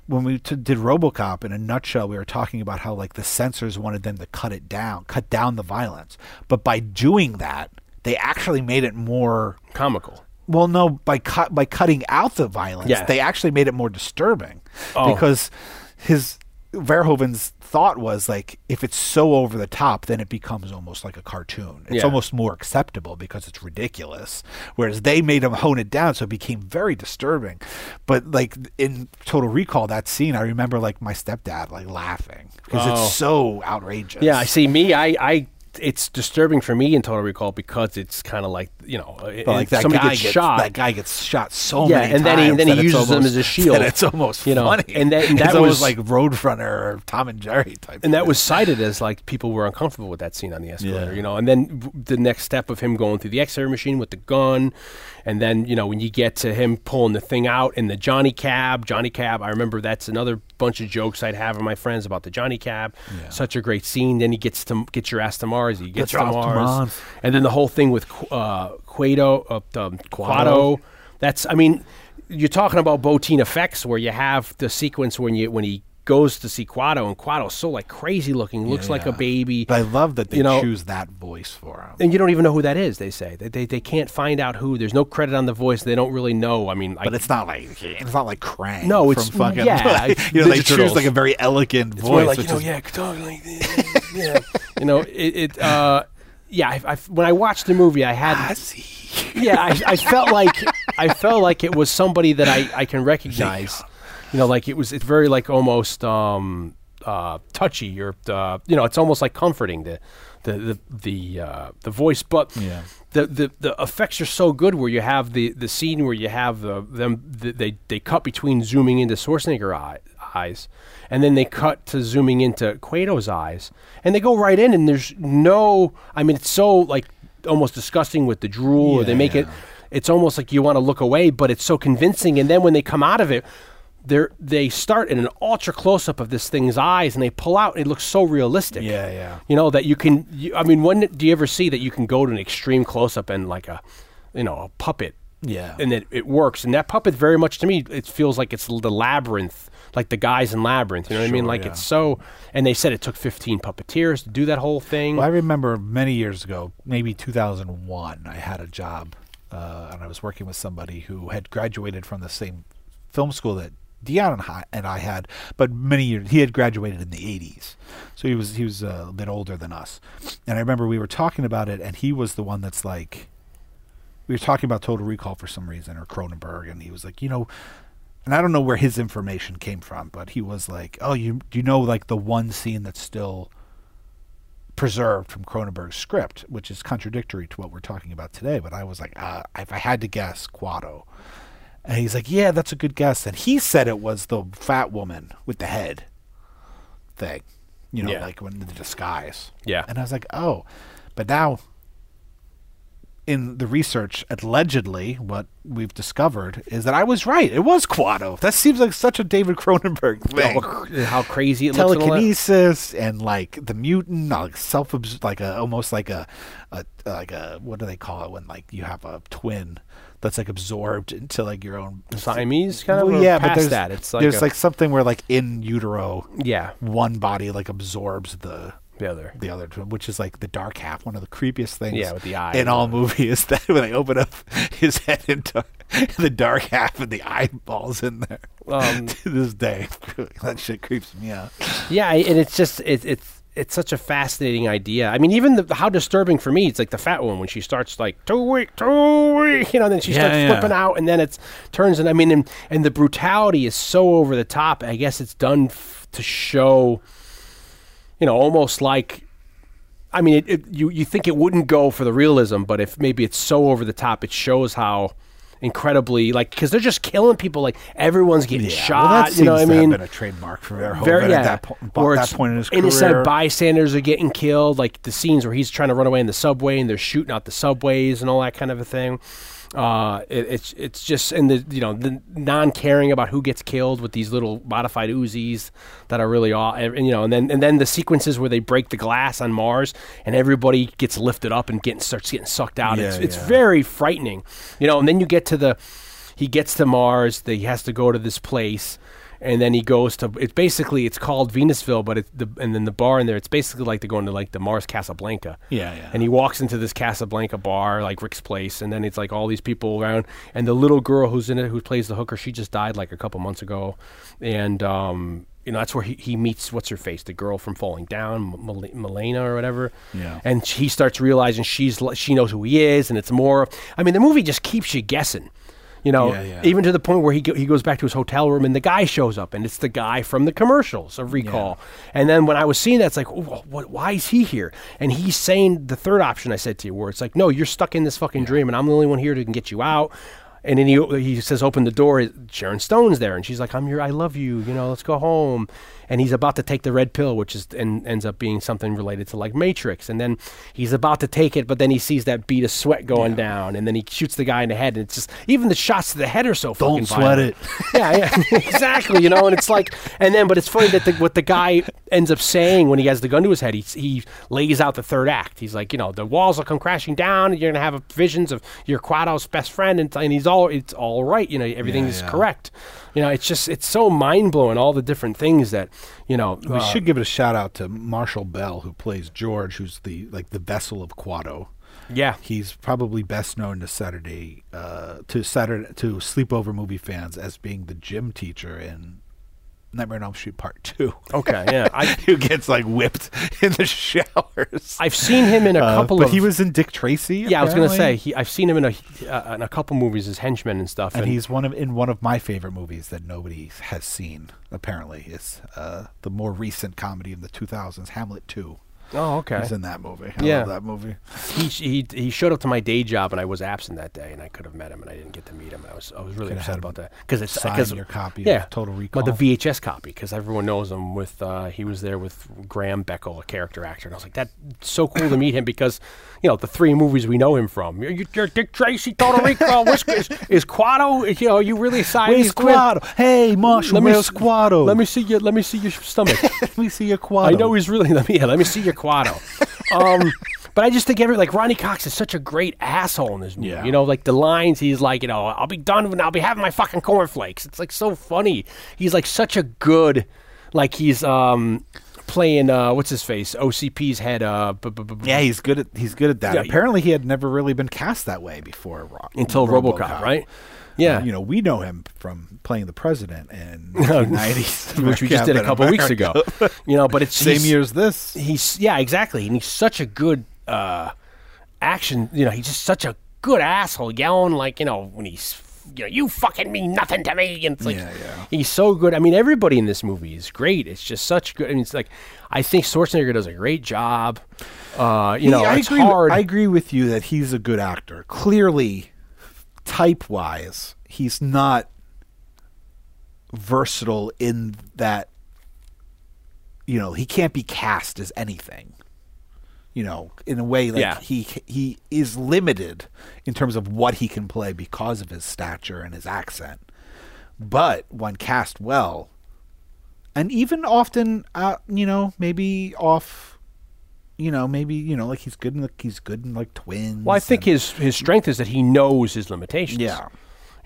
Speaker 6: When we t- did RoboCop, in a nutshell, we were talking about how like the censors wanted them to cut it down, cut down the violence. But by doing that, they actually made it more
Speaker 5: comical
Speaker 6: well, no, by cut by cutting out the violence,
Speaker 5: Yeah.
Speaker 6: they actually made it more disturbing
Speaker 5: Oh.
Speaker 6: because his Verhoeven's thought was like, if it's so over the top, then it becomes almost like a cartoon. It's
Speaker 5: Yeah.
Speaker 6: almost more acceptable because it's ridiculous. Whereas they made him hone it down, so it became very disturbing. But like in Total Recall, that scene, I remember like my stepdad like laughing because
Speaker 5: Oh.
Speaker 6: it's so outrageous.
Speaker 5: Yeah, I see. Me, I, I, it's disturbing for me in Total Recall because it's kind of like you know, it-
Speaker 6: But like
Speaker 5: it-
Speaker 6: that
Speaker 5: somebody
Speaker 6: guy
Speaker 5: gets,
Speaker 6: gets-
Speaker 5: shot.
Speaker 6: That guy gets shot so
Speaker 5: Yeah,
Speaker 6: many
Speaker 5: and then
Speaker 6: times.
Speaker 5: he- then he
Speaker 6: that it's
Speaker 5: uses them
Speaker 6: almost-
Speaker 5: as a shield,
Speaker 6: that it's almost
Speaker 5: you know,
Speaker 6: funny.
Speaker 5: and that- and
Speaker 6: It's
Speaker 5: that
Speaker 6: almost
Speaker 5: was-
Speaker 6: like Roadrunner or Tom and Jerry type.
Speaker 5: and that
Speaker 6: thing.
Speaker 5: was cited as like people were uncomfortable with that scene on the escalator, you know. And then w- the next step of him going through the X-ray machine with the gun, and then you know when you get to him pulling the thing out in the Johnny Cab, Johnny Cab. I remember that's another bunch of jokes I'd have with my friends about the Johnny Cab. Such a great scene. Then he gets to get your ass to Mars. He gets
Speaker 6: your
Speaker 5: to
Speaker 6: ass to
Speaker 5: Mars.
Speaker 6: Mars.
Speaker 5: and then the whole thing with Qu- uh, Quado, uh, um, Quado. That's, I mean, you're talking about Botine effects where you have the sequence when you when he goes to see Quado, and Quado's so like crazy looking, looks like a baby.
Speaker 6: But I love that they
Speaker 5: you know-
Speaker 6: choose that voice for him.
Speaker 5: and you don't even know who that is. They say they, they they can't find out who. There's no credit on the voice. They don't really know. I mean,
Speaker 6: But
Speaker 5: I,
Speaker 6: it's not like it's not like Krang.
Speaker 5: No, it's-
Speaker 6: from fucking
Speaker 5: yeah,
Speaker 6: you know they
Speaker 5: Ninja
Speaker 6: choose
Speaker 5: Turtles.
Speaker 6: like a very elegant
Speaker 5: It's more
Speaker 6: voice.
Speaker 5: like,
Speaker 6: which
Speaker 5: you know,
Speaker 6: is-
Speaker 5: yeah, talk like this. yeah. You know, it, it uh, yeah, I, I- when I watched the movie, I had, yeah, I, I felt like, I felt like it was somebody that I, I can recognize, you know, like it was, it's very like almost, um, uh, touchy or, uh, you know, it's almost like comforting the, the, the, the, uh, the voice, but
Speaker 6: Yeah.
Speaker 5: the, the, the effects are so good where you have the, the scene where you have the, them the, they, they cut between zooming into Schwarzenegger eye, eyes and then they cut to zooming into Quato's eyes and they go right in and there's no I mean it's so like almost disgusting with the drool or they make it it's almost like you want to look away but it's so convincing and then when they come out of it they're, they start in an ultra close up of this thing's eyes and they pull out and it looks so realistic
Speaker 6: Yeah, yeah.
Speaker 5: you know that you can you, i mean when do you ever see that you can go to an extreme close up and like a you know a puppet
Speaker 6: Yeah.
Speaker 5: and that it works and that puppet very much to me it feels like it's l- the labyrinth like the guys in labyrinth you know what i mean
Speaker 6: Sure,
Speaker 5: like
Speaker 6: yeah.
Speaker 5: it's so and they said it took 15 puppeteers to do that whole thing
Speaker 6: Well, I remember many years ago, maybe 2001, I had a job uh, and I was working with somebody who had graduated from the same film school that Dion and I, and I had, but many years he had graduated in the 80s, so he was he was a bit older than us. And I remember we were talking about it, and he was the one that's like, we were talking about Total Recall for some reason or Cronenberg, and he was like, you know, and I don't know where his information came from, but he was like, oh, you you know, like the one scene that's still preserved from Cronenberg's script, which is contradictory to what we're talking about today. But I was like, uh, if I had to guess, Quado. And he's like, yeah, that's a good guess. And he said it was the fat woman with the head thing, you know,
Speaker 5: Yeah.
Speaker 6: like when the disguise.
Speaker 5: Yeah.
Speaker 6: And I was like, oh, but now in the research, allegedly, what we've discovered is that I was right. It was Quado. That seems like such a David Cronenberg thing
Speaker 5: How crazy it looks. and all that.
Speaker 6: telekinesis and like the mutant like self like a almost like a, a like a what do they call it when like you have a twin that's like absorbed into like your own
Speaker 5: Siamese kind
Speaker 6: Well,
Speaker 5: of.
Speaker 6: yeah
Speaker 5: past
Speaker 6: but there's
Speaker 5: that. It's like
Speaker 6: there's
Speaker 5: a-
Speaker 6: like something where like in utero
Speaker 5: yeah,
Speaker 6: one body like absorbs the
Speaker 5: the other.
Speaker 6: the other twin, which is like the dark half one of the creepiest things
Speaker 5: Yeah, with the eye
Speaker 6: in
Speaker 5: and
Speaker 6: all movies that when they open up his head into the dark half and the eyeballs in there
Speaker 5: Um,
Speaker 6: to this day that shit creeps me out
Speaker 5: Yeah, I- and it's just it, it's it's such a fascinating idea. I mean, even the, how disturbing for me it's like the fat woman when she starts like two week, two week, you know, then she starts
Speaker 6: yeah.
Speaker 5: flipping out, and then it's turns and I mean, and, and the brutality is so over the top. I guess it's done f- to show, you know, almost like. I mean, it, it, you you think it wouldn't go for the realism, but if maybe it's so over the top, it shows how incredibly like because they're just killing people. Like everyone's getting shot.
Speaker 6: Well, that seems
Speaker 5: you know, what I
Speaker 6: to have
Speaker 5: mean,
Speaker 6: been a trademark for Verhoeven
Speaker 5: very, yeah.
Speaker 6: at that, po- bo-
Speaker 5: Or
Speaker 6: that
Speaker 5: it's
Speaker 6: point in his career.
Speaker 5: innocent bystanders are getting killed, like the scenes where he's trying to run away in the subway and they're shooting out the subways and all that kind of a thing. Uh, it, it's it's just and the you know the non caring about who gets killed with these little modified Uzis that are really all and you know and then and then the sequences where they break the glass on Mars and everybody gets lifted up and getting starts getting sucked out. it's it's very frightening, you know. And then you get to the he gets to Mars. That he has to go to this place, and then he goes to. It's basically it's called Venusville, but it's the and then the bar in there. It's basically like they're going to like the Mars Casablanca.
Speaker 6: Yeah, yeah.
Speaker 5: And he walks into this Casablanca bar, like Rick's place, and then it's like all these people around, and the little girl who's in it, who plays the hooker, she just died like a couple months ago, and um. You know that's where he, he meets what's her face, the girl from Falling Down, M- Mil- Milena or whatever.
Speaker 6: Yeah.
Speaker 5: And he starts realizing she's li- she knows who he is, and it's more. I mean, the movie just keeps you guessing. You know,
Speaker 6: Yeah, yeah.
Speaker 5: even to the point where he go, he goes back to his hotel room and the guy shows up and it's the guy from the commercials of Recall. And then when I was seeing that, it's like, oh, wh- what, why is he here? And he's saying the third option I said to you, where it's like, no, you're stuck in this fucking dream and I'm the only one here that can get you out. And then he he says, open the door. Sharon Stone's there, and she's like, I'm your, I love you. You know, let's go home. And he's about to take the red pill, which is and ends up being something related to like Matrix. And then he's about to take it, but then he sees that bead of sweat going down, and then he shoots the guy in the head. And it's just even the shots to the head are so
Speaker 6: Don't
Speaker 5: fucking
Speaker 6: sweat
Speaker 5: violent.
Speaker 6: it.
Speaker 5: yeah, yeah, exactly. You know, and it's like, and then, but it's funny that the, what the guy ends up saying when he has the gun to his head, he he lays out the third act. He's like, you know, the walls will come crashing down, and you're gonna have visions of your quad house best friend, and, and he's all, it's all right. You know, everything is correct. You know, it's just, it's so mind blowing all the different things that, you know,
Speaker 6: We should give it a shout out to Marshall Bell, who plays George, who's the like the vessel of Quado.
Speaker 5: yeah,
Speaker 6: He's probably best known to Saturday, uh, to Saturday, to sleepover movie fans as being the gym teacher in Nightmare on Elm Street Part Two,
Speaker 5: okay, yeah. I,
Speaker 6: who gets like whipped in the showers.
Speaker 5: I've seen him in a
Speaker 6: Uh,
Speaker 5: couple
Speaker 6: but
Speaker 5: of.
Speaker 6: he was in Dick Tracy.
Speaker 5: yeah, I was gonna say
Speaker 6: apparently,
Speaker 5: he, I've seen him in a uh, in a couple movies as henchmen and stuff,
Speaker 6: and he's one of in one of my favorite movies that nobody has seen. Apparently, is uh, the more recent comedy of the 2000s, Hamlet Two.
Speaker 5: oh okay,
Speaker 6: He's in that movie. I
Speaker 5: Yeah.
Speaker 6: love that movie.
Speaker 5: he, he he showed up to my day job and I was absent that day and I could have met him and I didn't get to meet him. I was I was really
Speaker 6: Could have
Speaker 5: upset
Speaker 6: had
Speaker 5: about
Speaker 6: him
Speaker 5: that because it's
Speaker 6: sign
Speaker 5: because
Speaker 6: your copy of
Speaker 5: yeah,
Speaker 6: Total
Speaker 5: but
Speaker 6: Recall.
Speaker 5: the VHS copy because everyone knows him with uh, he was there with Graham Beckel, a character actor, and I was like that so cool to meet him because you know the three movies we know him from. You're, you're Dick Tracy, Total Recall, Whisk is, is Quado. You know you really signed
Speaker 6: Where's Quado? Hey, Marshall, where's Quado?
Speaker 5: Let me see your let me see your stomach.
Speaker 6: let me see your Quado.
Speaker 5: I know he's really. Let me yeah, let me see your quado. um, but I just think every like Ronnie Cox is such a great asshole in this movie.
Speaker 6: Yeah.
Speaker 5: You know, like the lines he's like, you know, I'll be done when I'll be having my fucking cornflakes. It's like so funny. He's like such a good, like he's um, playing uh, what's his face? OCP's had uh, bu- bu- bu- bu-
Speaker 6: Yeah, he's good at he's good at that.
Speaker 5: Yeah.
Speaker 6: Apparently, he had never really been cast that way before. Ro- Uh,
Speaker 5: until RoboCop, right? Yeah, Oh,
Speaker 6: You know, we know him from playing the president in the nineties,
Speaker 5: which we just did a couple weeks ago. You know, but it's
Speaker 6: Same
Speaker 5: he's-
Speaker 6: year as this.
Speaker 5: He's yeah, exactly, and he's such a good uh, action. You know, he's just such a good asshole, yelling like you know when he's you know you fucking mean nothing to me, and it's like he's so good. I mean, everybody in this movie is great. It's just such good. I mean, it's like I think Schwarzenegger does a great job. Uh, you know,
Speaker 6: I
Speaker 5: it's
Speaker 6: agree.
Speaker 5: hard.
Speaker 6: I agree with you that he's a good actor. Clearly, type wise, he's not versatile in that. You know, he can't be cast as anything. You know, in a way, like
Speaker 5: Yeah.
Speaker 6: he he is limited in terms of what he can play because of his stature and his accent. But when cast well, and even often, uh, you know, maybe off you know, maybe you know, like he's good in like he's good in like twins.
Speaker 5: well, I think
Speaker 6: and-
Speaker 5: his his strength is that he knows his limitations.
Speaker 6: Yeah.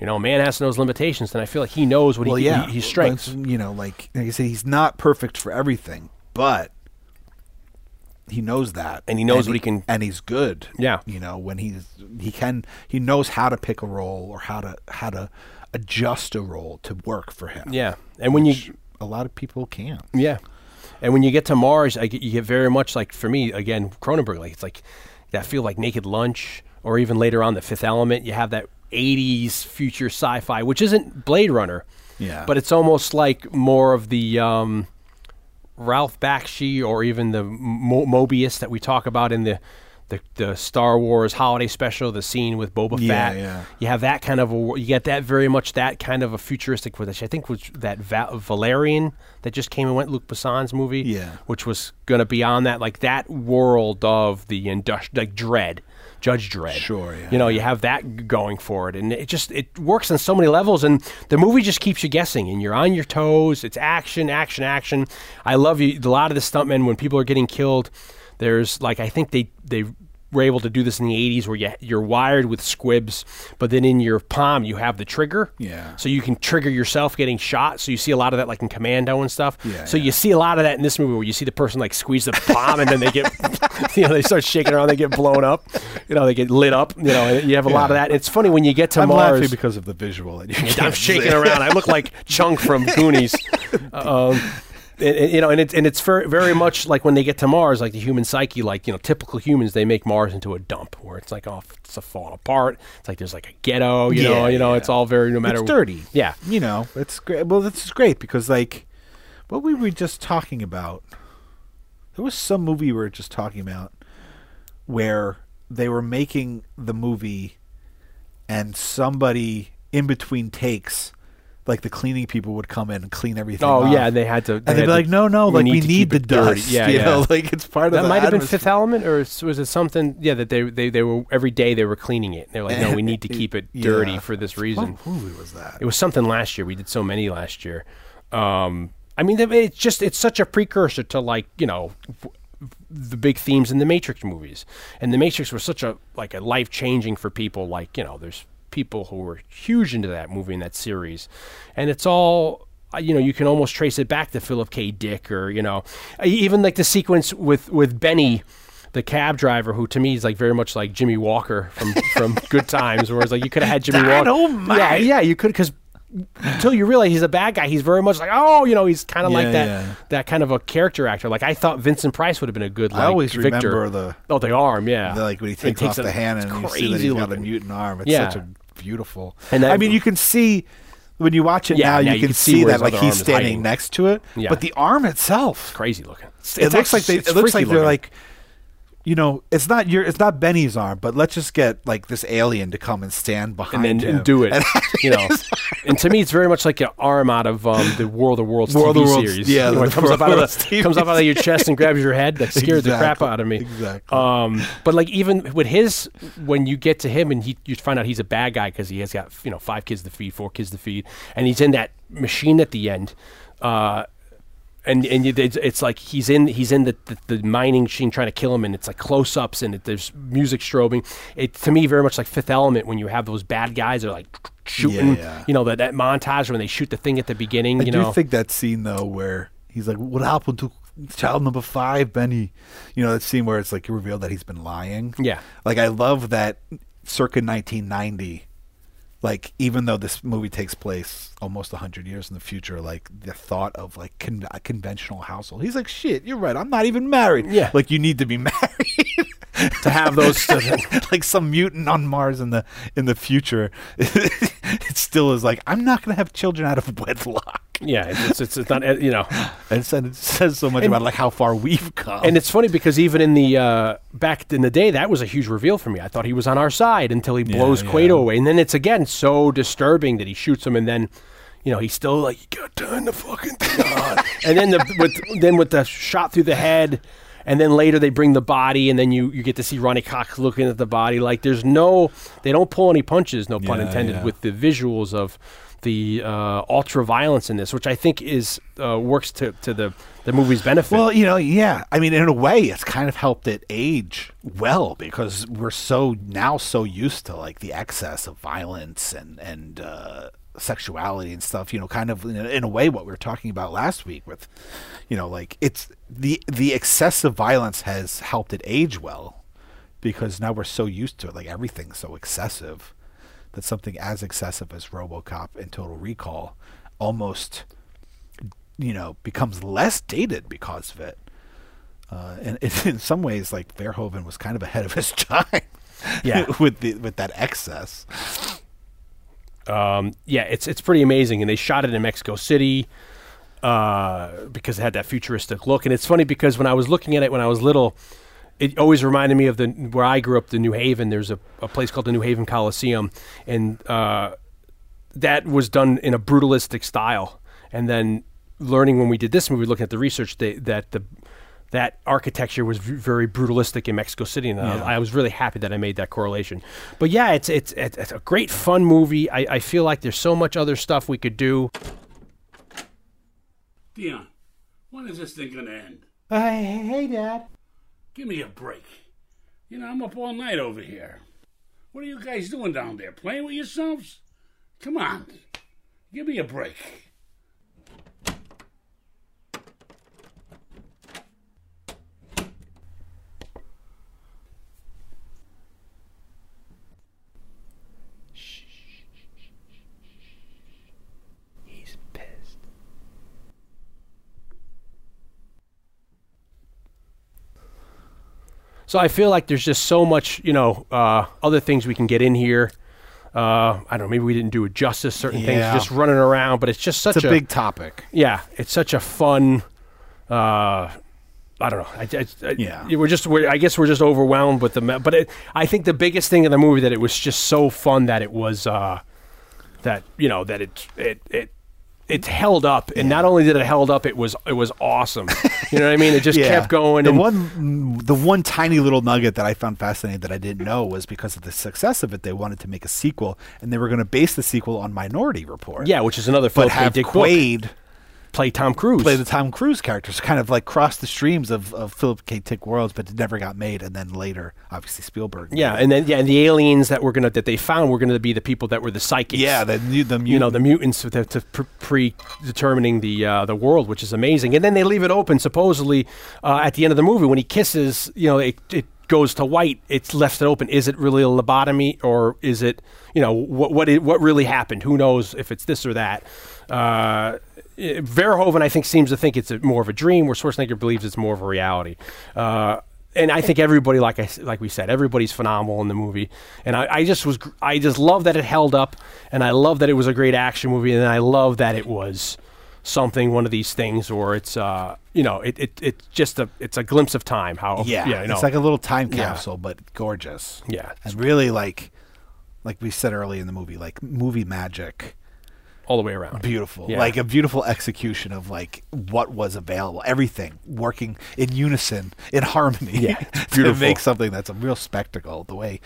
Speaker 5: You know, a man has to know his limitations, and I feel like he knows what
Speaker 6: well,
Speaker 5: he,
Speaker 6: yeah,
Speaker 5: he- his strengths.
Speaker 6: Like, you know, like like I said, he's not perfect for everything, but he knows that,
Speaker 5: And he knows what he can-
Speaker 6: and he's good.
Speaker 5: Yeah.
Speaker 6: you know, when he's he can, he knows how to pick a role or how to how to adjust a role to work for him.
Speaker 5: Yeah, and when you
Speaker 6: a lot of people can.
Speaker 5: Yeah, and when you get to Mars, I get, you get very much like for me again Cronenberg. Like it's like that feel like Naked Lunch, or even later on The Fifth Element. You have that '80s future sci-fi, which isn't Blade Runner.
Speaker 6: Yeah.
Speaker 5: but it's almost like more of the um, Ralph Bakshi or even the Mo- Mobius that we talk about in the. The, the Star Wars holiday special, the scene with Boba
Speaker 6: Yeah,
Speaker 5: Fett,
Speaker 6: yeah.
Speaker 5: you have that kind of a, you get that very much that kind of a futuristic which I think was that Va- Valerian that just came and went Luc Besson's movie
Speaker 6: Yeah.
Speaker 5: which was going to be on that like that world of the industrial like dread Judge Dredd
Speaker 6: Sure, yeah,
Speaker 5: you know you have that g- going for it and it just it works on so many levels and the movie just keeps you guessing and you're on your toes it's action action action I love you a lot of the stuntmen when people are getting killed there's like I think they they were able to do this in the 80s where you, you're wired with squibs but then in your palm you have the trigger
Speaker 6: Yeah.
Speaker 5: so you can trigger yourself getting shot so you see a lot of that like in commando and stuff
Speaker 6: Yeah,
Speaker 5: so
Speaker 6: yeah.
Speaker 5: you see a lot of that in this movie where you see the person like squeeze the palm and then they get you know they start shaking around they get blown up you know they get lit up you know and you have a lot of that it's funny when you get to
Speaker 7: I'm
Speaker 5: mars
Speaker 7: laughing because of the visual. That you can't
Speaker 5: I'm shaking around. I look like Chunk from Goonies. um, and- and, you know, and it's and it's very, very much like when they get to Mars, like the human psyche, like you know, typical humans, they make Mars into a dump where it's like, oh, it's a falling apart. It's like there's like a ghetto, you know,
Speaker 6: Yeah,
Speaker 5: you know, it's all very no matter.
Speaker 6: it's dirty.
Speaker 5: Yeah.
Speaker 6: you know, it's great. Well, this is great because like what we were just talking about. There was some movie we were just talking about where they were making the movie, and somebody in between takes, like the cleaning people would come in and clean everything.
Speaker 5: Oh
Speaker 6: off.
Speaker 5: yeah, they had to.
Speaker 6: ah. and they'd
Speaker 5: had
Speaker 6: be like,
Speaker 5: to-
Speaker 6: "No, no, like we
Speaker 5: to
Speaker 6: need
Speaker 5: keep
Speaker 6: the
Speaker 5: it dirty."
Speaker 6: dust."
Speaker 5: Yeah,
Speaker 6: you
Speaker 5: yeah.
Speaker 6: know, like it's part of
Speaker 5: That
Speaker 6: the
Speaker 5: might have been
Speaker 6: atmosphere.
Speaker 5: Fifth Element, or s- was it something? Yeah, that they they, they were every day they were cleaning it. They're like, no, we need to keep it dirty
Speaker 6: Yeah.
Speaker 5: for this reason.
Speaker 6: What movie was that?
Speaker 5: It was something last year. We did so many last year. Um, I mean, th- it's just it's such a precursor to like you know w- the big themes in the Matrix movies, and the Matrix was such a like a life changing for people. Like you know, there's people who were huge into that movie and that series, and it's all. uh, You know, you can almost trace it back to Philip K. Dick, or you know, e- even like the sequence with with Benny, the cab driver, who to me is like very much like Jimmy Walker from from Good Times, whereas like you could have had Jimmy Walker.
Speaker 6: oh
Speaker 5: Yeah, yeah, you could because until you realize he's a bad guy, he's very much like oh, you know, he's kind of like
Speaker 6: Yeah,
Speaker 5: that
Speaker 6: yeah.
Speaker 5: that kind of a character actor. Like I thought Vincent Price would have been a good. Like,
Speaker 6: I always
Speaker 5: Victor.
Speaker 6: remember the-
Speaker 5: oh the arm, yeah,
Speaker 6: The, like when he takes, off
Speaker 5: a-
Speaker 6: the hand
Speaker 5: it's
Speaker 6: and you see that he's got a
Speaker 5: looking.
Speaker 6: mutant arm. It's
Speaker 5: Yeah.
Speaker 6: such a beautiful.
Speaker 5: And that-
Speaker 6: I mean, you can see when you watch it
Speaker 5: Yeah,
Speaker 6: now,
Speaker 5: now
Speaker 6: you can see,
Speaker 5: where his
Speaker 6: that like
Speaker 5: other
Speaker 6: he's
Speaker 5: arm is
Speaker 6: standing
Speaker 5: hiding.
Speaker 6: next to it,
Speaker 5: Yeah.
Speaker 6: but the arm itself,
Speaker 5: crazy looking. It's-
Speaker 6: it
Speaker 5: it's
Speaker 6: looks like
Speaker 5: actually-
Speaker 6: they,
Speaker 5: it's
Speaker 6: it looks like
Speaker 5: freaky
Speaker 6: they're
Speaker 5: looking.
Speaker 6: like, you know, it's not your, it's not Benny's arm, but let's just get like this alien to come and stand
Speaker 5: and
Speaker 6: behind
Speaker 5: then
Speaker 6: him
Speaker 5: and do it, you know. And to me, it's very much like an arm out of um, the World of Worlds
Speaker 6: World
Speaker 5: TV
Speaker 6: of Worlds,
Speaker 5: series.
Speaker 6: yeah,
Speaker 5: You know,
Speaker 6: the
Speaker 5: it comes up
Speaker 6: World
Speaker 5: out
Speaker 6: of
Speaker 5: of
Speaker 6: Worlds
Speaker 5: the- comes up out of your chest and grabs your head. That scared the crap
Speaker 6: Exactly,
Speaker 5: out of me.
Speaker 6: exactly.
Speaker 5: Um, but like even with his, when you get to him and he, you find out he's a bad guy because he has got you know five kids to feed, four kids to feed, and he's in that machine at the end. Uh, and and you- it's, it's like he's in he's in the, the, the mining machine trying to kill him, and it's like close ups and it, there's music strobing. It to me very much like Fifth Element when you have those bad guys that are like shooting,
Speaker 6: yeah.
Speaker 5: you know that that montage when they shoot the thing at the beginning.
Speaker 6: I
Speaker 5: you
Speaker 6: do
Speaker 5: know,
Speaker 6: think that scene though, where he's like, "What happened to child number five, Benny. You know that scene where it's like you reveal that he's been lying.
Speaker 5: Yeah.
Speaker 6: Like I love that circa 1990. Like even though this movie takes place almost 100 years in the future, like the thought of like con- a conventional household. He's like, shit, you're right. I'm not even married.
Speaker 5: Yeah.
Speaker 6: Like you need to be married.
Speaker 5: to have those.
Speaker 6: like some mutant on Mars in the in the future, it still is like I'm not gonna have children out of wedlock.
Speaker 5: yeah, it's, it's it's not uh, you know.
Speaker 6: And it said- it says so much about like how far we've come.
Speaker 5: And it's funny because even in the uh, back in the day, that was a huge reveal for me. I thought he was on our side until he blows
Speaker 6: yeah.
Speaker 5: Quato away, and then it's again so disturbing that he shoots him, and then you know he's still like, "You got to turn the fucking thing on," and then the with then with the shot through the head, and then later they bring the body, and then you you get to see Ronnie Cox looking at the body. Like there's no, they don't pull any punches, no pun
Speaker 6: Yeah,
Speaker 5: intended,
Speaker 6: yeah.
Speaker 5: with the visuals of. The uh, ultra violence in this, which I think is uh, works to, to the, the movie's benefit.
Speaker 6: well, you know, yeah. I mean, in a way, it's kind of helped it age well because we're so now so used to like the excess of violence and and uh, sexuality and stuff. You know, kind of in a, in a way what we were talking about last week with, you know, like it's the the excessive violence has helped it age well because now we're so used to it. Like everything's so excessive that something as excessive as RoboCop and Total Recall almost, you know, becomes less dated because of it. Uh, and it, in some ways, like Verhoeven was kind of ahead of his time.
Speaker 5: Yeah.
Speaker 6: with the with that excess.
Speaker 5: Um, yeah, it's it's pretty amazing, and they shot it in Mexico City uh, because it had that futuristic look. And it's funny because when I was looking at it when I was little, it always reminded me of the where I grew up, the New Haven. There's a, a place called the New Haven Coliseum, and uh, that was done in a brutalistic style. And then learning when we did this movie, looking at the research they, that the that architecture was v- very brutalistic in Mexico City, and I- I, was really happy that I made that correlation. But yeah, it's it's it's, it's a great fun movie. I, I feel like there's so much other stuff we could do.
Speaker 8: Dion, when is this thing gonna end?
Speaker 9: Uh, hey, Dad.
Speaker 8: Give me a break. You know, I'm up all night over here. What are you guys doing down there? Playing with yourselves? Come on. Give me a break.
Speaker 5: So I feel like there's just so much, you know, uh, other things we can get in here. Uh, I don't know. Maybe we didn't do it justice. Certain things
Speaker 6: Yeah.
Speaker 5: just running around, but it's just such
Speaker 6: It's a big topic.
Speaker 5: yeah, it's such a fun. Uh, I don't know. I, I, I-
Speaker 6: Yeah.
Speaker 5: we're just. We're, I guess we're just overwhelmed with the. ma- But it, I think the biggest thing in the movie that it was just so fun that it was uh, that you know that it it it it held up, and not only did it held up, it was it was awesome. you know what I mean? It just kept going.
Speaker 6: The
Speaker 5: and
Speaker 6: one, the one tiny little nugget that I found fascinating that I didn't know was because of the success of it, they wanted to make a sequel, and they were going to base the sequel on Minority Report.
Speaker 5: yeah, which is another
Speaker 6: but
Speaker 5: Philip K.
Speaker 6: have
Speaker 5: Dick book.
Speaker 6: Quaid
Speaker 5: Play Tom Cruise.
Speaker 6: play the Tom Cruise characters, kind of like cross the streams of, of Philip K. Dick worlds, but it never got made. And then later, obviously Spielberg.
Speaker 5: yeah, and then yeah, and the aliens that were gonna that they found were gonna be the people that were the psychics.
Speaker 6: yeah, the new the
Speaker 5: you know the
Speaker 6: mutant-
Speaker 5: mutants to, to pre determining the uh, the world, which is amazing. And then they leave it open. Supposedly, uh, at the end of the movie, when he kisses, you know, it, it goes to white. It's left it open. Is it really a lobotomy, or is it you know what what it, what really happened? Who knows if it's this or that. Uh, eh, Verhoeven, I think, seems to think it's a, more of a dream, where Schwarzenegger believes it's more of a reality. Uh, and I think everybody, like I s- like we said, everybody's phenomenal in the movie. And I, I just was, gr- I just love that it held up, and I love that it was a great action movie, and I love that it was something, one of these things, or it's, uh, you know, it, it it's just a, it's a glimpse of time. How
Speaker 6: yeah,
Speaker 5: you know,
Speaker 6: it's like a little time
Speaker 5: Yeah.
Speaker 6: capsule, but gorgeous.
Speaker 5: Yeah.
Speaker 6: and really like like we said early in the movie, like movie magic.
Speaker 5: all the way around.
Speaker 6: beautiful
Speaker 5: Yeah.
Speaker 6: like a beautiful execution of like what was available everything working in unison in harmony
Speaker 5: Yeah, it's
Speaker 6: to
Speaker 5: beautiful.
Speaker 6: make something that's a real spectacle the way it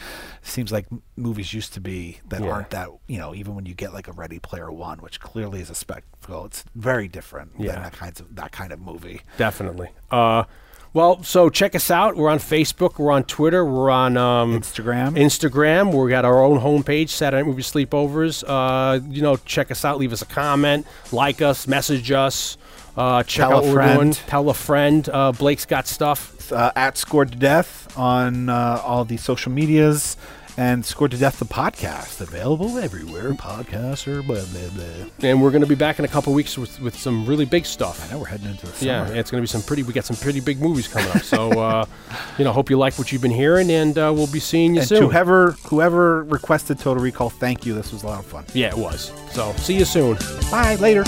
Speaker 6: seems like m- movies used to be that
Speaker 5: Yeah.
Speaker 6: aren't that you know even when you get like a ready player one which clearly is a spectacle it's very different
Speaker 5: Yeah.
Speaker 6: than that kinds of that kind of movie
Speaker 5: Definitely. Uh, well, so check us out. We're on Facebook. We're on Twitter. We're on um,
Speaker 6: Instagram.
Speaker 5: Instagram. We got our own homepage, Saturday Night Movie Sleepovers. Uh, you know, check us out. Leave us a comment. Like us. Message us. Uh, check
Speaker 6: Tell a
Speaker 5: out what we're
Speaker 6: friend.
Speaker 5: doing. Tell a friend. Uh, Blake's got stuff.
Speaker 6: uh, at Scored to Death on uh, all the social medias and Scored to Death the podcast available everywhere podcasts are blah blah blah.
Speaker 5: and we're going to be back in a couple weeks with, with some really big stuff.
Speaker 6: Now we're heading into the summer.
Speaker 5: Yeah, and it's going to be some pretty. We got some pretty big movies coming up. So, uh, you know, hope you like what you've been hearing, and uh, we'll be seeing you
Speaker 6: And to
Speaker 5: soon.
Speaker 6: whoever whoever requested Total Recall, thank you. This was a lot of fun.
Speaker 5: yeah, it was. So, see you soon.
Speaker 6: Bye later.